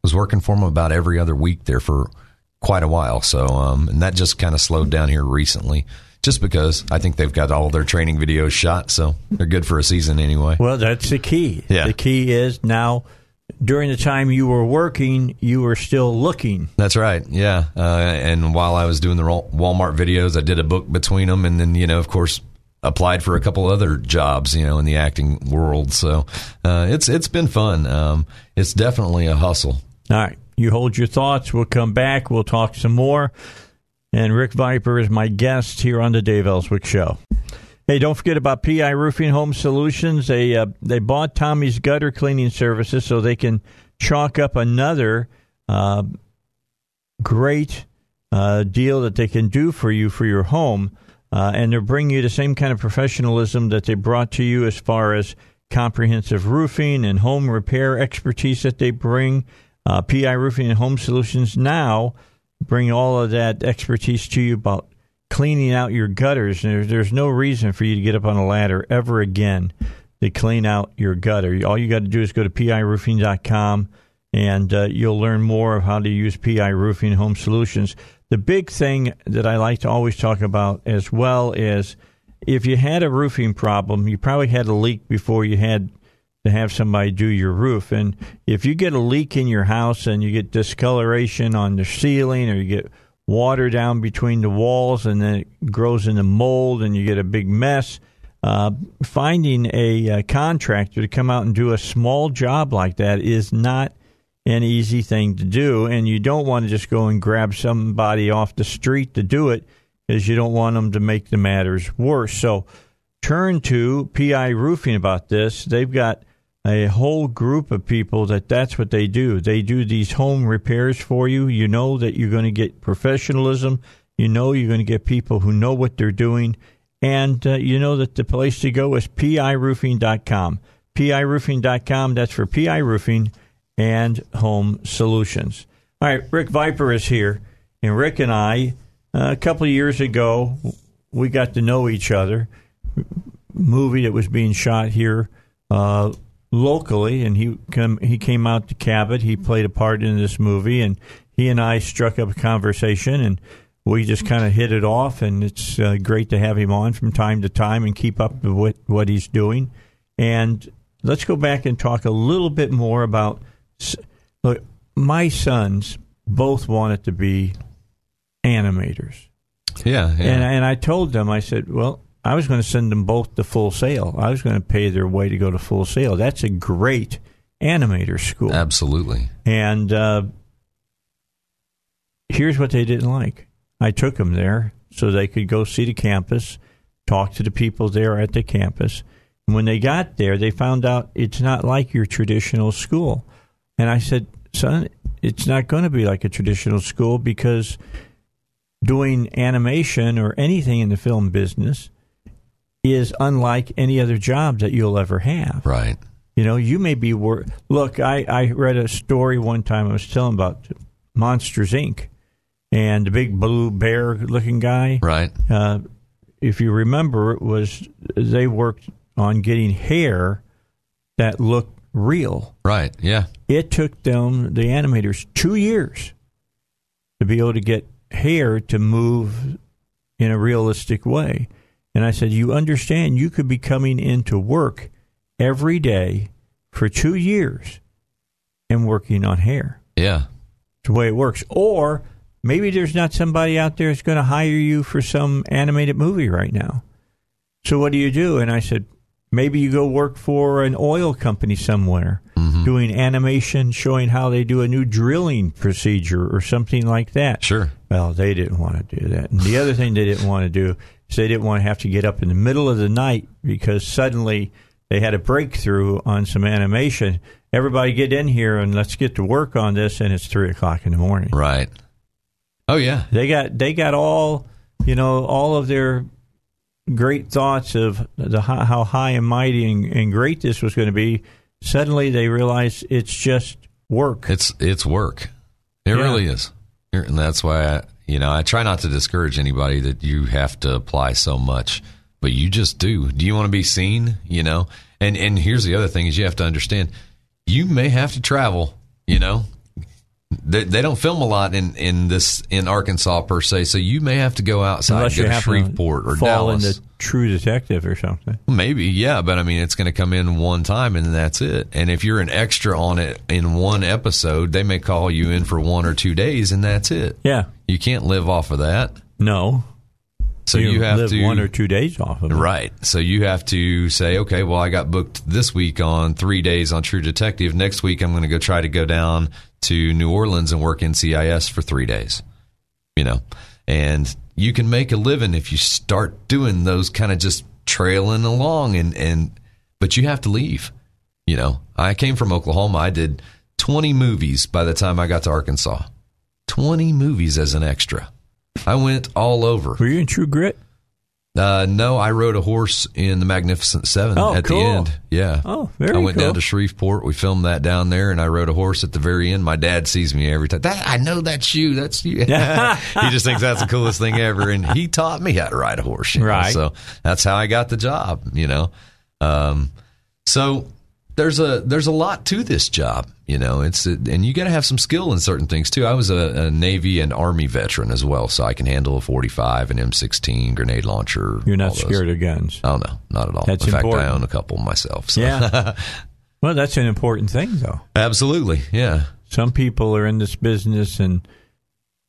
[SPEAKER 5] was working for them about every other week there for quite a while. So, um, and that just kind of slowed down here recently, just because I think they've got all their training videos shot, so they're good for a season anyway.
[SPEAKER 2] Well, that's the key.
[SPEAKER 5] Yeah.
[SPEAKER 2] The key is now. During the time you were working, you were still looking.
[SPEAKER 5] That's right. Yeah. Uh, and while I was doing the Wal- Walmart videos, I did a book between them, and then you know, of course, applied for a couple other jobs, you know, in the acting world. So uh, it's it's been fun. Um, it's definitely a hustle.
[SPEAKER 2] All right. You hold your thoughts. We'll come back. We'll talk some more. And Rick Viper is my guest here on the Dave Ellswick Show. Hey, don't forget about PI Roofing Home Solutions. They uh, they bought Tommy's gutter cleaning services so they can chalk up another uh, great uh, deal that they can do for you for your home. Uh, and they're bringing you the same kind of professionalism that they brought to you as far as comprehensive roofing and home repair expertise that they bring. Uh, PI Roofing and Home Solutions now bring all of that expertise to you about cleaning out your gutters. There's, there's no reason for you to get up on a ladder ever again to clean out your gutter. All you got to do is go to piroofing.com and uh, you'll learn more of how to use PI Roofing Home Solutions. The big thing that I like to always talk about as well is if you had a roofing problem, you probably had a leak before you had to have somebody do your roof. And if you get a leak in your house and you get discoloration on the ceiling or you get water down between the walls and then it grows into mold and you get a big mess, uh, finding a uh, contractor to come out and do a small job like that is not an easy thing to do. And you don't want to just go and grab somebody off the street to do it because you don't want them to make the matters worse. So, turn to PI Roofing about this. They've got a whole group of people that that's what they do. They do these home repairs for you. You know that you're going to get professionalism. You know you're going to get people who know what they're doing. And uh, you know that the place to go is piroofing.com. piroofing.com, that's for PI roofing and home solutions. All right, Rick Viper is here. And Rick and I, uh, a couple of years ago, we got to know each other. Movie that was being shot here uh, locally, and he come, he came out to Cabot. He played a part in this movie, and he and I struck up a conversation, and we just kind of hit it off. And it's uh, great to have him on from time to time and keep up with what, what he's doing. And let's go back and talk a little bit more about. s- Look, my sons both wanted to be animators.
[SPEAKER 5] Yeah, yeah.
[SPEAKER 2] And, and I told them, I said, well, I was going to send them both to full sale. I was going to pay their way to go to full sale. That's a great animator school.
[SPEAKER 5] absolutely.
[SPEAKER 2] And uh, here's what they didn't like I took them there so they could go see the campus, talk to the people there at the campus. And when they got there, they found out it's not like your traditional school. And I said, son, it's not going to be like a traditional school because doing animation or anything in the film business is unlike any other job that you'll ever have.
[SPEAKER 5] Right.
[SPEAKER 2] You know, you may be wor- look. I I read a story one time. I was telling about Monsters Inc. and the big blue bear looking guy.
[SPEAKER 5] Right.
[SPEAKER 2] Uh, if you remember, it was they worked on getting hair that looked real.
[SPEAKER 5] Right. Yeah.
[SPEAKER 2] It took them the animators two years to be able to get hair to move in a realistic way. And I said, You understand you could be coming into work every day for two years and working on hair.
[SPEAKER 5] Yeah.
[SPEAKER 2] It's the way it works. Or maybe there's not somebody out there that's going to hire you for some animated movie right now. So what do you do? And I said, Maybe you go work for an oil company somewhere doing animation, showing how they do a new drilling procedure or something like that.
[SPEAKER 5] Sure.
[SPEAKER 2] Well, they didn't want to do that. And the other thing they didn't want to do is they didn't want to have to get up in the middle of the night because suddenly they had a breakthrough on some animation. Everybody get in here and let's get to work on this, and it's three o'clock in the morning.
[SPEAKER 5] Right. Oh yeah.
[SPEAKER 2] They got they got all you know all of their great thoughts of the hi- how high and mighty and, and great this was going to be. Suddenly they realize it's just work.
[SPEAKER 5] It's it's work. It
[SPEAKER 2] Yeah.
[SPEAKER 5] really is, and that's why I, you know I try not to discourage anybody that you have to apply so much, but you just do. Do you want to be seen? You know, and and here's the other thing is you have to understand, you may have to travel. You know, they, they don't film a lot in in this in Arkansas per se, so you may have to go outside
[SPEAKER 2] Unless
[SPEAKER 5] and
[SPEAKER 2] you
[SPEAKER 5] go to
[SPEAKER 2] happen to
[SPEAKER 5] Shreveport or
[SPEAKER 2] fall
[SPEAKER 5] Dallas.
[SPEAKER 2] into True Detective or something.
[SPEAKER 5] Maybe, yeah, but I mean, it's going to come in one time and that's it. And if you're an extra on it in one episode, they may call you in for one or two days and that's it.
[SPEAKER 2] Yeah.
[SPEAKER 5] You can't live off of that.
[SPEAKER 2] No.
[SPEAKER 5] So you, have
[SPEAKER 2] live
[SPEAKER 5] to
[SPEAKER 2] one or two days off of it.
[SPEAKER 5] Right. So you have to say, okay, well, I got booked this week on three days on True Detective. Next week, I'm going to go try to go down to New Orleans and work NCIS for three days. You know, and you can make a living if you start doing those kind of just trailing along and and but you have to leave. You know, I came from Oklahoma. I did 20 movies by the time I got to Arkansas. 20 movies as an extra. I went all over.
[SPEAKER 2] Were you in True Grit?
[SPEAKER 5] Uh, no, I rode a horse in the Magnificent Seven
[SPEAKER 2] Oh,
[SPEAKER 5] at
[SPEAKER 2] cool.
[SPEAKER 5] the end. Yeah.
[SPEAKER 2] Oh, very
[SPEAKER 5] I went
[SPEAKER 2] cool.
[SPEAKER 5] down to Shreveport. We filmed that down there, and I rode a horse at the very end. My dad sees me every time. That I know that's you. That's you. he just thinks that's the coolest thing ever, and he taught me how to ride a horse. you know,
[SPEAKER 2] Right.
[SPEAKER 5] So that's how I got the job. You know. Um, so there's a there's a lot to this job. You know, it's and you got to have some skill in certain things too. I was a, a Navy and Army veteran as well, so I can handle a 45, an M16, grenade launcher.
[SPEAKER 2] You're not
[SPEAKER 5] all those.
[SPEAKER 2] scared of guns.
[SPEAKER 5] Oh no, not at all.
[SPEAKER 2] That's
[SPEAKER 5] in
[SPEAKER 2] important.
[SPEAKER 5] fact, I own a couple myself. So.
[SPEAKER 2] Yeah. well, that's an important thing, though.
[SPEAKER 5] absolutely. Yeah,
[SPEAKER 2] Some people are in this business and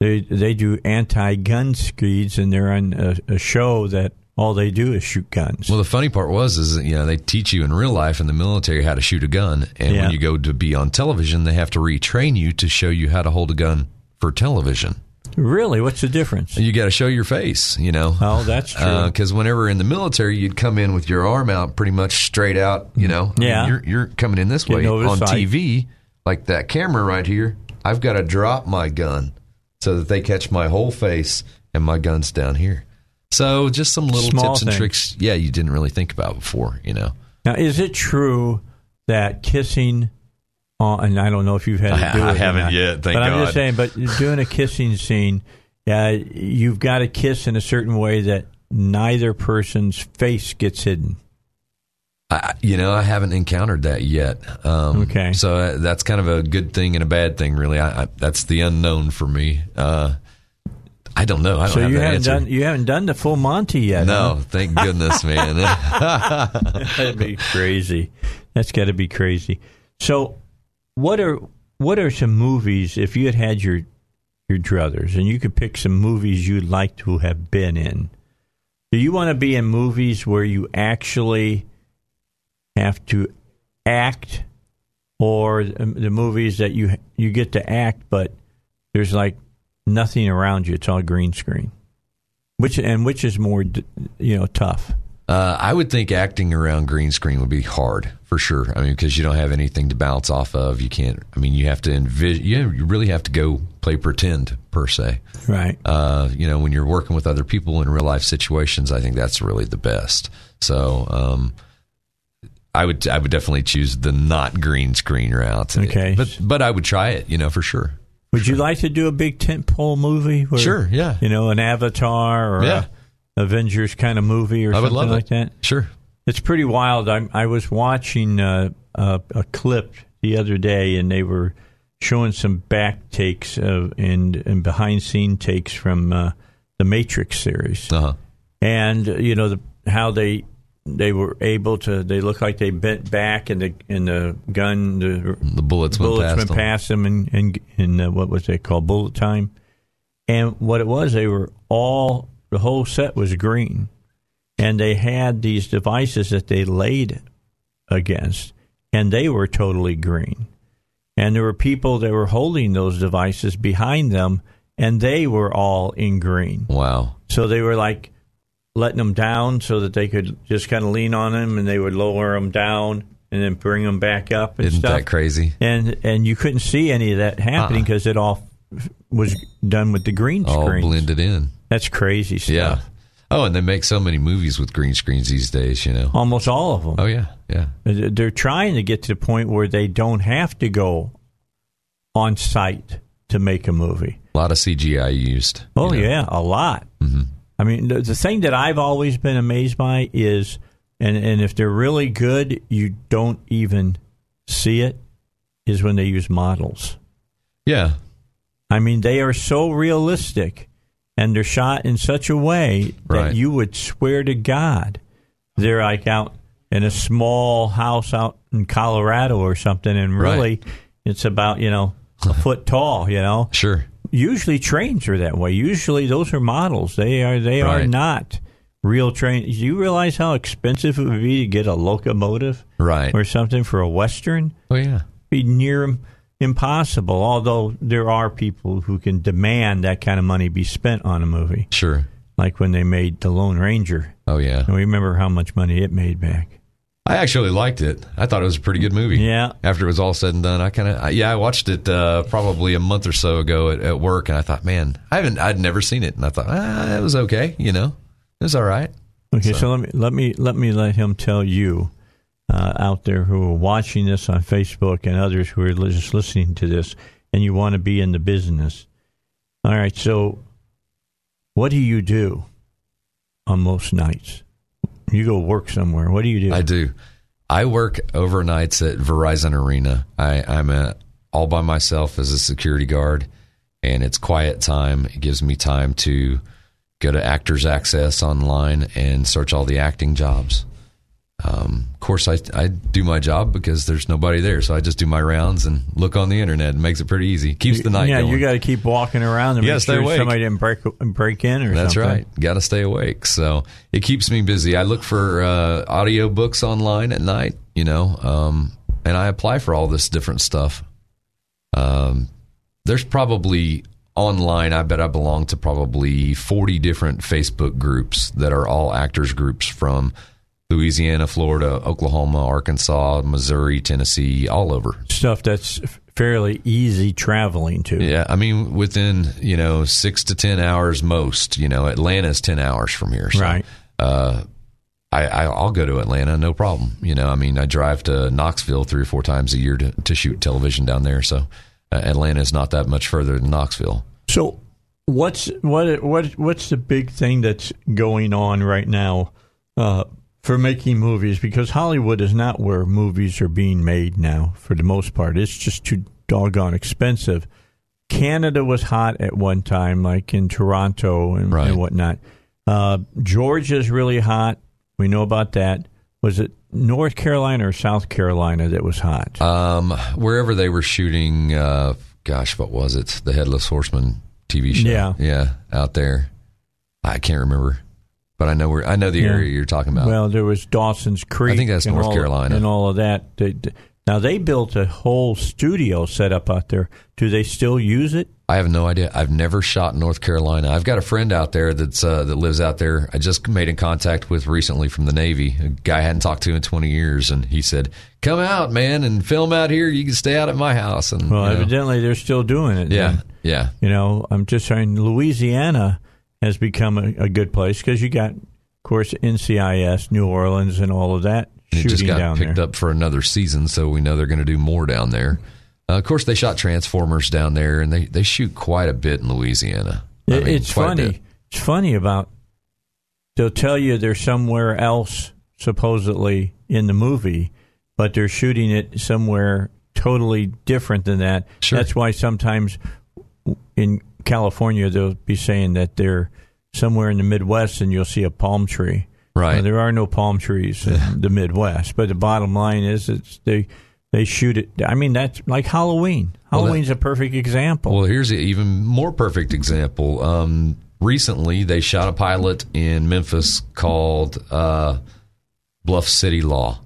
[SPEAKER 2] they they do anti-gun screeds, and they're on a, a show that all they do is shoot guns.
[SPEAKER 5] Well, the funny part was is that, you know they teach you in real life in the military how to shoot a gun, and
[SPEAKER 2] Yeah.
[SPEAKER 5] when you go to be on television, they have to retrain you to show you how to hold a gun for television.
[SPEAKER 2] Really? What's the difference?
[SPEAKER 5] You got to show your face, you know.
[SPEAKER 2] Oh,
[SPEAKER 5] Uh,
[SPEAKER 2] that's true.
[SPEAKER 5] Because whenever in the military, you'd come in with your arm out, pretty much straight out. You know, I mean,
[SPEAKER 2] Yeah.
[SPEAKER 5] you're you're coming in this way
[SPEAKER 2] Getting over the
[SPEAKER 5] on
[SPEAKER 2] side.
[SPEAKER 5] TV, like that camera right here. I've got to drop my gun so that they catch my whole face and my gun's down here. So just some little
[SPEAKER 2] Small
[SPEAKER 5] tips
[SPEAKER 2] things.
[SPEAKER 5] and tricks. Yeah, you didn't really think about before, you know.
[SPEAKER 2] Now, is it true that kissing, uh, and I don't know if you've had to
[SPEAKER 5] I-
[SPEAKER 2] do it.
[SPEAKER 5] I
[SPEAKER 2] or
[SPEAKER 5] haven't
[SPEAKER 2] not,
[SPEAKER 5] yet, thank
[SPEAKER 2] but I'm just
[SPEAKER 5] God.
[SPEAKER 2] saying, but doing a kissing scene, uh, you've got to kiss in a certain way that neither person's face gets hidden.
[SPEAKER 5] I, you know, I haven't encountered that yet. Um,
[SPEAKER 2] Okay.
[SPEAKER 5] so uh, that's kind of a good thing and a bad thing, really. I, I, that's the unknown for me. Uh, I don't know. I don't
[SPEAKER 2] So
[SPEAKER 5] have
[SPEAKER 2] you
[SPEAKER 5] that
[SPEAKER 2] haven't
[SPEAKER 5] answer.
[SPEAKER 2] done you haven't done the full Monty yet.
[SPEAKER 5] no, thank goodness, man.
[SPEAKER 2] huh? that'd be crazy. That's got to be crazy. So, what are what are some movies if you had had your your druthers and you could pick some movies you'd like to have been in? Do you want to be in movies where you actually have to act, or the the movies that you you get to act but there's like nothing around you? It's all green screen. Which and which is more, d- you know, tough.
[SPEAKER 5] Uh, I would think acting around green screen would be hard for sure. I mean, because you don't have anything to bounce off of. You can't. I mean, you have to envision. You, you really have to go play pretend per se.
[SPEAKER 2] Right.
[SPEAKER 5] Uh, you know, when you're working with other people in real life situations, I think that's really the best. So, um, I would I would definitely choose the not green screen route.
[SPEAKER 2] Okay.
[SPEAKER 5] but but I would try it. You know, for sure.
[SPEAKER 2] Would you like to do a big tentpole movie? Where,
[SPEAKER 5] Sure, yeah.
[SPEAKER 2] You know, an Avatar or
[SPEAKER 5] Yeah.
[SPEAKER 2] a Avengers kind of movie or
[SPEAKER 5] I would
[SPEAKER 2] something
[SPEAKER 5] love
[SPEAKER 2] like
[SPEAKER 5] it.
[SPEAKER 2] that.
[SPEAKER 5] Sure.
[SPEAKER 2] It's pretty wild. I, I was watching uh, a, a clip the other day, and they were showing some back takes of, and and behind scene takes from uh, the Matrix series
[SPEAKER 5] Uh huh.
[SPEAKER 2] and uh, you know the, how they they were able to they looked like they bent back and the and the gun the,
[SPEAKER 5] The bullets went past
[SPEAKER 2] went
[SPEAKER 5] them.
[SPEAKER 2] past them and and, and uh, what was it called bullet time and what it was they were all the whole set was green and they had these devices that they laid against and they were totally green and there were people that were holding those devices behind them and they were all in green
[SPEAKER 5] Wow.
[SPEAKER 2] so they were like letting them down so that they could just kind of lean on them and they would lower them down and then bring them back up and
[SPEAKER 5] Isn't
[SPEAKER 2] stuff.
[SPEAKER 5] that crazy?
[SPEAKER 2] And and you couldn't see any of that happening because it all f- was done with the green
[SPEAKER 5] Uh-uh. All
[SPEAKER 2] screen.
[SPEAKER 5] blended in.
[SPEAKER 2] That's crazy stuff.
[SPEAKER 5] Yeah. Oh, and they make so many movies with green screens these days, you know.
[SPEAKER 2] Almost all of them.
[SPEAKER 5] Oh yeah, yeah.
[SPEAKER 2] They're trying to get to the point where they don't have to go on site to make a movie.
[SPEAKER 5] A lot of CGI used.
[SPEAKER 2] Oh yeah, a lot.
[SPEAKER 5] Mm-hmm.
[SPEAKER 2] I mean, the, the thing that I've always been amazed by is, and and if they're really good, you don't even see it. Is when they use models.
[SPEAKER 5] Yeah.
[SPEAKER 2] I mean, they are so realistic, and they're shot in such a way that
[SPEAKER 5] Right.
[SPEAKER 2] you would swear to God they're like out in a small house out in Colorado or something, and
[SPEAKER 5] Right.
[SPEAKER 2] really, it's about you know a foot tall. You know,
[SPEAKER 5] Sure.
[SPEAKER 2] usually trains are that way. Usually those are models. They are they are
[SPEAKER 5] Right.
[SPEAKER 2] not real trains. Do you realize how expensive it would be to get a locomotive
[SPEAKER 5] Right.
[SPEAKER 2] or something for a western?
[SPEAKER 5] Oh yeah.
[SPEAKER 2] Be near im- impossible. Although there are people who can demand that kind of money be spent on a movie,
[SPEAKER 5] Sure.
[SPEAKER 2] like when they made The Lone Ranger.
[SPEAKER 5] Oh yeah.
[SPEAKER 2] And we remember how much money it made back.
[SPEAKER 5] I actually liked it. I thought it was a pretty good movie.
[SPEAKER 2] Yeah.
[SPEAKER 5] After it was all said and done, I kind of yeah, I watched it uh, probably a month or so ago at, at work, and I thought, man, I haven't, I'd never seen it, and I thought, ah, it was okay, you know, it was all right.
[SPEAKER 2] Okay, so, let me let me let me let him tell you uh, out there who are watching this on Facebook and others who are li- just listening to this, and you want to be in the business. All right, so what do you do on most nights? You go work somewhere. What do you do?
[SPEAKER 5] I do. I work overnights at Verizon Arena. I, I'm a, all by myself as a security guard, and it's quiet time. It gives me time to go to Actors Access online and search all the acting jobs. Um, of course, I, I do my job because there's nobody there, so I just do my rounds and look on the internet. It makes it pretty easy. Keeps the night
[SPEAKER 2] yeah,
[SPEAKER 5] going.
[SPEAKER 2] you got to keep walking around and
[SPEAKER 5] You gotta
[SPEAKER 2] make
[SPEAKER 5] stay
[SPEAKER 2] sure
[SPEAKER 5] awake.
[SPEAKER 2] somebody didn't break break in or
[SPEAKER 5] That's
[SPEAKER 2] something.
[SPEAKER 5] right. Got to stay awake. So it keeps me busy. I look for uh, audio books online at night, you know, um, and I apply for all this different stuff. Um, there's probably online, I bet I belong to probably 40 different Facebook groups that are all actors groups from Louisiana, Florida, Oklahoma, Arkansas, Missouri, Tennessee, all over.
[SPEAKER 2] Stuff that's fairly easy traveling to.
[SPEAKER 5] Yeah, I mean within you know six to ten hours most. You know, Atlanta's ten hours from here. So,
[SPEAKER 2] Right.
[SPEAKER 5] Uh, I, I I'll go to Atlanta, no problem. You know, I mean I drive to Knoxville three or four times a year to to shoot television down there. So uh, Atlanta is not that much further than Knoxville.
[SPEAKER 2] So what's what what what's the big thing that's going on right now uh, for making movies? Because Hollywood is not where movies are being made now for the most part. It's just too doggone expensive. Canada was hot at one time, like in Toronto and,
[SPEAKER 5] Right.
[SPEAKER 2] and whatnot. Uh, Georgia's really hot. We know about that. Was it North Carolina or South Carolina that was hot?
[SPEAKER 5] Um, wherever they were shooting, uh, gosh, what was it? The Headless Horseman TV show.
[SPEAKER 2] Yeah.
[SPEAKER 5] yeah, out there. I can't remember, but I know where I know the
[SPEAKER 2] Yeah.
[SPEAKER 5] area you're talking about.
[SPEAKER 2] Well, there was Dawson's Creek.
[SPEAKER 5] I think that's
[SPEAKER 2] and
[SPEAKER 5] North
[SPEAKER 2] all-
[SPEAKER 5] Carolina.
[SPEAKER 2] and all of that. They- they- now they built a whole studio set up out there. Do they still use it?
[SPEAKER 5] I have no idea. I've never shot in North Carolina. I've got a friend out there that's uh, that lives out there. I just made in contact with recently from the Navy. A guy I hadn't talked to in 20 years, and he said, "Come out, man, and film out here. You can stay out at my house." And
[SPEAKER 2] Well,
[SPEAKER 5] you know,
[SPEAKER 2] evidently they're still doing it.
[SPEAKER 5] yeah,
[SPEAKER 2] then.
[SPEAKER 5] yeah,
[SPEAKER 2] You know, I'm just saying Louisiana has become a, a good place because you got, of course, NCIS, New Orleans, and all of that
[SPEAKER 5] And
[SPEAKER 2] shooting
[SPEAKER 5] it just got
[SPEAKER 2] down
[SPEAKER 5] picked
[SPEAKER 2] there.
[SPEAKER 5] up for another season, so we know they're going to do more down there. Uh, of course, they shot Transformers down there, and they, they shoot quite a bit in Louisiana. I
[SPEAKER 2] It-
[SPEAKER 5] mean,
[SPEAKER 2] it's
[SPEAKER 5] quite a bit.
[SPEAKER 2] funny. It's funny about they'll tell you they're somewhere else supposedly in the movie, but they're shooting it somewhere totally different than that.
[SPEAKER 5] Sure.
[SPEAKER 2] That's why sometimes in California they'll be saying that they're somewhere in the Midwest and you'll see a palm tree.
[SPEAKER 5] Right.
[SPEAKER 2] Now, there are no palm trees in the Midwest, but the bottom line is it's they they shoot it. I mean that's like Halloween.
[SPEAKER 5] that-
[SPEAKER 2] Halloween's a perfect example.
[SPEAKER 5] Well, here's an even more perfect example. Um, recently, they shot a pilot in Memphis called uh, Bluff City Law,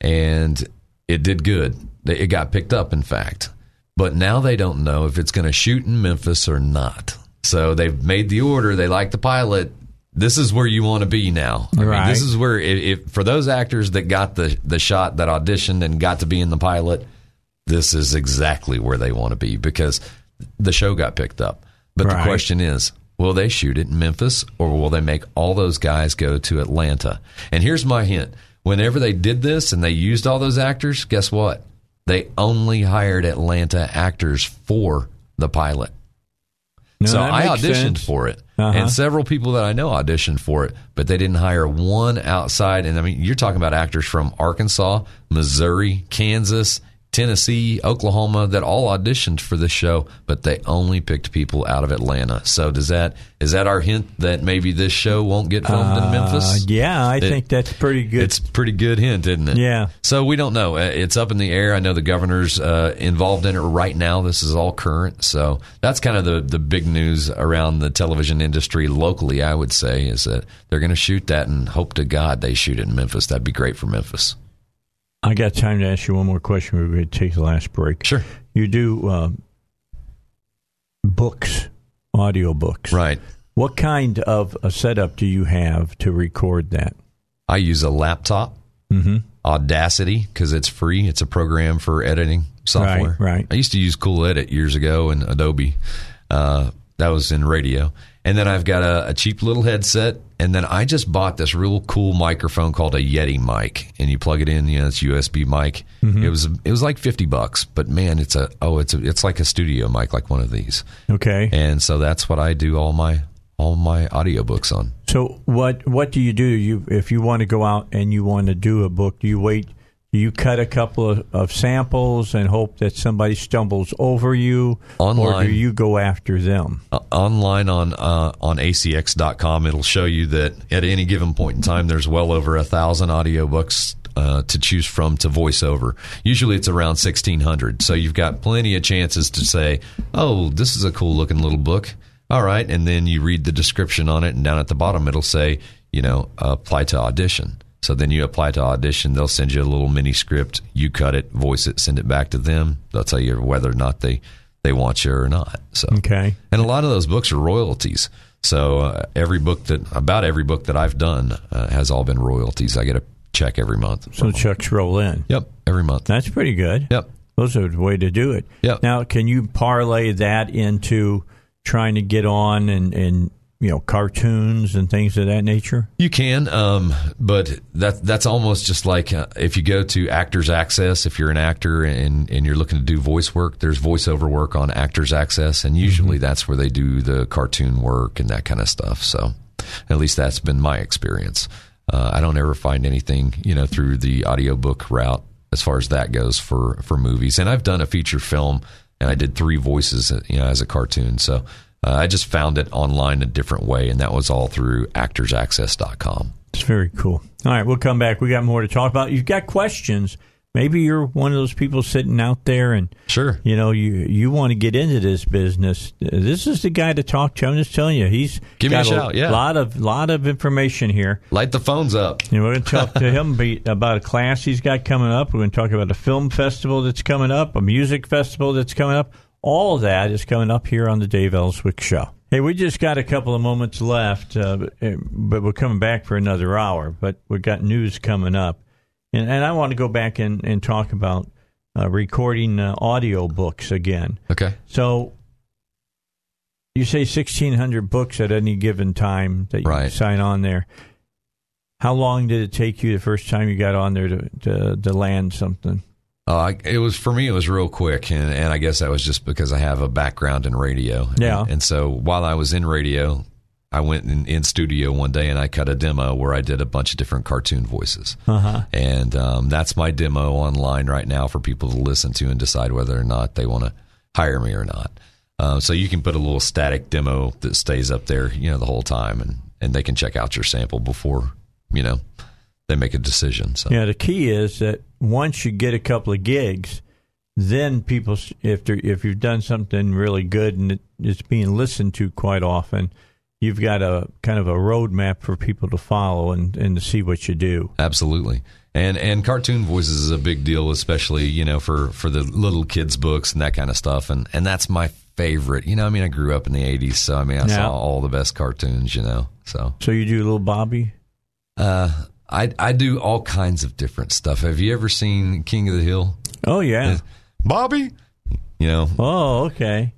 [SPEAKER 5] and it did good. They- It got picked up, in fact. But now they don't know if it's going to shoot in Memphis or not. So they've made the order. They like the pilot. This is where you want to be now. I mean,
[SPEAKER 2] Right.
[SPEAKER 5] this is where, if, if for those actors that got the, the shot, that auditioned and got to be in the pilot, this is exactly where they want to be because the show got picked up. But the
[SPEAKER 2] Right.
[SPEAKER 5] question is, will they shoot it in Memphis or will they make all those guys go to Atlanta? And here's my hint. Whenever they did this and they used all those actors, guess what? They only hired Atlanta actors for the pilot.
[SPEAKER 2] No,
[SPEAKER 5] so
[SPEAKER 2] that
[SPEAKER 5] I
[SPEAKER 2] makes
[SPEAKER 5] auditioned
[SPEAKER 2] sense.
[SPEAKER 5] for it.
[SPEAKER 2] Uh-huh.
[SPEAKER 5] And several people that I know auditioned for it, but they didn't hire one outside. And I mean, you're talking about actors from Arkansas, Missouri, Kansas, Tennessee, Oklahoma that all auditioned for this show, but they only picked people out of Atlanta. So does that is that our hint that maybe this show won't get filmed in
[SPEAKER 2] Uh,
[SPEAKER 5] Memphis?
[SPEAKER 2] yeah, I
[SPEAKER 5] It-
[SPEAKER 2] think that's pretty good.
[SPEAKER 5] It's pretty good hint, isn't it?
[SPEAKER 2] Yeah.
[SPEAKER 5] So we don't know. Uh, It's up in the air. I know the governor's uh, involved in it right now. This is all current. So that's kind of the, the big news around the television industry locally, I would say, is that they're going to shoot that and hope to God they shoot it in Memphis. That'd be great for Memphis.
[SPEAKER 2] I got time to ask you one more question. We're going to take the last break.
[SPEAKER 5] Sure.
[SPEAKER 2] You do uh, books, audio books.
[SPEAKER 5] Right.
[SPEAKER 2] What kind of a setup do you have to record that?
[SPEAKER 5] I use a laptop,
[SPEAKER 2] Mm-hmm.
[SPEAKER 5] Audacity, because it's free. It's a program for editing software.
[SPEAKER 2] Right, right.
[SPEAKER 5] I used to use Cool Edit years ago in Adobe. Uh, that was in radio. And then I've got a, a cheap little headset. And then I just bought this real cool microphone called a Yeti mic. And you plug it in, you know, it's USB mic.
[SPEAKER 2] Mm-hmm.
[SPEAKER 5] It was it was like fifty bucks, but man, it's a oh, it's a, it's like a studio mic, like one of these.
[SPEAKER 2] Okay.
[SPEAKER 5] And so that's what I do all my all my audiobooks on.
[SPEAKER 2] So what what do you do? You if you want to go out and you want to do a book, do you wait? Do you cut a couple of, of samples and hope that somebody stumbles over you, or
[SPEAKER 5] Online.
[SPEAKER 2] do you go after them?
[SPEAKER 5] uh, online on uh, on acx.com it'll show you that at any given point in time there's well over a thousand audiobooks uh, to choose from to voice over usually it's around 1600 so you've got plenty of chances to say oh this is a cool looking little book all right and then you read the description on it and down at the bottom it'll say you know apply to audition so then you apply to audition they'll send you a little mini script you cut it voice it send it back to them they'll tell you whether or not they they want you or not. So
[SPEAKER 2] Okay.
[SPEAKER 5] and a lot of those books are royalties. So uh, every book that about every book that I've done uh, has all been royalties. I get a check every month.
[SPEAKER 2] So checks roll in.
[SPEAKER 5] Yep, every month.
[SPEAKER 2] That's pretty good.
[SPEAKER 5] Yep.
[SPEAKER 2] Those are the way to do it.
[SPEAKER 5] Yep.
[SPEAKER 2] Now, can you parlay that into trying to get on and, and you know cartoons and things of that nature?
[SPEAKER 5] You can, um, but that that's almost just like uh, if you go to Actors Access. If you're an actor and and you're looking to do voice work, there's voiceover work on Actors Access, and usually that's where they do the cartoon work and that kind of stuff. So, at least that's been my experience. Uh, I don't ever find anything you know through the audiobook route as far as that goes for for movies. And I've done a feature film, and I did three voices uh, you know as a cartoon. So. Uh, I just found it online a different way, and that was all through actorsaccess.com.
[SPEAKER 2] It's very cool. All right, we'll come back. We got more to talk about. You've got questions. Maybe you're one of those people sitting out there and
[SPEAKER 5] Sure.
[SPEAKER 2] you know you you want to get into this business. Uh, This is the guy to talk to. I'm just telling you, he's
[SPEAKER 5] Give me a
[SPEAKER 2] got
[SPEAKER 5] shout, yeah.
[SPEAKER 2] lot of lot of information here.
[SPEAKER 5] Light the phones up.
[SPEAKER 2] And we're going to talk to him be- about a class he's got coming up. We're going to talk about a film festival that's coming up, a music festival that's coming up. All that is coming up here on the Dave Ellswick Show. Hey, we just got a couple of moments left, uh, but- but we're coming back for another hour. But we've got news coming up. And, and I want to go back and, and talk about uh, recording uh, audio books again.
[SPEAKER 5] Okay.
[SPEAKER 2] So you say 1,600 books at any given time that you
[SPEAKER 5] Right.
[SPEAKER 2] sign on there. How long did it take you the first time you got on there to, to, to land something?
[SPEAKER 5] Uh, I- it was for me. It was real quick, and, and I guess that was just because I have a background in radio.
[SPEAKER 2] Yeah.
[SPEAKER 5] And, and so while I was in radio, I went in, in studio one day and I cut a demo where I did a bunch of different cartoon voices, uh-huh. and um, that's my demo online right now for people to listen to and decide whether or not they want to hire me or not. Uh, so you can put a little static demo that stays up there, you know, the whole time, and and they can check out your sample before, you know, they make a decision. So
[SPEAKER 2] Yeah, the key is that once you get a couple of gigs, then people, s- if they're, if you've done something really good and it- it's being listened to quite often, you've got a kind of a roadmap for people to follow and, and to see what you do.
[SPEAKER 5] Absolutely. And and cartoon voices is a big deal, especially, you know, for, for the little kids books and that kind of stuff. And and that's my favorite. You know, I mean I grew up in the eighties, so I mean I
[SPEAKER 2] Yeah.
[SPEAKER 5] saw all the best cartoons, you know. So
[SPEAKER 2] So you do a little Bobby.
[SPEAKER 5] uh I I do all kinds of different stuff. Have you ever seen King of the Hill?
[SPEAKER 2] Oh yeah.
[SPEAKER 5] Bobby You know,
[SPEAKER 2] Oh okay.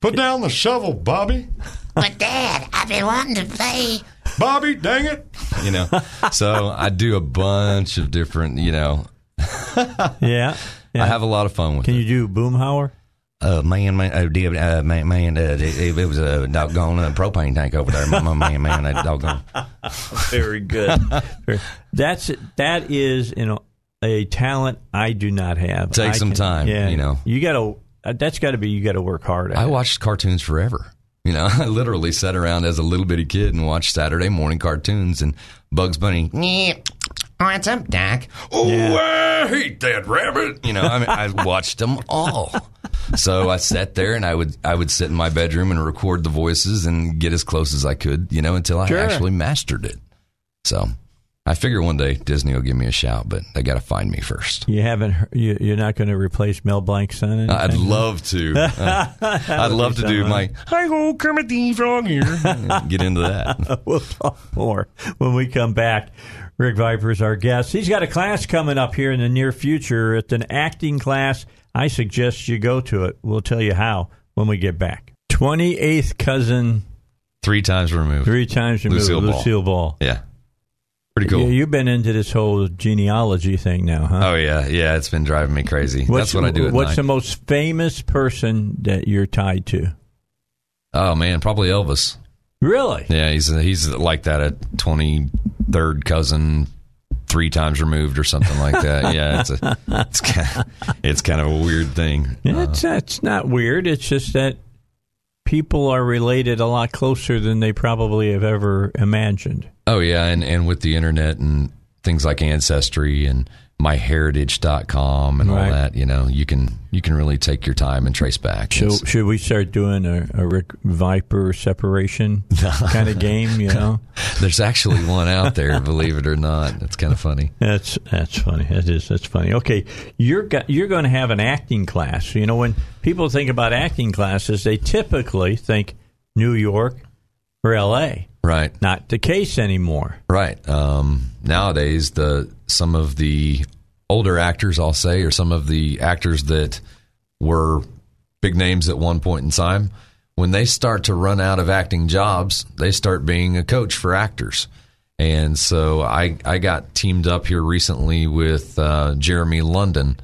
[SPEAKER 8] Put down the shovel, Bobby. But Dad, I've been wanting to play. Bobby, dang it!
[SPEAKER 5] you know. so I do a bunch of different, you know.
[SPEAKER 2] Yeah. yeah.
[SPEAKER 5] I have a lot of fun with
[SPEAKER 2] Can
[SPEAKER 5] it.
[SPEAKER 2] you do Boomhauer?
[SPEAKER 9] Uh, man, man, oh, dear, uh, man, man, uh, it, it- it was a doggone uh, propane tank over there. My, my man, man, that doggone.
[SPEAKER 2] Very good. That's that is you know a talent I do not have.
[SPEAKER 5] Take
[SPEAKER 2] I
[SPEAKER 5] some time, you know.
[SPEAKER 2] you got to. That's got to be you got to work hard. At
[SPEAKER 5] I
[SPEAKER 2] it.
[SPEAKER 5] watched cartoons forever. You know, I literally sat around as a little bitty kid and watched Saturday morning cartoons and Bugs Bunny.
[SPEAKER 9] Yeah. What's up, Doc?
[SPEAKER 5] Oh, I hate that rabbit. You know, I mean, I watched them all. So I sat there and I would I would sit in my bedroom and record the voices and get as close as I could, you know, until I actually mastered it. So I figure one day Disney will give me a shout, but they got to find me first.
[SPEAKER 2] You haven't. heard- You, you're not going to replace Mel Blanc's son. in
[SPEAKER 5] I'd
[SPEAKER 2] anything?
[SPEAKER 5] love to. Uh, I'd love to do my "Hi, ho, Kermit the Frog" here. Get into that.
[SPEAKER 2] we'll talk more when we come back. Rick Viper is our guest. He's got a class coming up here in the near future. It's an acting class. I suggest you go to it. We'll tell you how when we get back. Twenty eighth cousin,
[SPEAKER 5] Three times removed.
[SPEAKER 2] three times removed.
[SPEAKER 5] Lucille Ball.
[SPEAKER 2] Lucille Ball.
[SPEAKER 5] Yeah. Pretty cool.
[SPEAKER 2] Yeah, you've been into this whole genealogy thing now, huh?
[SPEAKER 5] oh yeah, yeah. It's been driving me crazy. That's what I do at
[SPEAKER 2] what's
[SPEAKER 5] night.
[SPEAKER 2] the most famous person that you're tied to?
[SPEAKER 5] oh man, probably Elvis.
[SPEAKER 2] Really?
[SPEAKER 5] Yeah, he's he's like that at twenty third cousin, three times removed or something like that. Yeah, it's a it's kind of, it's kind of a weird thing.
[SPEAKER 2] It's
[SPEAKER 5] Uh-huh.
[SPEAKER 2] that's not weird. It's just that people are related a lot closer than they probably have ever imagined.
[SPEAKER 5] Oh yeah, and and with the internet and things like ancestry and myheritage.com and
[SPEAKER 2] Right.
[SPEAKER 5] all that, you know, you can you can really take your time and trace back.
[SPEAKER 2] So
[SPEAKER 5] It's-
[SPEAKER 2] should we start doing a, a Rick Viper separation kind of game? You know,
[SPEAKER 5] There's actually one out there, believe it or not. It's kind of funny.
[SPEAKER 2] That's that's funny. That is that's funny. Okay, you're go- you're going to have an acting class. You know, when people think about acting classes, they typically think New York or L.A.
[SPEAKER 5] Right.
[SPEAKER 2] Not the case anymore.
[SPEAKER 5] Right. Um, nowadays, the some of the older actors, I'll say, or some of the actors that were big names at one point in time, when they start to run out of acting jobs, they start being a coach for actors. And so I I got teamed up here recently with uh, Jeremy London,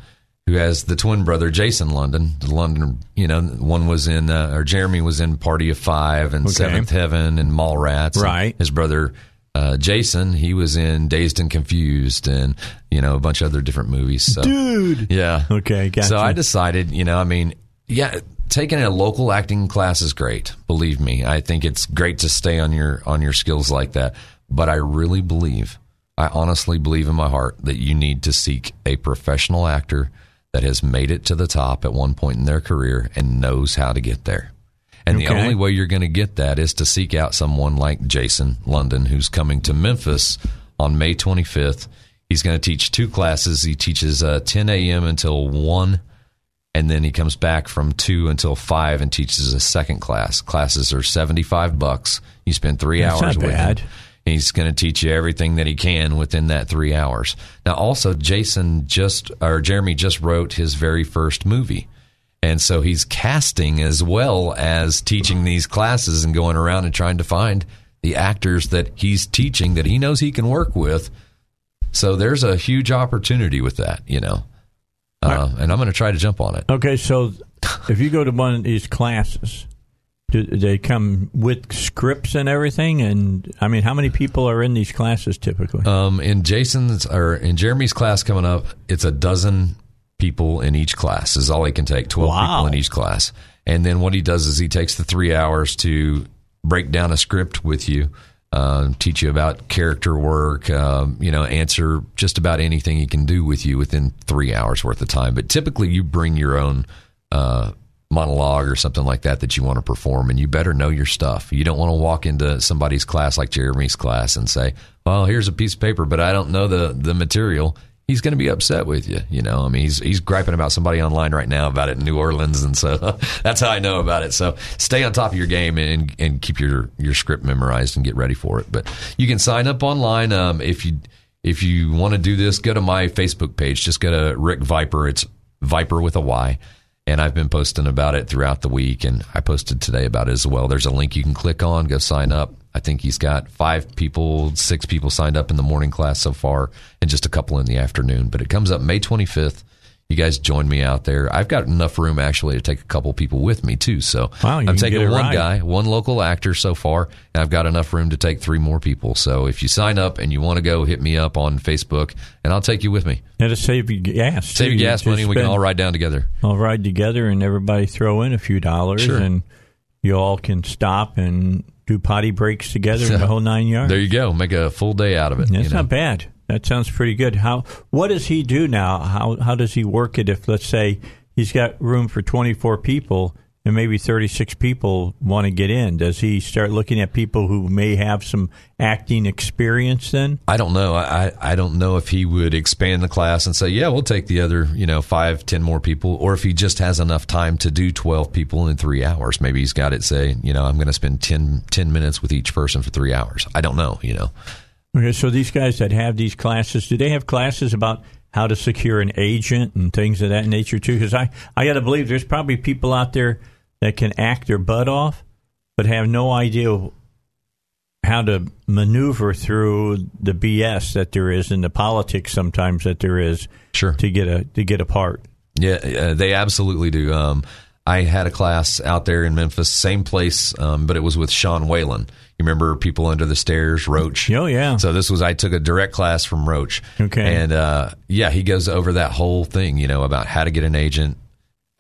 [SPEAKER 5] who has the twin brother Jason London. The London, you know, one was in uh, or Jeremy was in Party of Five and
[SPEAKER 2] Okay.
[SPEAKER 5] Seventh Heaven and Mallrats. and
[SPEAKER 2] Right.
[SPEAKER 5] his brother uh, Jason, he was in Dazed and Confused and you know a bunch of other different movies. So
[SPEAKER 2] Dude.
[SPEAKER 5] yeah,
[SPEAKER 2] Okay, gotcha.
[SPEAKER 5] So I decided, you know, I mean, yeah, taking a local acting class is great. Believe me, I think it's great to stay on your on your skills like that. But I really believe, I honestly believe in my heart that you need to seek a professional actor that has made it to the top at one point in their career and knows how to get there. And the
[SPEAKER 2] Okay.
[SPEAKER 5] only way you're going to get that is to seek out someone like Jason London, who's coming to Memphis on May 25th. He's going to teach two classes. He teaches uh, 10 a.m. until 1, and then he comes back from 2 until 5 and teaches a second class. Classes are 75 bucks. You spend three
[SPEAKER 2] That's
[SPEAKER 5] hours
[SPEAKER 2] not
[SPEAKER 5] with
[SPEAKER 2] bad.
[SPEAKER 5] him. He's going to teach you everything that he can within that three hours. Now, also, Jason just, or Jeremy just wrote his very first movie. And so he's casting as well as teaching these classes and going around and trying to find the actors that he's teaching that he knows he can work with. So there's a huge opportunity with that, you know. Uh, and I'm going to try to jump on it.
[SPEAKER 2] Okay, so if you go to one of these classes, do they come with scripts and everything? And I mean, how many people are in these classes typically?
[SPEAKER 5] Um, in Jason's or in Jeremy's class coming up, it's a dozen people in each class is all he can take. Twelve
[SPEAKER 2] Wow.
[SPEAKER 5] people in each class, and then what he does is he takes the three hours to break down a script with you, um, teach you about character work, um, you know, answer just about anything he can do with you within three hours worth of time. But typically, you bring your own. Uh, monologue or something like that that you want to perform and you better know your stuff you don't want to walk into somebody's class like jeremy's class and say well here's a piece of paper but i don't know the the material he's going to be upset with you you know i mean he's he's griping about somebody online right now about it in new orleans and so that's how i know about it so stay on top of your game and and keep your your script memorized and get ready for it but you can sign up online um if you if you want to do this, go to my Facebook page. Just go to Rick Viper. It's Viper with a Y. And I've been posting about it throughout the week. And I posted today about it as well. There's a link you can click on, go sign up. I think he's got five people, six people signed up in the morning class so far, and just a couple in the afternoon. But it comes up May 25th. You guys join me out there. I've got enough room actually to take a couple people with me too. So
[SPEAKER 2] Wow, you
[SPEAKER 5] I'm
[SPEAKER 2] can
[SPEAKER 5] taking
[SPEAKER 2] get it
[SPEAKER 5] one
[SPEAKER 2] right.
[SPEAKER 5] guy, one local actor so far, and I've got enough room to take three more people. So if you sign up and you want to go, hit me up on Facebook, and I'll take you with me.
[SPEAKER 2] That'll save you gas.
[SPEAKER 5] Save
[SPEAKER 2] too.
[SPEAKER 5] you gas
[SPEAKER 2] just
[SPEAKER 5] money. We can
[SPEAKER 2] spend-
[SPEAKER 5] all ride down together.
[SPEAKER 2] all ride together, and everybody throw in a few dollars,
[SPEAKER 5] Sure.
[SPEAKER 2] and you all can stop and do potty breaks together, and the whole nine yards.
[SPEAKER 5] There you go. Make a full day out of it.
[SPEAKER 2] That's
[SPEAKER 5] you know?
[SPEAKER 2] not bad. That sounds pretty good. How? What does he do now? How? How does he work it? If let's say he's got room for twenty four people, and maybe thirty six people want to get in, does he start looking at people who may have some acting experience? Then
[SPEAKER 5] I don't know. I, I- I don't know if he would expand the class and say, yeah, we'll take the other, you know, five, ten more people, or if he just has enough time to do 12 people in three hours. Maybe he's got it say, you know, I'm going to spend 10, 10 minutes with each person for three hours. I don't know, you know.
[SPEAKER 2] okay. So these guys that have these classes, do they have classes about? How to secure an agent and things of that nature too, because I I got to believe there's probably people out there that can act their butt off, but have no idea how to maneuver through the BS that there is and the politics sometimes that there is
[SPEAKER 5] Sure.
[SPEAKER 2] to get a to get a part.
[SPEAKER 5] Yeah, uh, they absolutely do. Um, I had a class out there in Memphis, same place, um, but it was with Sean Whalen. You remember people under the stairs, Roach?
[SPEAKER 2] Oh, yeah.
[SPEAKER 5] So this was I took a direct class from Roach.
[SPEAKER 2] Okay.
[SPEAKER 5] And uh, yeah, he goes over that whole thing, you know, about how to get an agent,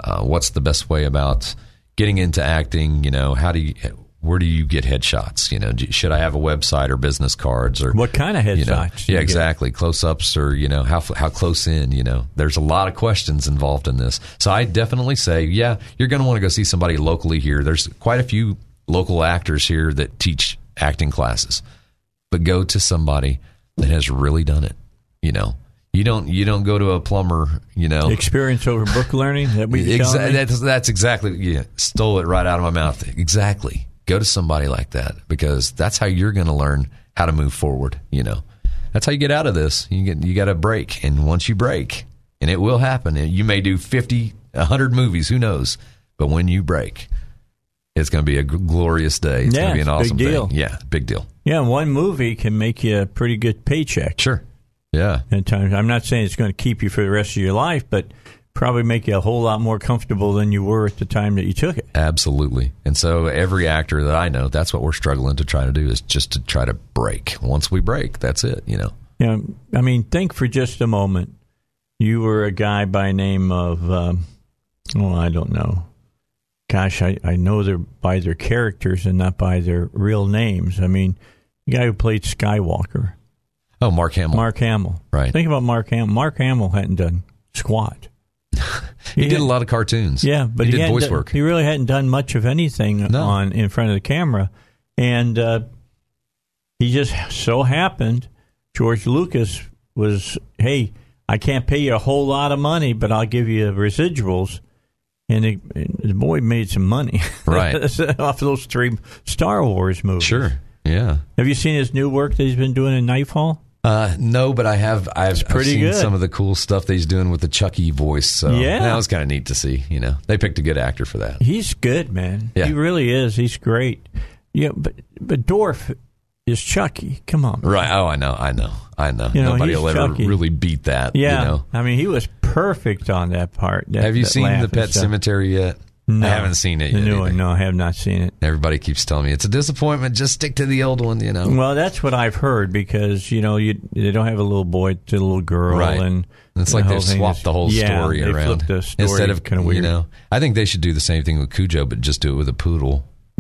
[SPEAKER 5] uh, what's the best way about getting into acting, you know, how do you, where do you get headshots? You know, do- should I have a website or business cards or
[SPEAKER 2] What kind of
[SPEAKER 5] you know,
[SPEAKER 2] headshots?
[SPEAKER 5] yeah, exactly. Close ups or you know how how close in. You know, there's a lot of questions involved in this. So I definitely say, yeah, you're going to want to go see somebody locally here. There's quite a few local actors here that teach acting classes. but go to somebody that has really done it. You know, you don't you don't go to a plumber. You know,
[SPEAKER 2] Experience over book learning that we
[SPEAKER 5] Exa- that's, that's exactly yeah. Stole it right out of my mouth. Exactly. Go to somebody like that because that's how you're going to learn how to move forward. You know, that's how you get out of this. You get you got to break, and once you break, and it will happen. And you may do 50, 100 movies, who knows? But when you break, it's going to be a g- glorious day. It's
[SPEAKER 2] Yeah,
[SPEAKER 5] going to be an
[SPEAKER 2] it's a big
[SPEAKER 5] awesome
[SPEAKER 2] deal.
[SPEAKER 5] thing. Yeah, big deal.
[SPEAKER 2] Yeah, one movie can make you a pretty good paycheck.
[SPEAKER 5] Sure. Yeah.
[SPEAKER 2] At times, I'm not saying it's going to keep you for the rest of your life, but probably make you a whole lot more comfortable than you were at the time that you took it.
[SPEAKER 5] Absolutely. And so every actor that I know, that's what we're struggling to try to do is just to try to break. Once we break, that's it, you know.
[SPEAKER 2] You know, I mean, think for just a moment. You were a guy by name of, um, oh, I don't know. Gosh, I, I know they're by their characters and not by their real names. I mean, the guy who played Skywalker,
[SPEAKER 5] Oh, Mark Hamill.
[SPEAKER 2] Mark Hamill.
[SPEAKER 5] Right.
[SPEAKER 2] Think about Mark Hamill. Mark Hamill hadn't done squat.
[SPEAKER 5] he did a lot of cartoons.
[SPEAKER 2] Yeah, but
[SPEAKER 5] he,
[SPEAKER 2] he,
[SPEAKER 5] did
[SPEAKER 2] hadn't
[SPEAKER 5] voice
[SPEAKER 2] done-
[SPEAKER 5] work.
[SPEAKER 2] He really hadn't done much of anything
[SPEAKER 5] No.
[SPEAKER 2] on in front of the camera, and uh, he just so happened George Lucas was, hey, I can't pay you a whole lot of money, but I'll give you residuals. And the- the boy made some money,
[SPEAKER 5] Right.
[SPEAKER 2] off those three Star Wars movies.
[SPEAKER 5] Sure. Yeah.
[SPEAKER 2] Have you seen his new work that he's been doing in Nightfall?
[SPEAKER 5] Uh, no, but I have I've, I've
[SPEAKER 2] pretty
[SPEAKER 5] seen
[SPEAKER 2] good.
[SPEAKER 5] some of the cool stuff that he's doing with the Chucky voice. So
[SPEAKER 2] Yeah.
[SPEAKER 5] that was kind of neat to see. You know, they picked a good actor for that.
[SPEAKER 2] He's good, man.
[SPEAKER 5] Yeah.
[SPEAKER 2] He really is. He's great. Yeah, but but Dorf is Chucky. Come on, man.
[SPEAKER 5] Right. Oh, I know. I know. I know.
[SPEAKER 2] You know,
[SPEAKER 5] Nobody
[SPEAKER 2] he's
[SPEAKER 5] will ever
[SPEAKER 2] Chucky.
[SPEAKER 5] really beat that.
[SPEAKER 2] Yeah,
[SPEAKER 5] You know.
[SPEAKER 2] I mean, he was perfect on that part. that-
[SPEAKER 5] Have you
[SPEAKER 2] that
[SPEAKER 5] seen
[SPEAKER 2] laugh
[SPEAKER 5] the
[SPEAKER 2] and
[SPEAKER 5] Pet
[SPEAKER 2] stuff.
[SPEAKER 5] Cemetery yet?
[SPEAKER 2] No.
[SPEAKER 5] I haven't seen it
[SPEAKER 2] The
[SPEAKER 5] yet.
[SPEAKER 2] new
[SPEAKER 5] either.
[SPEAKER 2] one? No, I have not seen it.
[SPEAKER 5] Everybody keeps telling me it's a disappointment. Just stick to the old one, you know.
[SPEAKER 2] Well, that's what I've heard because you know you they don't have a little boy to a little girl,
[SPEAKER 5] Right.
[SPEAKER 2] and
[SPEAKER 5] it's
[SPEAKER 2] the
[SPEAKER 5] like
[SPEAKER 2] whole
[SPEAKER 5] they've
[SPEAKER 2] thing
[SPEAKER 5] swapped
[SPEAKER 2] is-
[SPEAKER 5] the whole
[SPEAKER 2] yeah,
[SPEAKER 5] story
[SPEAKER 2] they
[SPEAKER 5] around
[SPEAKER 2] flipped the story
[SPEAKER 5] instead of
[SPEAKER 2] kind of weird.
[SPEAKER 5] You know, I think they should do the same thing with Cujo, but just do it with a poodle.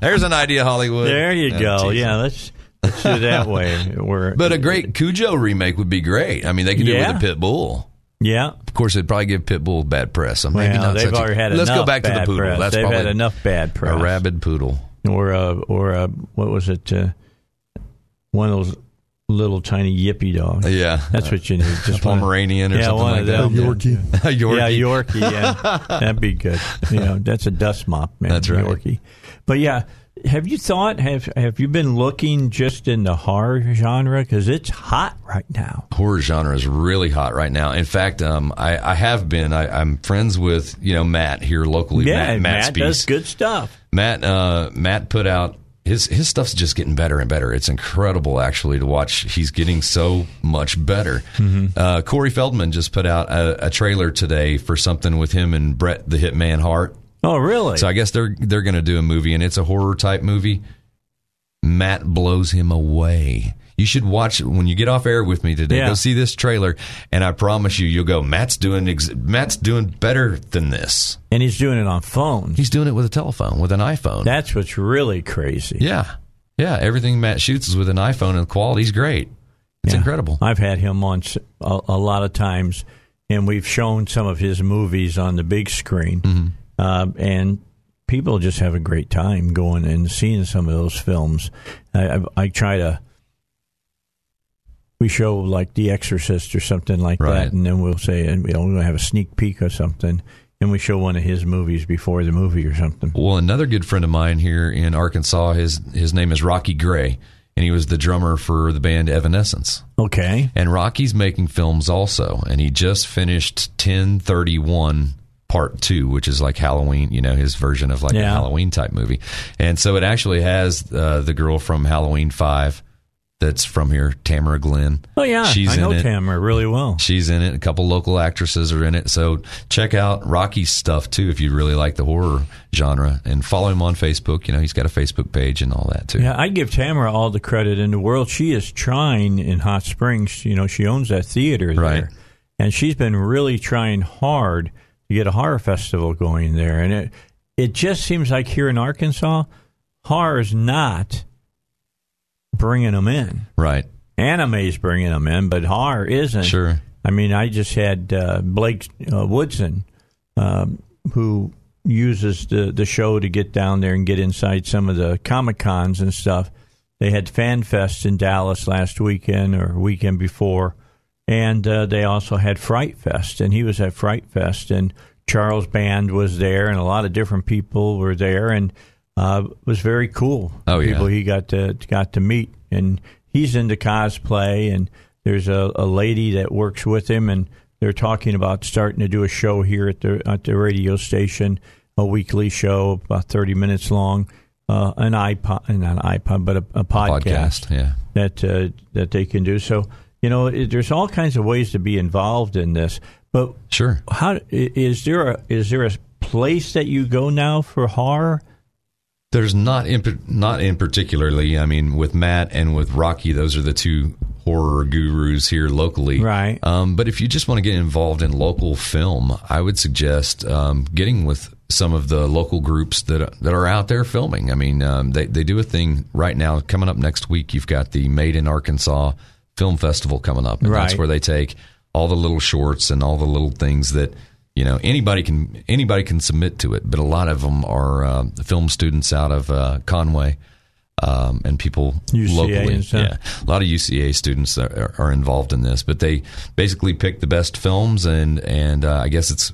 [SPEAKER 5] There's an idea, Hollywood.
[SPEAKER 2] There you
[SPEAKER 5] I'm
[SPEAKER 2] go.
[SPEAKER 5] uh, teasing.
[SPEAKER 2] Yeah, let's, let's do it that way. Where,
[SPEAKER 5] But a great Cujo remake would be great. I mean, they could do it
[SPEAKER 2] Yeah.
[SPEAKER 5] with a pit bull.
[SPEAKER 2] yeah.
[SPEAKER 5] Of course, it'd probably give pit bull bad press. So maybe
[SPEAKER 2] Well,
[SPEAKER 5] not
[SPEAKER 2] they've
[SPEAKER 5] such
[SPEAKER 2] already
[SPEAKER 5] a,
[SPEAKER 2] had
[SPEAKER 5] Let's go
[SPEAKER 2] enough
[SPEAKER 5] back to the
[SPEAKER 2] bad
[SPEAKER 5] poodle.
[SPEAKER 2] press.
[SPEAKER 5] That's
[SPEAKER 2] they've
[SPEAKER 5] probably
[SPEAKER 2] had enough bad press.
[SPEAKER 5] a rabid poodle.
[SPEAKER 2] or a or a what was it? Uh, one of those little tiny yippy dogs.
[SPEAKER 5] Yeah.
[SPEAKER 2] That's what you need. Just
[SPEAKER 5] a Pomeranian or
[SPEAKER 2] yeah,
[SPEAKER 5] something
[SPEAKER 2] one
[SPEAKER 5] like
[SPEAKER 2] of
[SPEAKER 5] that.
[SPEAKER 2] them.
[SPEAKER 5] Yeah.
[SPEAKER 8] Yorkie.
[SPEAKER 5] A Yorkie.
[SPEAKER 2] Yeah, Yorkie. Yeah, that'd be good. You know, that's a dust mop, man.
[SPEAKER 5] That's right.
[SPEAKER 2] Yorkie. But yeah, have you thought? Have Have you been looking just in the horror genre because it's hot right now?
[SPEAKER 5] horror genre is really hot right now. In fact, um, I, I have been. I, I'm friends with you know Matt here locally.
[SPEAKER 2] yeah,
[SPEAKER 5] Matt, Matt,
[SPEAKER 2] does
[SPEAKER 5] Spies.
[SPEAKER 2] good stuff.
[SPEAKER 5] Matt uh, Matt put out his his stuff's just getting better and better. It's incredible actually to watch. He's getting so much better.
[SPEAKER 2] Mm-hmm.
[SPEAKER 5] Uh, Corey Feldman just put out a, a trailer today for something with him and Brett the Hitman Hart.
[SPEAKER 2] Oh, really?
[SPEAKER 5] So I guess they're they're going to do a movie, and it's a horror type movie. Matt blows him away. You should watch it when you get off air with me today.
[SPEAKER 2] Yeah.
[SPEAKER 5] Go see this trailer, and I promise you, you'll go. Matt's doing ex- Matt's doing better than this.
[SPEAKER 2] and he's doing it on phones.
[SPEAKER 5] He's doing it with a telephone, with an iPhone.
[SPEAKER 2] That's what's really crazy.
[SPEAKER 5] yeah, yeah. Everything Matt shoots is with an iPhone, and the quality's great. It's
[SPEAKER 2] Yeah.
[SPEAKER 5] incredible.
[SPEAKER 2] I've had him on s- a, a lot of times, and we've shown some of his movies on the big screen,
[SPEAKER 5] Mm-hmm.
[SPEAKER 2] Um, and people just have a great time going and seeing some of those films. I, I, I try to. We show like The Exorcist or something like
[SPEAKER 5] Right.
[SPEAKER 2] that, and then we'll say, and you know, we're going to have a sneak peek or something, and we show one of his movies before the movie or something.
[SPEAKER 5] Well, another good friend of mine here in Arkansas, his his name is Rocky Gray, and he was the drummer for the band Evanescence.
[SPEAKER 2] Okay.
[SPEAKER 5] And Rocky's making films also, and he just finished 1031 Part 2, which is like Halloween, you know, his version of like a
[SPEAKER 2] Yeah.
[SPEAKER 5] Halloween type movie. And so it actually has uh, the girl from Halloween 5 that's from here, Tamara Glenn.
[SPEAKER 2] Oh yeah,
[SPEAKER 5] She's
[SPEAKER 2] I
[SPEAKER 5] in
[SPEAKER 2] know
[SPEAKER 5] it.
[SPEAKER 2] Tamara really well.
[SPEAKER 5] She's in it. A couple local actresses are in it. So check out Rocky's stuff too if you really like the horror genre and follow him on Facebook. You know, he's got a Facebook page and all that too.
[SPEAKER 2] Yeah, I give Tamara all the credit in the world. She is trying in Hot Springs. You know, she owns that theater there,
[SPEAKER 5] Right.
[SPEAKER 2] and she's been really trying hard to get a horror festival going there. And it it just seems like here in Arkansas, horror's not bringing them in.
[SPEAKER 5] Right.
[SPEAKER 2] Anime's bringing them in, but horror isn't.
[SPEAKER 5] Sure.
[SPEAKER 2] I mean, I just had uh, Blake uh, Woodson, um, who uses the the show to get down there and get inside some of the comic cons and stuff. They had Fan Fest in Dallas last weekend or weekend before, and uh, they also had Fright Fest, and he was at Fright Fest, and Charles Band was there, and a lot of different people were there, and uh, it was very cool.
[SPEAKER 5] Oh, yeah.
[SPEAKER 2] people he got to got to meet, and he's into cosplay, and there's a, a lady that works with him, and they're talking about starting to do a show here at the at the radio station, a weekly show about thirty minutes long, uh, an iPod, not an iPod, but a, a podcast,
[SPEAKER 5] podcast. Yeah.
[SPEAKER 2] that uh, that they can do. So you know, it, there's all kinds of ways to be involved in this. But
[SPEAKER 5] Sure.
[SPEAKER 2] how i- is there a is there a place that you go now for horror?
[SPEAKER 5] There's not in par- not in particularly. I mean, with Matt and with Rocky, those are the two horror gurus here locally,
[SPEAKER 2] Right. Uh,
[SPEAKER 5] Um, but if you just want to get involved in local film, I would suggest um, getting with some of the local groups that that are out there filming. I mean, um, they they do a thing right now coming up next week. You've got the Made in Arkansas Film Festival coming up, and that's
[SPEAKER 2] Right.
[SPEAKER 5] where they take all the little shorts and all the little things that you know anybody can anybody can submit to it. But a lot of them are um, film students out of uh, Conway. Um, and people
[SPEAKER 2] UCA
[SPEAKER 5] locally,
[SPEAKER 2] and stuff.
[SPEAKER 5] yeah, a lot of UCA students are, are- are involved in this, but they basically pick the best films, and and uh, I guess it's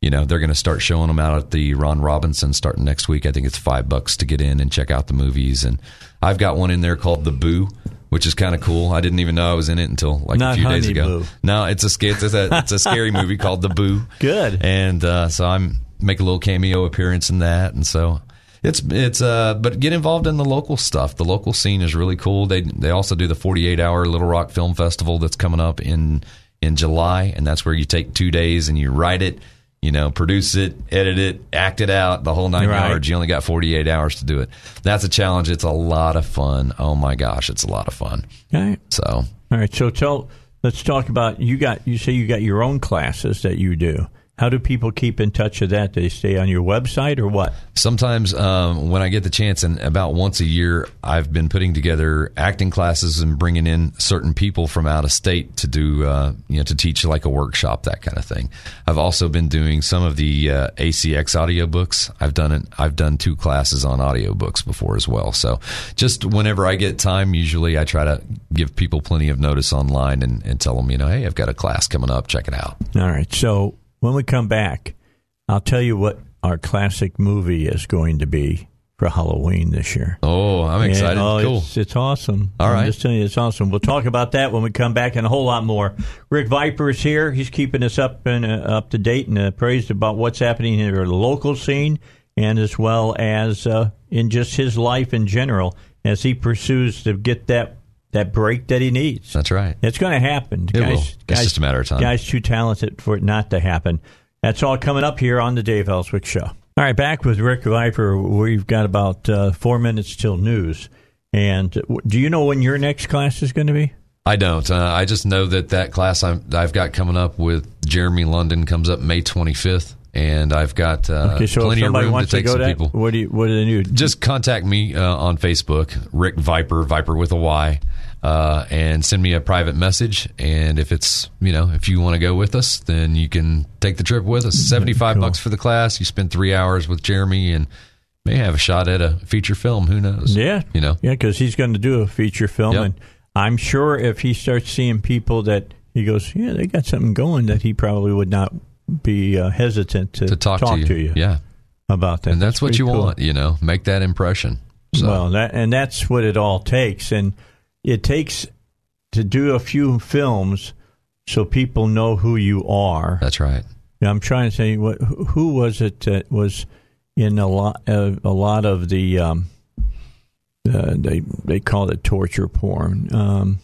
[SPEAKER 5] you know they're going to start showing them out at the Ron Robinson starting next week. I think it's five bucks to get in and check out the movies, and I've got one in there called The Boo. Which is kind of cool. I didn't even know I was in it until like
[SPEAKER 2] Not
[SPEAKER 5] a few days
[SPEAKER 2] Honey
[SPEAKER 5] ago.
[SPEAKER 2] Boo.
[SPEAKER 5] No, it's a sca- it's a, it's a scary movie called The Boo.
[SPEAKER 2] Good.
[SPEAKER 5] And uh, so I'm make a little cameo appearance in that, and so it's it's uh. But get involved in the local stuff. The local scene is really cool. They they also do the 48 hour Little Rock Film Festival that's coming up in in July, and that's where you take two days and you write it, you know, produce it, edit it, act it out, the whole nine
[SPEAKER 2] Right.
[SPEAKER 5] yards. You only got 48 hours to do it. That's a challenge. It's a lot of fun. Oh my gosh, it's a lot of fun.
[SPEAKER 2] Okay.
[SPEAKER 5] So
[SPEAKER 2] All right. So tell let's talk about you got you say you got your own classes that you do. How do people keep in touch with that? They stay on your website or what?
[SPEAKER 5] sometimes um, when I get the chance, and about once a year, I've been putting together acting classes and bringing in certain people from out of state to do, uh, you know, to teach like a workshop, that kind of thing. I've also been doing some of the uh, ACX audiobooks. I've done it. I've done two classes on audiobooks before as well. So just whenever I get time, usually I try to give people plenty of notice online and, and tell them, you know, hey, I've got a class coming up. Check it out.
[SPEAKER 2] All right. So when we come back, I'll tell you what our classic movie is going to be for Halloween this year.
[SPEAKER 5] Oh, I'm
[SPEAKER 2] And-
[SPEAKER 5] excited.
[SPEAKER 2] oh,
[SPEAKER 5] cool.
[SPEAKER 2] It's, it's awesome.
[SPEAKER 5] All
[SPEAKER 2] I'm
[SPEAKER 5] right.
[SPEAKER 2] just telling you, it's awesome. We'll talk about that when we come back and a whole lot more. Rick Viper is here. He's keeping us up and uh, up to date and appraised about what's happening in our local scene and as well as uh, in just his life in general as he pursues to get that, that break that he needs.
[SPEAKER 5] That's right.
[SPEAKER 2] It's going to happen.
[SPEAKER 5] It will. It's just a matter of time.
[SPEAKER 2] Guys, too talented for it not to happen. That's all coming up here on the Dave Ellswick Show. All right, back with Rick Viper. We've got about uh, four minutes till news. And uh, w- do you know when your next class is going to be?
[SPEAKER 5] I don't. Uh, I just know that that class I'm, I've got coming up with Jeremy London comes up May 25th, and I've got uh,
[SPEAKER 2] Okay, so if
[SPEAKER 5] plenty of
[SPEAKER 2] somebody
[SPEAKER 5] room
[SPEAKER 2] wants
[SPEAKER 5] to take
[SPEAKER 2] go
[SPEAKER 5] some
[SPEAKER 2] to that,
[SPEAKER 5] people.
[SPEAKER 2] what do you, what do they do?
[SPEAKER 5] Just contact me uh, on Facebook, Rick Viper, Viper with a Y, uh, and send me a private message. And if it's you know if you want to go with us, then you can take the trip with us. Seventy five bucks for the class. You spend three hours with Jeremy, and may have a shot at a feature film. Who knows?
[SPEAKER 2] Yeah,
[SPEAKER 5] you know.
[SPEAKER 2] yeah, because he's going to do a feature film,
[SPEAKER 5] Yep.
[SPEAKER 2] and I'm sure if he starts seeing people that he goes, yeah, they got something going that he probably would not be uh, hesitant to,
[SPEAKER 5] To talk, to you. yeah,
[SPEAKER 2] about that.
[SPEAKER 5] and that's, what
[SPEAKER 2] pretty
[SPEAKER 5] you
[SPEAKER 2] cool.
[SPEAKER 5] want. You know, make that impression. So.
[SPEAKER 2] Well, that, and that's what it all takes, and it takes to do a few films so people know who you are.
[SPEAKER 5] That's right.
[SPEAKER 2] Now, I'm trying to say what who who was it that was in a lot uh, a lot of the um, uh, they they called it torture porn. Um,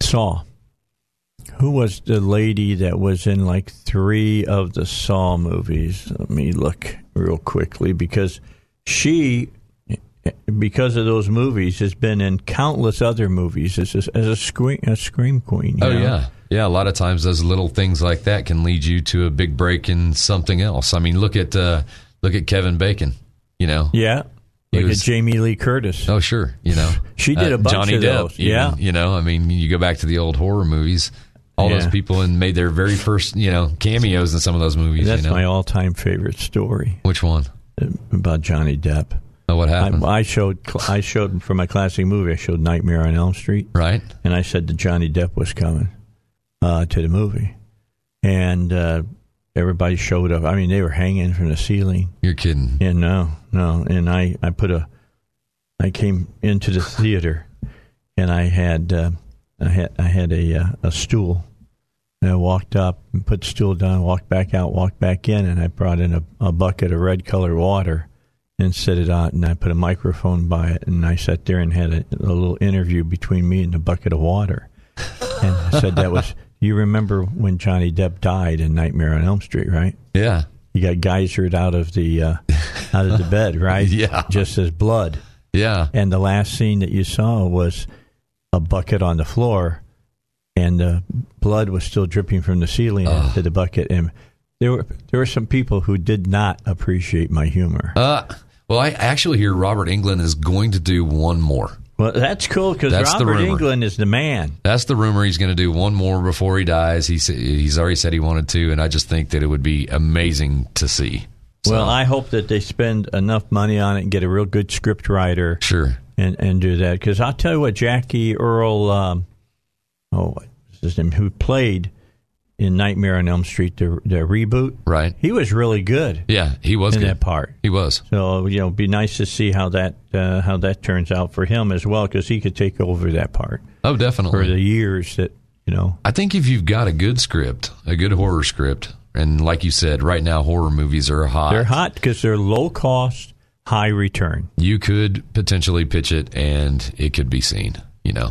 [SPEAKER 2] Saw. Who was the lady that was in like three of the Saw movies? Let me look real quickly because she, because of those movies, has been in countless other movies as a, as a scream a scream queen. you
[SPEAKER 5] Oh
[SPEAKER 2] know?
[SPEAKER 5] yeah, yeah. A lot of times, those little things like that can lead you to a big break in something else. I mean, look at uh, look at Kevin Bacon. You know,
[SPEAKER 2] yeah.
[SPEAKER 5] He
[SPEAKER 2] Look
[SPEAKER 5] was-
[SPEAKER 2] at Jamie Lee Curtis.
[SPEAKER 5] oh sure, you know, Uh,
[SPEAKER 2] She did a bunch
[SPEAKER 5] Johnny
[SPEAKER 2] of
[SPEAKER 5] Depp.
[SPEAKER 2] those, yeah.
[SPEAKER 5] even, you know, I mean, you go back to the old horror movies. all those
[SPEAKER 2] Yeah.
[SPEAKER 5] people and made their very first, you know, cameos in some of those movies.
[SPEAKER 2] That's
[SPEAKER 5] you know?
[SPEAKER 2] my all-time favorite story uh,
[SPEAKER 5] Which one?
[SPEAKER 2] about Johnny Depp.
[SPEAKER 5] Oh, what
[SPEAKER 2] I,
[SPEAKER 5] happened?
[SPEAKER 2] I showed cl- I showed for my classic movie. I showed Nightmare on Elm Street,
[SPEAKER 5] right?
[SPEAKER 2] and I said that Johnny Depp was coming uh, to the movie, and uh, everybody showed up. I mean, they were hanging from the ceiling.
[SPEAKER 5] You're kidding.
[SPEAKER 2] Yeah, no, no. And I, I put a, I came into the theater, and I had, uh, I had, I had a uh, a stool, and I walked up and put the stool down, walked back out, walked back in, and I brought in a, a bucket of red colored water, and set it out, and I put a microphone by it, and I sat there and had a, a little interview between me and the bucket of water, and I said that was. You remember when Johnny Depp died in Nightmare on Elm Street, right?
[SPEAKER 5] Yeah.
[SPEAKER 2] you got geysered out of the uh, out of the bed, right?
[SPEAKER 5] Yeah.
[SPEAKER 2] just as blood.
[SPEAKER 5] Yeah.
[SPEAKER 2] And the last scene that you saw was a bucket on the floor, and the blood was still dripping from the ceiling into the bucket. And there were there were some people who did not appreciate my humor.
[SPEAKER 5] Uh, well, I actually hear Robert England is going to do one more.
[SPEAKER 2] well, that's cool because
[SPEAKER 5] that's the
[SPEAKER 2] Robert
[SPEAKER 5] rumor.
[SPEAKER 2] England is the man.
[SPEAKER 5] That's the rumor. He's going to do one more before he dies. He sa- he's already said he wanted to, and I just think that it would be amazing to see. So,
[SPEAKER 2] Well, I hope that they spend enough money on it and get a real good script writer.
[SPEAKER 5] sure.
[SPEAKER 2] and and do that because I'll tell you what Jackie Earl, um, oh, what's his name, who played in Nightmare on Elm Street the the reboot,
[SPEAKER 5] Right.
[SPEAKER 2] He was really good
[SPEAKER 5] Yeah, he was
[SPEAKER 2] in
[SPEAKER 5] good.
[SPEAKER 2] that part.
[SPEAKER 5] He was.
[SPEAKER 2] So you know, it'd be nice to see how that uh, how that turns out for him as well because he could take over that part
[SPEAKER 5] Oh,
[SPEAKER 2] for
[SPEAKER 5] definitely.
[SPEAKER 2] the years that you know.
[SPEAKER 5] I think if you've got a good script, a good horror script, and like you said, right now horror movies are hot.
[SPEAKER 2] They're hot because they're low cost, high return.
[SPEAKER 5] You could potentially pitch it, and it could be seen. You know,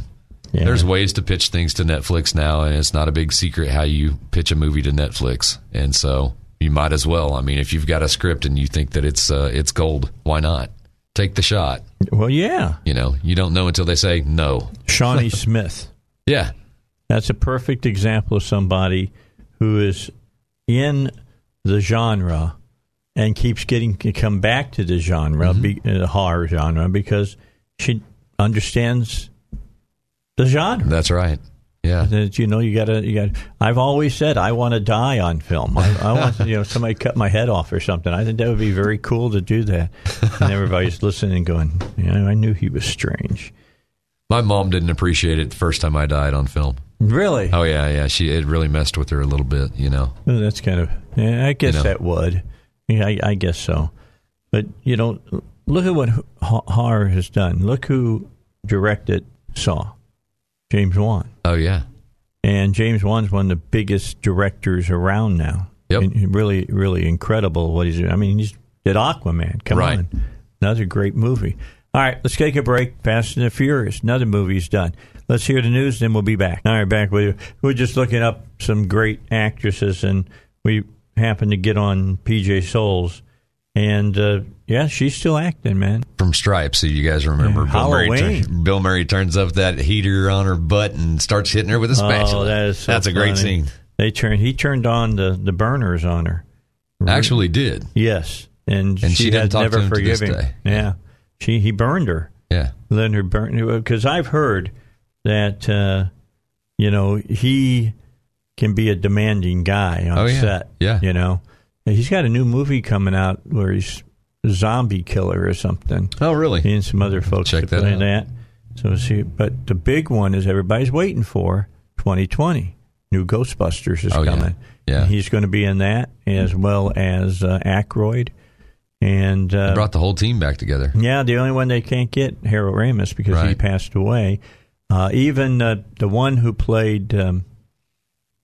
[SPEAKER 2] Yeah.
[SPEAKER 5] there's ways to pitch things to Netflix now, and it's not a big secret how you pitch a movie to Netflix. And so you might as well. I mean, if you've got a script and you think that it's uh, it's gold, why not take the shot?
[SPEAKER 2] well, yeah,
[SPEAKER 5] You know, you don't know until they say no.
[SPEAKER 2] Shawnee Smith.
[SPEAKER 5] Yeah,
[SPEAKER 2] That's a perfect example of somebody who is in the genre and keeps getting to come back to the genre, be, uh, the horror genre, because she understands the genre.
[SPEAKER 5] that's right. Yeah,
[SPEAKER 2] That, you know, you gotta, you gotta. I've always said I want to die on film. I, I want, you know, somebody cut my head off or something. I think that would be very cool to do that. And everybody's listening, and going, you know, I knew he was strange.
[SPEAKER 5] my mom didn't appreciate it the first time I died on film.
[SPEAKER 2] Really?
[SPEAKER 5] Oh yeah, yeah. She it really messed with her a little bit, you know.
[SPEAKER 2] Well, that's kind of. Yeah, I guess
[SPEAKER 5] know.
[SPEAKER 2] that would. Yeah, I, I guess so. But you know, look at what h- horror has done. Look who directed Saw, James Wan,
[SPEAKER 5] Oh yeah,
[SPEAKER 2] and James Wan's one of the biggest directors around now.
[SPEAKER 5] Yep.
[SPEAKER 2] And he really, really incredible what he's. doing. I mean, he's did Aquaman. Come
[SPEAKER 5] Right.
[SPEAKER 2] on, another great movie. All right, let's take a break. Fast and the Furious, another movie's done. Let's hear the news, then we'll be back. All right, back with you. We're just looking up some great actresses, and we happened to get on PJ Souls, and uh, yeah, she's still acting, man.
[SPEAKER 5] from Stripes. If you guys remember,
[SPEAKER 2] Yeah,
[SPEAKER 5] Murray,
[SPEAKER 2] Halloween.
[SPEAKER 5] turn- Bill Murray turns up that heater on her butt and starts hitting her with a spatula.
[SPEAKER 2] Oh, that is so
[SPEAKER 5] That's a
[SPEAKER 2] funny.
[SPEAKER 5] great scene.
[SPEAKER 2] They turned. He turned on the the burners on her.
[SPEAKER 5] Actually, did
[SPEAKER 2] Yes, and,
[SPEAKER 5] And she
[SPEAKER 2] she,
[SPEAKER 5] didn't
[SPEAKER 2] has
[SPEAKER 5] talk to
[SPEAKER 2] never
[SPEAKER 5] him to this
[SPEAKER 2] forgiven.
[SPEAKER 5] day.
[SPEAKER 2] Yeah. she he burned her,
[SPEAKER 5] yeah,
[SPEAKER 2] let her burn because I've heard that uh, you know he can be a demanding guy on
[SPEAKER 5] Oh, yeah.
[SPEAKER 2] set.
[SPEAKER 5] Yeah.
[SPEAKER 2] you know And he's got a new movie coming out where he's a zombie killer or something.
[SPEAKER 5] Oh, really?
[SPEAKER 2] He and some other folks
[SPEAKER 5] Check
[SPEAKER 2] that
[SPEAKER 5] that
[SPEAKER 2] play
[SPEAKER 5] out.
[SPEAKER 2] that. So see, but the big one is everybody's waiting for 2020. New Ghostbusters is
[SPEAKER 5] Oh, yeah.
[SPEAKER 2] coming.
[SPEAKER 5] Yeah.
[SPEAKER 2] And he's going to be in that as well as uh, Aykroyd. And
[SPEAKER 5] They
[SPEAKER 2] uh,
[SPEAKER 5] brought the whole team back together.
[SPEAKER 2] yeah, the only one they can't get Harold Ramis because he
[SPEAKER 5] Right.
[SPEAKER 2] passed away. Uh, even uh, the one who played um,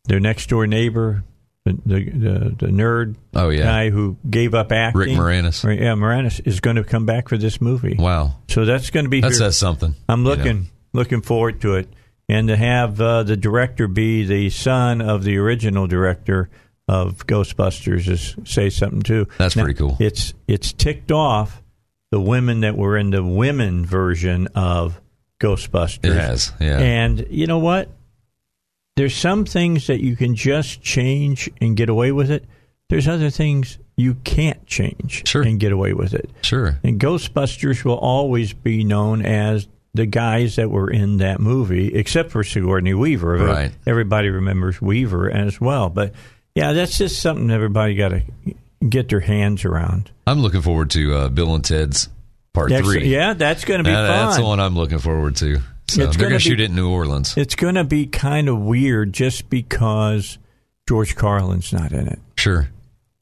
[SPEAKER 2] their next door neighbor, the the, the, the nerd
[SPEAKER 5] Oh, yeah.
[SPEAKER 2] guy who gave up acting,
[SPEAKER 5] Moranis.
[SPEAKER 2] Right, Yeah, Moranis is going to come back for this movie.
[SPEAKER 5] Wow,
[SPEAKER 2] So that's going to be
[SPEAKER 5] that
[SPEAKER 2] here.
[SPEAKER 5] says something.
[SPEAKER 2] I'm
[SPEAKER 5] you know.
[SPEAKER 2] looking looking forward to it, and to have uh, the director be the son of the original director of Ghostbusters is say something too.
[SPEAKER 5] That's pretty cool.
[SPEAKER 2] It's it's ticked off the women that were in the women version of Ghostbusters.
[SPEAKER 5] It has, yeah.
[SPEAKER 2] And you know what? There's some things that you can just change and get away with it. There's other things you can't change
[SPEAKER 5] Sure.
[SPEAKER 2] and get away with it.
[SPEAKER 5] Sure.
[SPEAKER 2] And Ghostbusters will always be known as the guys that were in that movie, except for Sigourney Weaver.
[SPEAKER 5] Right.
[SPEAKER 2] Everybody remembers Weaver as well. But yeah, that's just something everybody got to get their hands around.
[SPEAKER 5] I'm looking forward to uh, Bill and Ted's part
[SPEAKER 2] That's-
[SPEAKER 5] three.
[SPEAKER 2] Yeah, that's going to be
[SPEAKER 5] That-
[SPEAKER 2] fun.
[SPEAKER 5] that's the one I'm looking forward to.
[SPEAKER 2] It's
[SPEAKER 5] So they're
[SPEAKER 2] gonna
[SPEAKER 5] going to shoot
[SPEAKER 2] be-
[SPEAKER 5] it in New Orleans.
[SPEAKER 2] It's going to be kind of weird just because George Carlin's not in it.
[SPEAKER 5] Sure.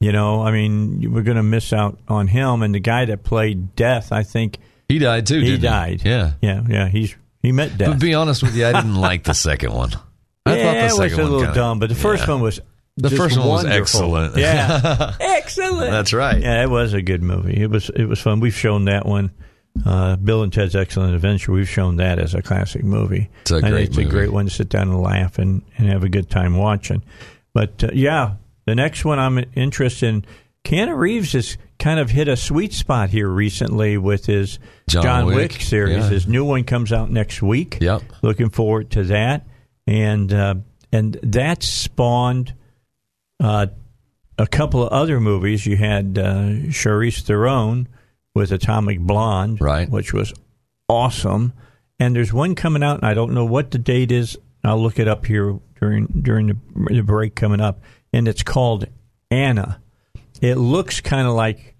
[SPEAKER 2] You know, I mean, we're going to miss out on him. And the guy that played Death, I think
[SPEAKER 5] He died too.
[SPEAKER 2] he
[SPEAKER 5] didn't
[SPEAKER 2] died.
[SPEAKER 5] Yeah.
[SPEAKER 2] yeah, yeah. He's he met Death.
[SPEAKER 5] But be honest with you, I didn't like the second one. I
[SPEAKER 2] yeah,
[SPEAKER 5] thought the second
[SPEAKER 2] it was a
[SPEAKER 5] one
[SPEAKER 2] little
[SPEAKER 5] kinda-
[SPEAKER 2] dumb, but the first
[SPEAKER 5] yeah.
[SPEAKER 2] one was
[SPEAKER 5] The
[SPEAKER 2] just
[SPEAKER 5] first one was
[SPEAKER 2] wonderful.
[SPEAKER 5] excellent.
[SPEAKER 2] Yeah, excellent.
[SPEAKER 5] That's right.
[SPEAKER 2] Yeah, it was a good movie. It was it was fun. We've shown that one. Uh, Bill and Ted's Excellent Adventure. We've shown that as a classic movie.
[SPEAKER 5] It's a
[SPEAKER 2] I think
[SPEAKER 5] great
[SPEAKER 2] it's
[SPEAKER 5] movie.
[SPEAKER 2] a great one to sit down and laugh and, and have a good time watching. But uh, yeah, the next one I'm interested in. Keanu Reeves has kind of hit a sweet spot here recently with his
[SPEAKER 5] John Wick,
[SPEAKER 2] series.
[SPEAKER 5] yeah.
[SPEAKER 2] His new one comes out next week.
[SPEAKER 5] Yep.
[SPEAKER 2] Looking forward to that, and uh, and that spawned uh, a couple of other movies. You had uh, Charlize Theron with Atomic Blonde,
[SPEAKER 5] Right.
[SPEAKER 2] which was awesome. And there's one coming out, and I don't know what the date is. I'll look it up here during during the, the break coming up, and it's called Anna. It looks kind of like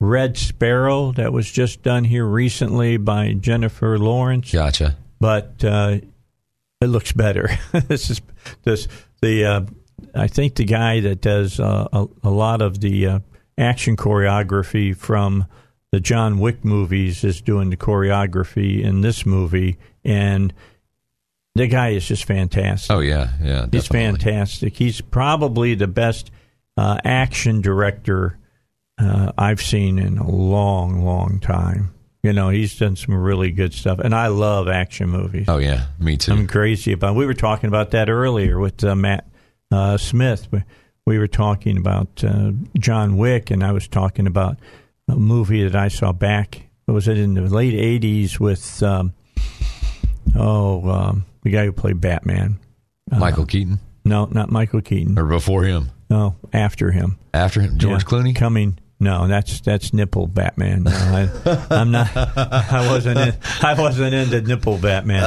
[SPEAKER 2] Red Sparrow that was just done here recently by Jennifer Lawrence
[SPEAKER 5] Gotcha.
[SPEAKER 2] but uh, it looks better. this is this the uh, I think the guy that does uh, a, a lot of the uh, action choreography from the John Wick movies is doing the choreography in this movie, and the guy is just fantastic.
[SPEAKER 5] Oh yeah, yeah.
[SPEAKER 2] He's
[SPEAKER 5] definitely.
[SPEAKER 2] fantastic. He's probably the best uh, action director uh, I've seen in a long, long time. You know, he's done some really good stuff, and I love action movies.
[SPEAKER 5] Oh yeah, me too.
[SPEAKER 2] I'm crazy about. We were talking about that earlier with uh, Matt uh, Smith. We, we were talking about uh, John Wick, and I was talking about a movie that I saw back. what Was it in the late '80s with um, oh um, the guy who played Batman? uh,
[SPEAKER 5] Michael Keaton,
[SPEAKER 2] No, not Michael Keaton.
[SPEAKER 5] or before him,
[SPEAKER 2] No, after him.
[SPEAKER 5] after him, George
[SPEAKER 2] Yeah.
[SPEAKER 5] Clooney.
[SPEAKER 2] coming. No, that's that's nipple Batman. No, I, I'm not. I wasn't. In, I wasn't into nipple Batman.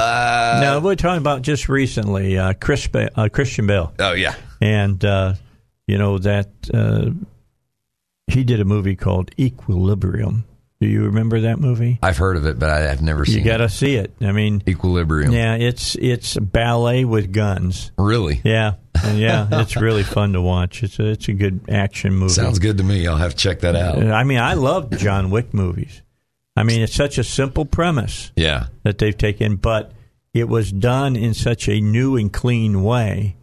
[SPEAKER 2] no, we're talking about just recently, uh, Chris ba- uh, Christian Bale,
[SPEAKER 5] Oh yeah,
[SPEAKER 2] and uh, you know that uh, he did a movie called Equilibrium. Do you remember that movie?
[SPEAKER 5] I've heard of it, but I, I've never
[SPEAKER 2] You
[SPEAKER 5] seen
[SPEAKER 2] got to see it. I mean,
[SPEAKER 5] it. Equilibrium.
[SPEAKER 2] yeah, it's it's ballet with guns.
[SPEAKER 5] Really.
[SPEAKER 2] Yeah, and yeah, it's really fun to watch. It's a, it's a good action movie.
[SPEAKER 5] Sounds good to me. I'll have to check that out.
[SPEAKER 2] I mean, I love John Wick movies. I mean, it's such a simple premise
[SPEAKER 5] Yeah.
[SPEAKER 2] that they've taken, but it was done in such a new and clean way.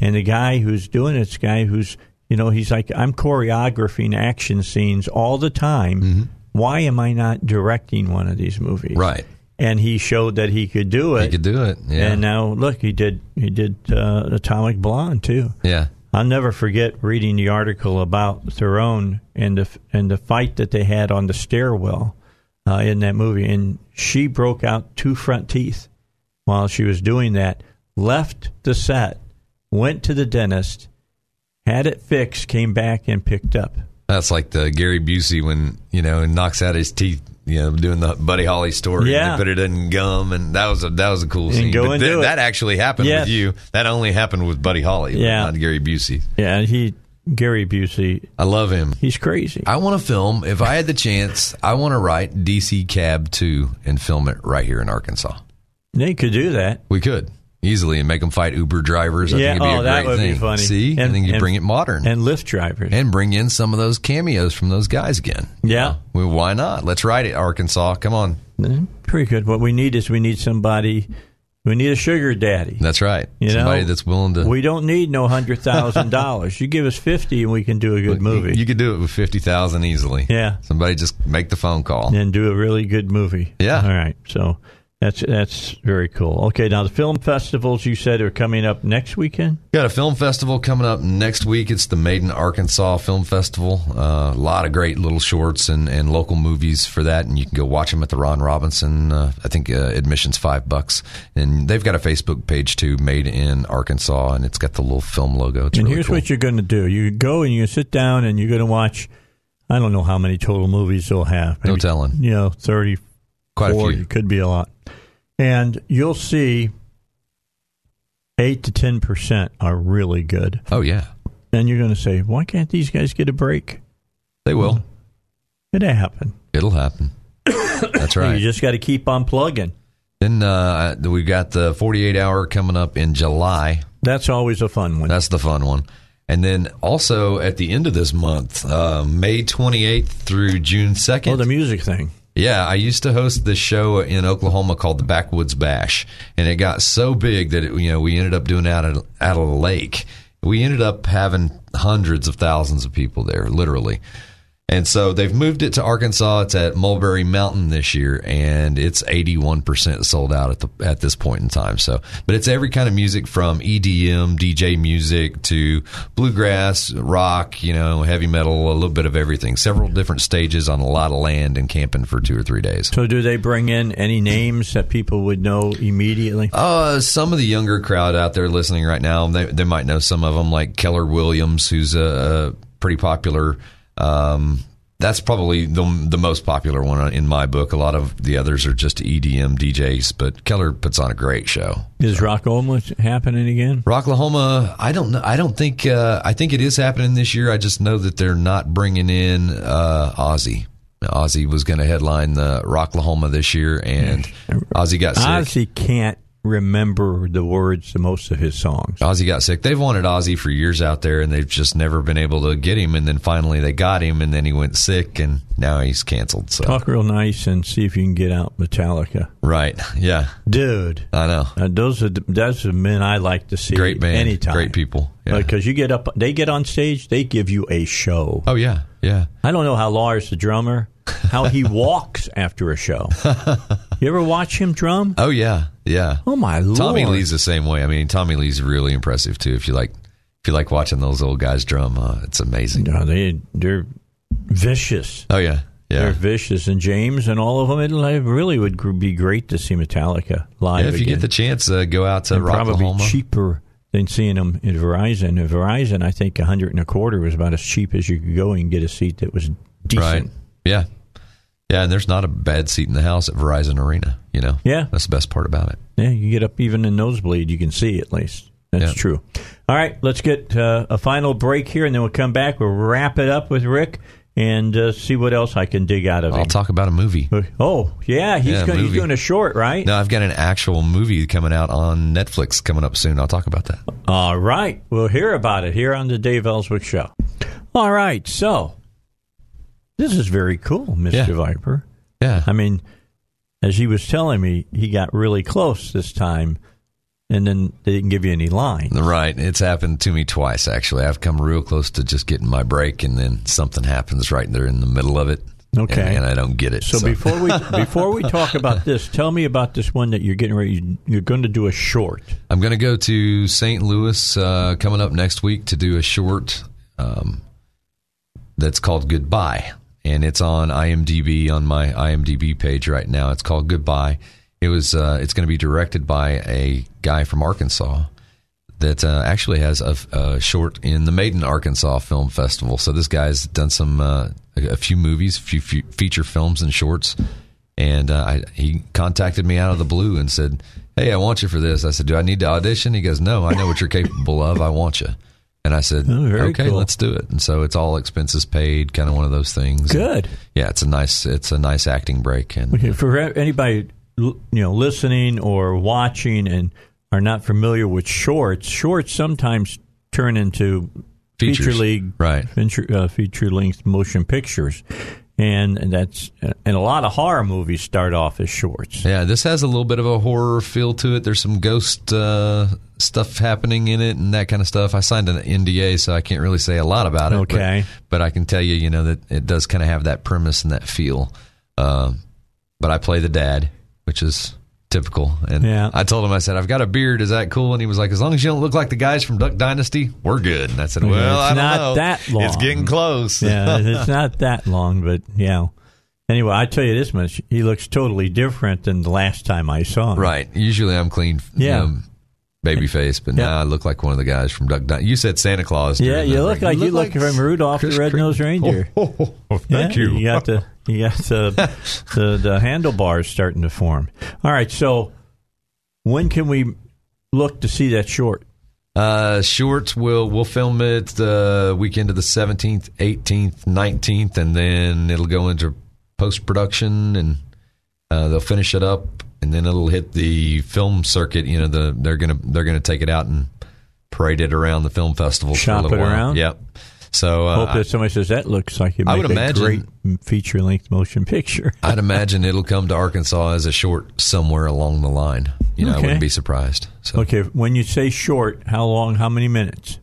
[SPEAKER 2] And the guy who's doing it's guy who's you know he's like I'm choreographing action scenes all the time.
[SPEAKER 5] Mm-hmm.
[SPEAKER 2] Why am I not directing one of these movies?
[SPEAKER 5] Right.
[SPEAKER 2] And he showed that he could do it.
[SPEAKER 5] He could do it. Yeah.
[SPEAKER 2] And uh, now look, he did he did uh, Atomic Blonde too.
[SPEAKER 5] yeah.
[SPEAKER 2] I'll never forget reading the article about Theron and the and the fight that they had on the stairwell uh, in that movie, and she broke out two front teeth while she was doing that. Left the set, went to the dentist, had it fixed, came back and picked up.
[SPEAKER 5] That's like the Gary Busey when you know and knocks out his teeth. You know, doing the Buddy Holly story. and
[SPEAKER 2] Yeah.
[SPEAKER 5] they put it in gum, and that was a that was a cool scene.
[SPEAKER 2] go
[SPEAKER 5] But
[SPEAKER 2] and
[SPEAKER 5] th-
[SPEAKER 2] do it.
[SPEAKER 5] That actually happened
[SPEAKER 2] Yes.
[SPEAKER 5] with you. That only happened with Buddy Holly.
[SPEAKER 2] Yeah.
[SPEAKER 5] Not Gary Busey.
[SPEAKER 2] Yeah, and he Gary Busey,
[SPEAKER 5] I love him.
[SPEAKER 2] he's crazy.
[SPEAKER 5] I want to film. If I had the chance, I want to write DC Cab Two and film it right here in Arkansas.
[SPEAKER 2] they could do that.
[SPEAKER 5] We could easily and make them fight Uber drivers. I
[SPEAKER 2] Yeah,
[SPEAKER 5] think it'd be
[SPEAKER 2] oh,
[SPEAKER 5] a
[SPEAKER 2] that
[SPEAKER 5] great
[SPEAKER 2] would be
[SPEAKER 5] thing.
[SPEAKER 2] funny.
[SPEAKER 5] See, I
[SPEAKER 2] And-
[SPEAKER 5] think you
[SPEAKER 2] and-
[SPEAKER 5] bring it modern and,
[SPEAKER 2] And Lyft drivers.
[SPEAKER 5] bring in some of those cameos from those guys again.
[SPEAKER 2] yeah.
[SPEAKER 5] Well, why not? Let's write it, Arkansas. Come on,
[SPEAKER 2] Mm, Pretty good. What we need is we need somebody we need a sugar daddy.
[SPEAKER 5] that's right.
[SPEAKER 2] You know,
[SPEAKER 5] Somebody that's willing to.
[SPEAKER 2] We don't need no hundred thousand dollars. You give us fifty, and we can do a good movie,
[SPEAKER 5] You could do it with fifty thousand easily.
[SPEAKER 2] Yeah.
[SPEAKER 5] Somebody just make the phone call.
[SPEAKER 2] and do a really good movie.
[SPEAKER 5] Yeah.
[SPEAKER 2] All right. So that's that's very cool. Okay. Now the film festivals you said are coming up next weekend.
[SPEAKER 5] Got a film festival coming up next week. It's the Maiden Arkansas Film Festival. Uh, a lot of great little shorts and, and local movies for that, and you can go watch them at the Ron Robinson. Uh, I think uh, admission's five bucks, and they've got a Facebook page too, Made in Arkansas, and it's got the little film logo. It's
[SPEAKER 2] and
[SPEAKER 5] really
[SPEAKER 2] here's
[SPEAKER 5] cool.
[SPEAKER 2] what you're going to do: you go and you sit down and you're going to watch. I don't know how many total movies they'll have.
[SPEAKER 5] No telling.
[SPEAKER 2] You know, 30,
[SPEAKER 5] Quite a
[SPEAKER 2] or
[SPEAKER 5] few.
[SPEAKER 2] It could be a lot. And you'll see eight to ten percent are really good.
[SPEAKER 5] Oh yeah,
[SPEAKER 2] And you're going to say, why can't these guys get a break?
[SPEAKER 5] they
[SPEAKER 2] Hmm.
[SPEAKER 5] will.
[SPEAKER 2] It happened.
[SPEAKER 5] It'll happen. That's right.
[SPEAKER 2] You just got to keep on plugging.
[SPEAKER 5] Then uh, we've got the 48 hour coming up in July.
[SPEAKER 2] That's always a fun one.
[SPEAKER 5] That's the fun one. And then also at the end of this month, uh, May 28th through June 2nd.
[SPEAKER 2] Oh, the music thing.
[SPEAKER 5] Yeah, I used to host this show in Oklahoma called the Backwoods Bash, and it got so big that it, you know we ended up doing it out at out of the lake. We ended up having hundreds of thousands of people there, literally. And so they've moved it to Arkansas. It's at Mulberry Mountain this year, and it's eighty one percent sold out at the at this point in time. So, but it's every kind of music from E EDM, DJ music to bluegrass, rock, you know, heavy metal, a little bit of everything. Several different stages on a lot of land and camping for two or three days.
[SPEAKER 2] So, do they bring in any names that people would know immediately?
[SPEAKER 5] Uh, some of the younger crowd out there listening right now, they, they might know some of them, like Keller Williams, who's a, a pretty popular. Um, that's probably the, the most popular one in my book. A lot of the others are just E EDM DJs, but Keller puts on a great show.
[SPEAKER 2] Is Rock Omelet happening again?
[SPEAKER 5] Rocklahoma, I don't know. I don't think. Uh, I think it is happening this year. I just know that they're not bringing in uh, Ozzy. Ozzy was going to headline the Rocklahoma this year, and Ozzy got sick.
[SPEAKER 2] Ozzy can't remember the words to most of his songs.
[SPEAKER 5] Ozzy got sick. They've wanted Ozzy for years out there, and they've just never been able to get him. And then finally, they got him, and then he went sick, and now he's canceled. So
[SPEAKER 2] Talk real nice and see if you can get out Metallica,
[SPEAKER 5] right, yeah,
[SPEAKER 2] dude.
[SPEAKER 5] I know.
[SPEAKER 2] Uh, those are the, that's the men I like to see.
[SPEAKER 5] Great band,
[SPEAKER 2] anytime.
[SPEAKER 5] great people. Yeah.
[SPEAKER 2] Because you get up, they get on stage, they give you a show.
[SPEAKER 5] oh yeah, yeah.
[SPEAKER 2] I don't know how Lars, the drummer, how he walks after a show. You ever watch him drum?
[SPEAKER 5] Oh yeah, yeah.
[SPEAKER 2] Oh my lord!
[SPEAKER 5] Tommy Lee's the same way. I mean, Tommy Lee's really impressive too. If you like, if you like watching those old guys drum, uh, it's amazing.
[SPEAKER 2] No, they they're vicious.
[SPEAKER 5] Oh yeah,
[SPEAKER 2] They're
[SPEAKER 5] yeah.
[SPEAKER 2] vicious, and James and all of them. It like, really would gr- be great to see Metallica live.
[SPEAKER 5] yeah if you
[SPEAKER 2] again.
[SPEAKER 5] get the chance, uh, go out to
[SPEAKER 2] And probably
[SPEAKER 5] Rocklahoma.
[SPEAKER 2] cheaper than seeing them in Verizon. At Verizon, I think a hundred and a quarter was about as cheap as you could go and get a seat that was decent.
[SPEAKER 5] Right. Yeah. Yeah, and there's not a bad seat in the house at Verizon Arena, you know.
[SPEAKER 2] Yeah.
[SPEAKER 5] That's the best part about it.
[SPEAKER 2] Yeah, you get up even in nosebleed, you can see at least. That's
[SPEAKER 5] Yeah.
[SPEAKER 2] true. All right, let's get uh, a final break here, and then we'll come back. We'll wrap it up with Rick and uh, see what else I can dig out of
[SPEAKER 5] I'll
[SPEAKER 2] him.
[SPEAKER 5] talk about a movie.
[SPEAKER 2] Oh, yeah, he's
[SPEAKER 5] Yeah,
[SPEAKER 2] gonna, he's
[SPEAKER 5] movie.
[SPEAKER 2] doing a short, right?
[SPEAKER 5] No, I've got an actual movie coming out on Netflix coming up soon. I'll talk about that.
[SPEAKER 2] All right, we'll hear about it here on the Dave Ellswick Show. All right, so this is very cool, Mister
[SPEAKER 5] Yeah.
[SPEAKER 2] Viper.
[SPEAKER 5] Yeah.
[SPEAKER 2] I mean, as he was telling me, he got really close this time, and then they didn't give you any line.
[SPEAKER 5] Right. It's happened to me twice, actually. I've come real close to just getting my break, and then something happens right there in the middle of it.
[SPEAKER 2] Okay.
[SPEAKER 5] And, and I don't get it.
[SPEAKER 2] So, before we before we talk about this, tell me about this one that you're getting ready. You're going to do a short.
[SPEAKER 5] I'm going to go to St. Louis uh, coming up next week to do a short um, that's called Goodbye. And it's on IMDb on my IMDb page right now. It's called Goodbye. It was. Uh, it's going to be directed by a guy from Arkansas that uh, actually has a, f- a short in the Maiden Arkansas Film Festival. So this guy's done some uh, a, a few movies, a few, few feature films and shorts. And uh, I, he contacted me out of the blue and said, "Hey, I want you for this." I said, "Do I need to audition?" He goes, "No, I know what you're capable of. I want you." And I said,
[SPEAKER 2] Oh, very
[SPEAKER 5] "Okay,
[SPEAKER 2] cool.
[SPEAKER 5] let's do it." And so it's all expenses paid, kind of one of those things.
[SPEAKER 2] Good.
[SPEAKER 5] Yeah, it's a nice it's a nice acting break and
[SPEAKER 2] Okay, for e, anybody l- you know listening or watching and are not familiar with shorts, shorts sometimes turn into
[SPEAKER 5] Features.
[SPEAKER 2] feature league,
[SPEAKER 5] Right.
[SPEAKER 2] Feature uh, feature length motion pictures, and, and that's and a lot of horror movies start off as shorts.
[SPEAKER 5] Yeah, this has a little bit of a horror feel to it. There's some ghost uh, stuff happening in it and that kind of stuff. I signed an NDA, so I can't really say a lot about it. but-
[SPEAKER 2] Okay.
[SPEAKER 5] but, I can tell you, you know, that it does kind of have that premise and that feel. Um, but I play the dad, which is typical. And
[SPEAKER 2] Yeah.
[SPEAKER 5] I told him, I said, I've got a beard. Is that cool? And he was like, As long as you don't look like the guys from Duck Dynasty, we're good. And I said,
[SPEAKER 2] Yeah,
[SPEAKER 5] Well,
[SPEAKER 2] it's
[SPEAKER 5] I don't
[SPEAKER 2] not
[SPEAKER 5] know.
[SPEAKER 2] that long."
[SPEAKER 5] It's getting close.
[SPEAKER 2] yeah, it's not that long, but yeah. Anyway, I tell you this much: he looks totally different than the last time I saw him.
[SPEAKER 5] Right. Usually I'm clean.
[SPEAKER 2] Yeah.
[SPEAKER 5] um, Babyface, but
[SPEAKER 2] Yeah.
[SPEAKER 5] now I look like one of the guys from Duck Dynasty. You said Santa Claus.
[SPEAKER 2] Yeah,
[SPEAKER 5] during
[SPEAKER 2] you
[SPEAKER 5] the
[SPEAKER 2] look
[SPEAKER 5] ring.
[SPEAKER 2] like you look from Rudolph the
[SPEAKER 5] Chris
[SPEAKER 2] Red-Nosed
[SPEAKER 5] Kringle.
[SPEAKER 2] Reindeer.
[SPEAKER 5] Oh, oh, oh, thank
[SPEAKER 2] Yeah,
[SPEAKER 5] you.
[SPEAKER 2] You got the you got the, the the handlebars starting to form. All right, so when can we look to see that short?
[SPEAKER 5] Uh, shorts will we'll film it the weekend of the seventeenth, eighteenth, nineteenth, and then it'll go into post production, and uh, they'll finish it up, and then it'll hit the film circuit. You know, the they're gonna they're gonna take it out and parade it around the film festival.
[SPEAKER 2] Shop
[SPEAKER 5] for a little
[SPEAKER 2] it
[SPEAKER 5] while.
[SPEAKER 2] around?
[SPEAKER 5] Yep. So uh,
[SPEAKER 2] Hope that somebody says that looks like it.
[SPEAKER 5] I would
[SPEAKER 2] make a
[SPEAKER 5] imagine-
[SPEAKER 2] great feature length motion picture.
[SPEAKER 5] I'd imagine it'll come to Arkansas as a short somewhere along the line. You know, I
[SPEAKER 2] Okay.
[SPEAKER 5] wouldn't be surprised. So
[SPEAKER 2] Okay, when you say short, how long? How many minutes?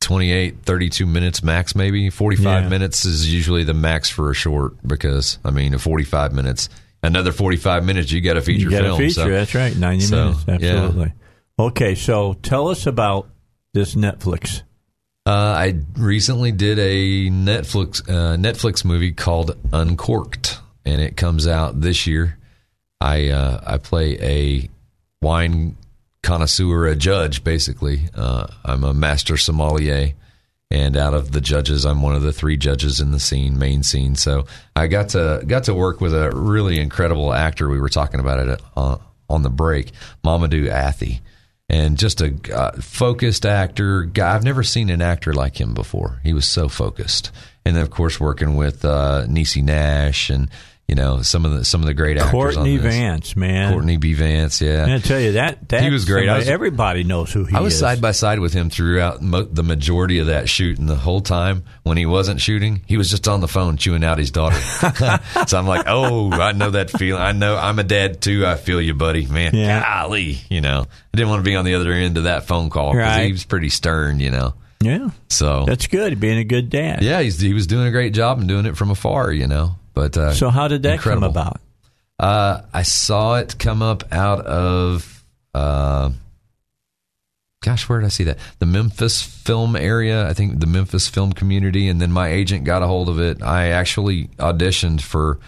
[SPEAKER 5] 28, 32 minutes max, maybe 45
[SPEAKER 2] Yeah.
[SPEAKER 5] minutes is usually the max for a short because, I mean, a 45 minutes, another 45 minutes, you got a feature
[SPEAKER 2] you got
[SPEAKER 5] film.
[SPEAKER 2] a feature.
[SPEAKER 5] so-
[SPEAKER 2] That's right, ninety
[SPEAKER 5] so,
[SPEAKER 2] minutes.
[SPEAKER 5] yeah.
[SPEAKER 2] Absolutely. Okay, so tell us about this Netflix.
[SPEAKER 5] Uh, I recently did a Netflix uh, Netflix movie called Uncorked, and it comes out this year. I uh, I play a wine connoisseur, a judge, basically. Uh, I'm a master sommelier, and out of the judges, I'm one of the three judges in the scene, main scene. So I got to got to work with a really incredible actor. We were talking about it uh, on the break, Mamadou Athey and just a uh, focused actor. Guy, I've never seen an actor like him before. He was so focused, and then of course working with uh, Niecy Nash and you know some of the some of the great actors.
[SPEAKER 2] Courtney
[SPEAKER 5] on this.
[SPEAKER 2] Vance, man.
[SPEAKER 5] Courtney B. Vance, yeah.
[SPEAKER 2] And I tell you that that
[SPEAKER 5] He was great. I was-
[SPEAKER 2] everybody knows who he
[SPEAKER 5] I was
[SPEAKER 2] is.
[SPEAKER 5] side by side with him throughout mo- the majority of that shoot, and the whole time when he wasn't shooting, he was just on the phone chewing out his daughter. so I'm like, oh, I know that feeling. I know I'm a dad too. I feel you, buddy, man.
[SPEAKER 2] Yeah.
[SPEAKER 5] Golly, you know, I didn't want to be on the other end of that phone call because
[SPEAKER 2] Right.
[SPEAKER 5] he was pretty stern, you know.
[SPEAKER 2] yeah,
[SPEAKER 5] So
[SPEAKER 2] that's good. Being a good dad.
[SPEAKER 5] yeah, he's, he was doing a great job and doing it from afar, you know. But uh,
[SPEAKER 2] So how did that come
[SPEAKER 5] incredible.
[SPEAKER 2] about?
[SPEAKER 5] Uh, I saw it come up out of, uh, gosh, where did I see that? The Memphis film area, I think the Memphis film community, and then my agent got a hold of it. I actually auditioned for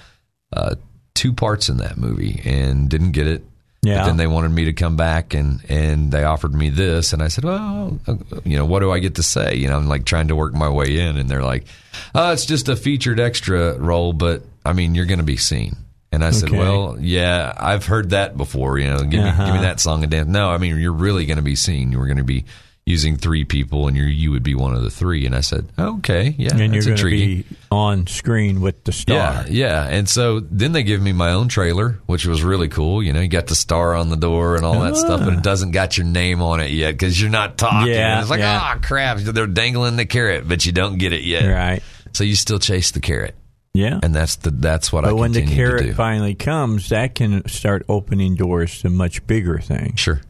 [SPEAKER 5] uh, two parts in that movie and didn't get it.
[SPEAKER 2] Yeah.
[SPEAKER 5] But then they wanted me to come back and and they offered me this, and I said, well, uh, you know, what do I get to say? You know, I'm like trying to work my way in, and they're like, oh, it's just a featured extra role, but I mean, you're going to be seen. And I said,
[SPEAKER 2] Okay.
[SPEAKER 5] well, yeah, I've heard that before. You know, give me give
[SPEAKER 2] Uh-huh.
[SPEAKER 5] me that song and dance. No, I mean, you're really going to be seen. You're going to be using three people, and you you would be one of the three. And I said, okay, yeah,
[SPEAKER 2] and you're
[SPEAKER 5] that's
[SPEAKER 2] going to
[SPEAKER 5] intriguing.
[SPEAKER 2] be on screen with the star.
[SPEAKER 5] Yeah, yeah. And so then they give me my own trailer, which was really cool. You know, you got the star on the door and all that stuff, but it doesn't got your name on it yet because you're not talking.
[SPEAKER 2] Ah. Yeah,
[SPEAKER 5] And it's like,
[SPEAKER 2] yeah.
[SPEAKER 5] ah, crap. They're dangling the carrot, but you don't get it yet.
[SPEAKER 2] Right.
[SPEAKER 5] So you still chase the carrot,
[SPEAKER 2] Yeah.
[SPEAKER 5] and that's the that's what I
[SPEAKER 2] but when the
[SPEAKER 5] continue to do.
[SPEAKER 2] carrot finally comes, that can start opening doors to much bigger things.
[SPEAKER 5] sure,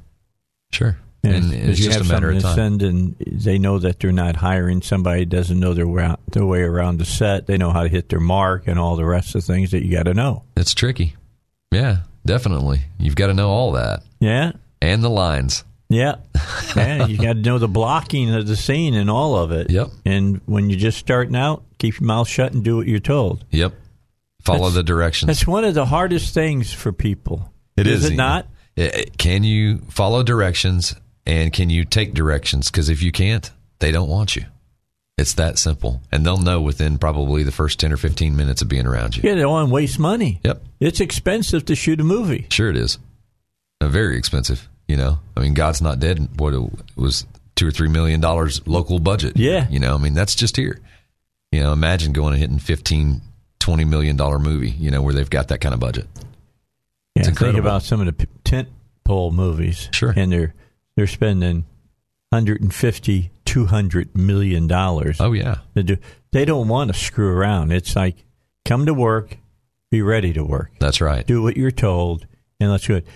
[SPEAKER 5] sure. And,
[SPEAKER 2] if
[SPEAKER 5] it's
[SPEAKER 2] you
[SPEAKER 5] just a
[SPEAKER 2] have
[SPEAKER 5] matter of
[SPEAKER 2] something
[SPEAKER 5] time.
[SPEAKER 2] to send, and they know that they're not hiring somebody who doesn't know their way, their way around the set. They know how to hit their mark and all the rest of the things that you got to know.
[SPEAKER 5] It's tricky. Yeah, definitely. You've got to know all that
[SPEAKER 2] Yeah,
[SPEAKER 5] and the lines.
[SPEAKER 2] yeah, yeah. You got to know the blocking of the scene and all of it.
[SPEAKER 5] Yep.
[SPEAKER 2] And when you're just starting out, keep your mouth shut and do what you're told.
[SPEAKER 5] Yep. Follow
[SPEAKER 2] That's-
[SPEAKER 5] the directions.
[SPEAKER 2] That's one of the hardest things for people.
[SPEAKER 5] It is.
[SPEAKER 2] Is it
[SPEAKER 5] Ian.
[SPEAKER 2] not?
[SPEAKER 5] It- it- Can you follow directions and can you take directions? Because if you can't, they don't want you. It's that simple. And they'll know within probably the first 10 or 15 minutes of being around you.
[SPEAKER 2] Yeah, they don't want to waste money.
[SPEAKER 5] Yep.
[SPEAKER 2] It's expensive to shoot a movie.
[SPEAKER 5] Sure, it is. Uh, very expensive. You know, I mean, God's not dead. What it was two or three million dollars local budget.
[SPEAKER 2] Yeah.
[SPEAKER 5] You know, I mean, that's just here. You know, imagine going and hitting 15, 20 million dollar movie, you know, where they've got that kind of budget.
[SPEAKER 2] Yeah,
[SPEAKER 5] It's
[SPEAKER 2] think
[SPEAKER 5] incredible.
[SPEAKER 2] about some of the p- tent pole movies.
[SPEAKER 5] Sure.
[SPEAKER 2] And they're they're spending 150 200 million dollars.
[SPEAKER 5] Oh, yeah.
[SPEAKER 2] They do they don't want to screw around. It's like come to work, be ready to work.
[SPEAKER 5] That's right.
[SPEAKER 2] Do what you're told and let's do it.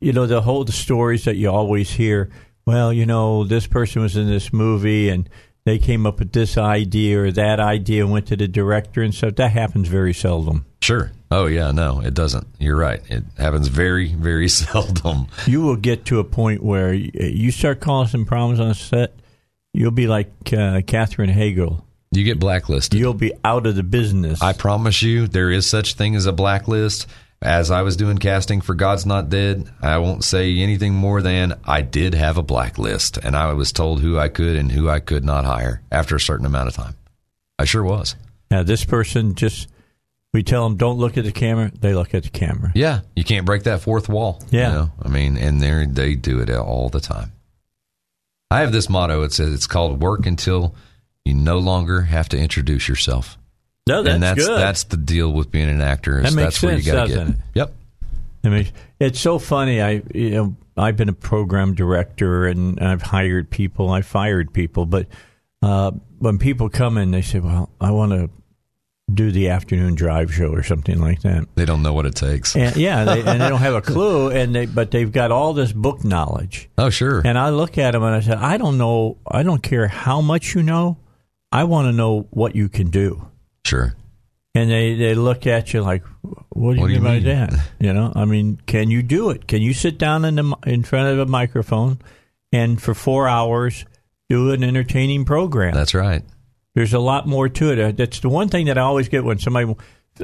[SPEAKER 2] You know, the whole the stories that you always hear, well, you know, this person was in this movie and they came up with this idea or that idea and went to the director and stuff. That happens very seldom.
[SPEAKER 5] Sure. Oh yeah, no, it doesn't. You're right. It happens very, very seldom.
[SPEAKER 2] you will get to a point where y- you start causing problems on set. You'll be like uh, Catherine Hagel.
[SPEAKER 5] You get blacklisted.
[SPEAKER 2] You'll be out of the business.
[SPEAKER 5] I promise you, there is such thing as a blacklist, As I was doing casting for God's Not Dead, I won't say anything more than I did have a blacklist and I was told who I could and who I could not hire after a certain amount of time. I sure was.
[SPEAKER 2] Now, this person just, we tell them, don't look at the camera. They look at the camera.
[SPEAKER 5] Yeah, you can't break that fourth wall.
[SPEAKER 2] Yeah.
[SPEAKER 5] you know? I mean, and they they do it all the time. I have this motto. It's it's called work until you no longer have to introduce yourself.
[SPEAKER 2] No, Oh, that's,
[SPEAKER 5] and that's
[SPEAKER 2] good.
[SPEAKER 5] that's the deal with being an actor. is
[SPEAKER 2] That makes
[SPEAKER 5] that's where you
[SPEAKER 2] sense,
[SPEAKER 5] gotta get.
[SPEAKER 2] doesn't it?
[SPEAKER 5] Yep.
[SPEAKER 2] I mean, it's so funny. I you know I've been a program director and I've hired people, I fired people, but uh, when people come in, they say, "Well, I want to do the afternoon drive show or something like that."
[SPEAKER 5] They don't know what it takes.
[SPEAKER 2] And, yeah, they, and they don't have a clue, and they but they've got all this book knowledge.
[SPEAKER 5] oh sure.
[SPEAKER 2] And I look at them and I say, "I don't know. I don't care how much you know. I want to know what you can do."
[SPEAKER 5] sure.
[SPEAKER 2] and they, they look at you like, "What do you,
[SPEAKER 5] What do you
[SPEAKER 2] mean, by
[SPEAKER 5] mean?"
[SPEAKER 2] that?" You know, I mean, can you do it? Can you sit down in the mi- in front of a microphone and for four hours do an entertaining program?
[SPEAKER 5] That's right.
[SPEAKER 2] There's a lot more to it. Uh, That's the one thing that I always get when somebody.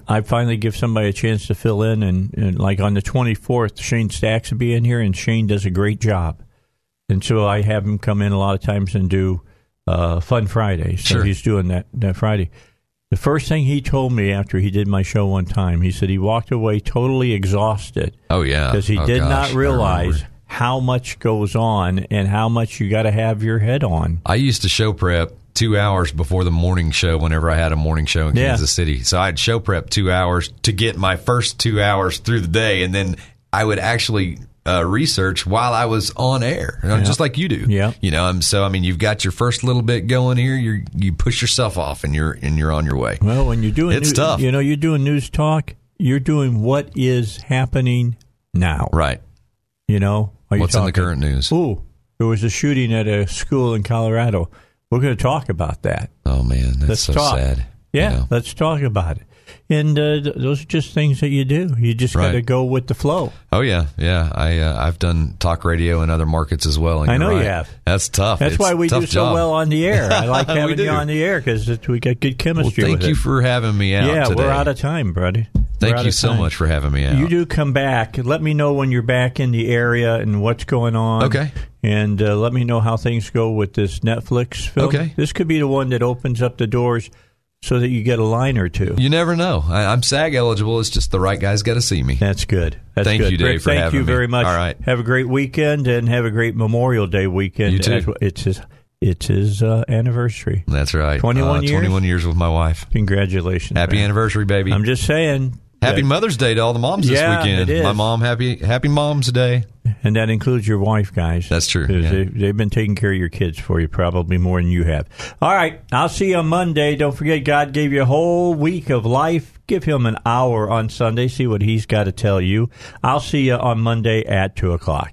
[SPEAKER 2] I finally give somebody a chance to fill in, and, and like on the 24th, Shane Stacks will be in here, and Shane does a great job. And so I have him come in a lot of times and do uh, Fun Friday. So
[SPEAKER 5] Sure.
[SPEAKER 2] he's doing that, that Friday. The first thing he told me after he did my show one time, he said he walked away totally exhausted
[SPEAKER 5] Oh yeah.
[SPEAKER 2] because he
[SPEAKER 5] Oh,
[SPEAKER 2] did
[SPEAKER 5] gosh, I
[SPEAKER 2] not
[SPEAKER 5] remember.
[SPEAKER 2] realize how much goes on and how much you got to have your head on.
[SPEAKER 5] I used to show prep two hours before the morning show whenever I had a morning show in
[SPEAKER 2] Yeah.
[SPEAKER 5] Kansas City. So I'd show prep two hours to get my first two hours through the day. And then I would actually uh, research while I was on air, you know, just like you do.
[SPEAKER 2] Yeah.
[SPEAKER 5] You know, i so, I mean, you've got your first little bit going here. You're, you push yourself off and you're, and you're on your way.
[SPEAKER 2] Well, when you're doing
[SPEAKER 5] It's
[SPEAKER 2] new-
[SPEAKER 5] tough.
[SPEAKER 2] you know, you're doing news talk. You're doing what is happening now.
[SPEAKER 5] Right.
[SPEAKER 2] You know, Are you
[SPEAKER 5] What's in the
[SPEAKER 2] talking-
[SPEAKER 5] current news?
[SPEAKER 2] Ooh, there was a shooting at a school in Colorado. We're going to talk about that.
[SPEAKER 5] Oh man, that's
[SPEAKER 2] Let's
[SPEAKER 5] so
[SPEAKER 2] talk.
[SPEAKER 5] sad.
[SPEAKER 2] Yeah,
[SPEAKER 5] You know?
[SPEAKER 2] let's talk about it. And uh, th- those are just things that you do. You just got to
[SPEAKER 5] Right.
[SPEAKER 2] go with the flow.
[SPEAKER 5] Oh yeah, yeah. I uh, I've done talk radio in other markets as well. And
[SPEAKER 2] I
[SPEAKER 5] you're
[SPEAKER 2] know you
[SPEAKER 5] right.
[SPEAKER 2] have.
[SPEAKER 5] That's tough.
[SPEAKER 2] That's
[SPEAKER 5] It's
[SPEAKER 2] why
[SPEAKER 5] a
[SPEAKER 2] we do
[SPEAKER 5] tough
[SPEAKER 2] so
[SPEAKER 5] job.
[SPEAKER 2] well on the air. I like
[SPEAKER 5] We
[SPEAKER 2] having you
[SPEAKER 5] do.
[SPEAKER 2] on the air because we got good chemistry.
[SPEAKER 5] Well, thank
[SPEAKER 2] with
[SPEAKER 5] you
[SPEAKER 2] it.
[SPEAKER 5] for having me out.
[SPEAKER 2] yeah,
[SPEAKER 5] today.
[SPEAKER 2] we're out of time, buddy. We're
[SPEAKER 5] Thank
[SPEAKER 2] out
[SPEAKER 5] you
[SPEAKER 2] of
[SPEAKER 5] so
[SPEAKER 2] time.
[SPEAKER 5] much for having me out.
[SPEAKER 2] You do come back. Let me know when you're back in the area and what's going on.
[SPEAKER 5] Okay.
[SPEAKER 2] And uh, let me know how things go with this Netflix film.
[SPEAKER 5] Okay.
[SPEAKER 2] This could be the one that opens up the doors so that you get a line or two.
[SPEAKER 5] You never know. I, I'm SAG eligible. It's just the right guy's got to see me.
[SPEAKER 2] That's good. That's
[SPEAKER 5] Thank
[SPEAKER 2] good.
[SPEAKER 5] you, Dave,
[SPEAKER 2] Rick,
[SPEAKER 5] for
[SPEAKER 2] thank
[SPEAKER 5] having
[SPEAKER 2] you
[SPEAKER 5] me.
[SPEAKER 2] very much.
[SPEAKER 5] All right.
[SPEAKER 2] Have a great weekend and have a great Memorial Day weekend.
[SPEAKER 5] You too.
[SPEAKER 2] as well. It's his, it's his uh, anniversary.
[SPEAKER 5] That's right.
[SPEAKER 2] 21 years?
[SPEAKER 5] 21 years with my wife.
[SPEAKER 2] Congratulations.
[SPEAKER 5] Happy
[SPEAKER 2] man.
[SPEAKER 5] anniversary, baby.
[SPEAKER 2] I'm just saying.
[SPEAKER 5] happy
[SPEAKER 2] that-
[SPEAKER 5] Mother's Day to all the moms
[SPEAKER 2] Yeah,
[SPEAKER 5] this weekend.
[SPEAKER 2] it is.
[SPEAKER 5] My mom, happy happy Mom's Day.
[SPEAKER 2] And that includes your wife, guys.
[SPEAKER 5] That's true,
[SPEAKER 2] Because
[SPEAKER 5] yeah.
[SPEAKER 2] They, they've been taking care of your kids for you probably more than you have. All right. I'll see you on Monday. Don't forget, God gave you a whole week of life. Give him an hour on Sunday. See what he's got to tell you. I'll see you on Monday at 2 o'clock.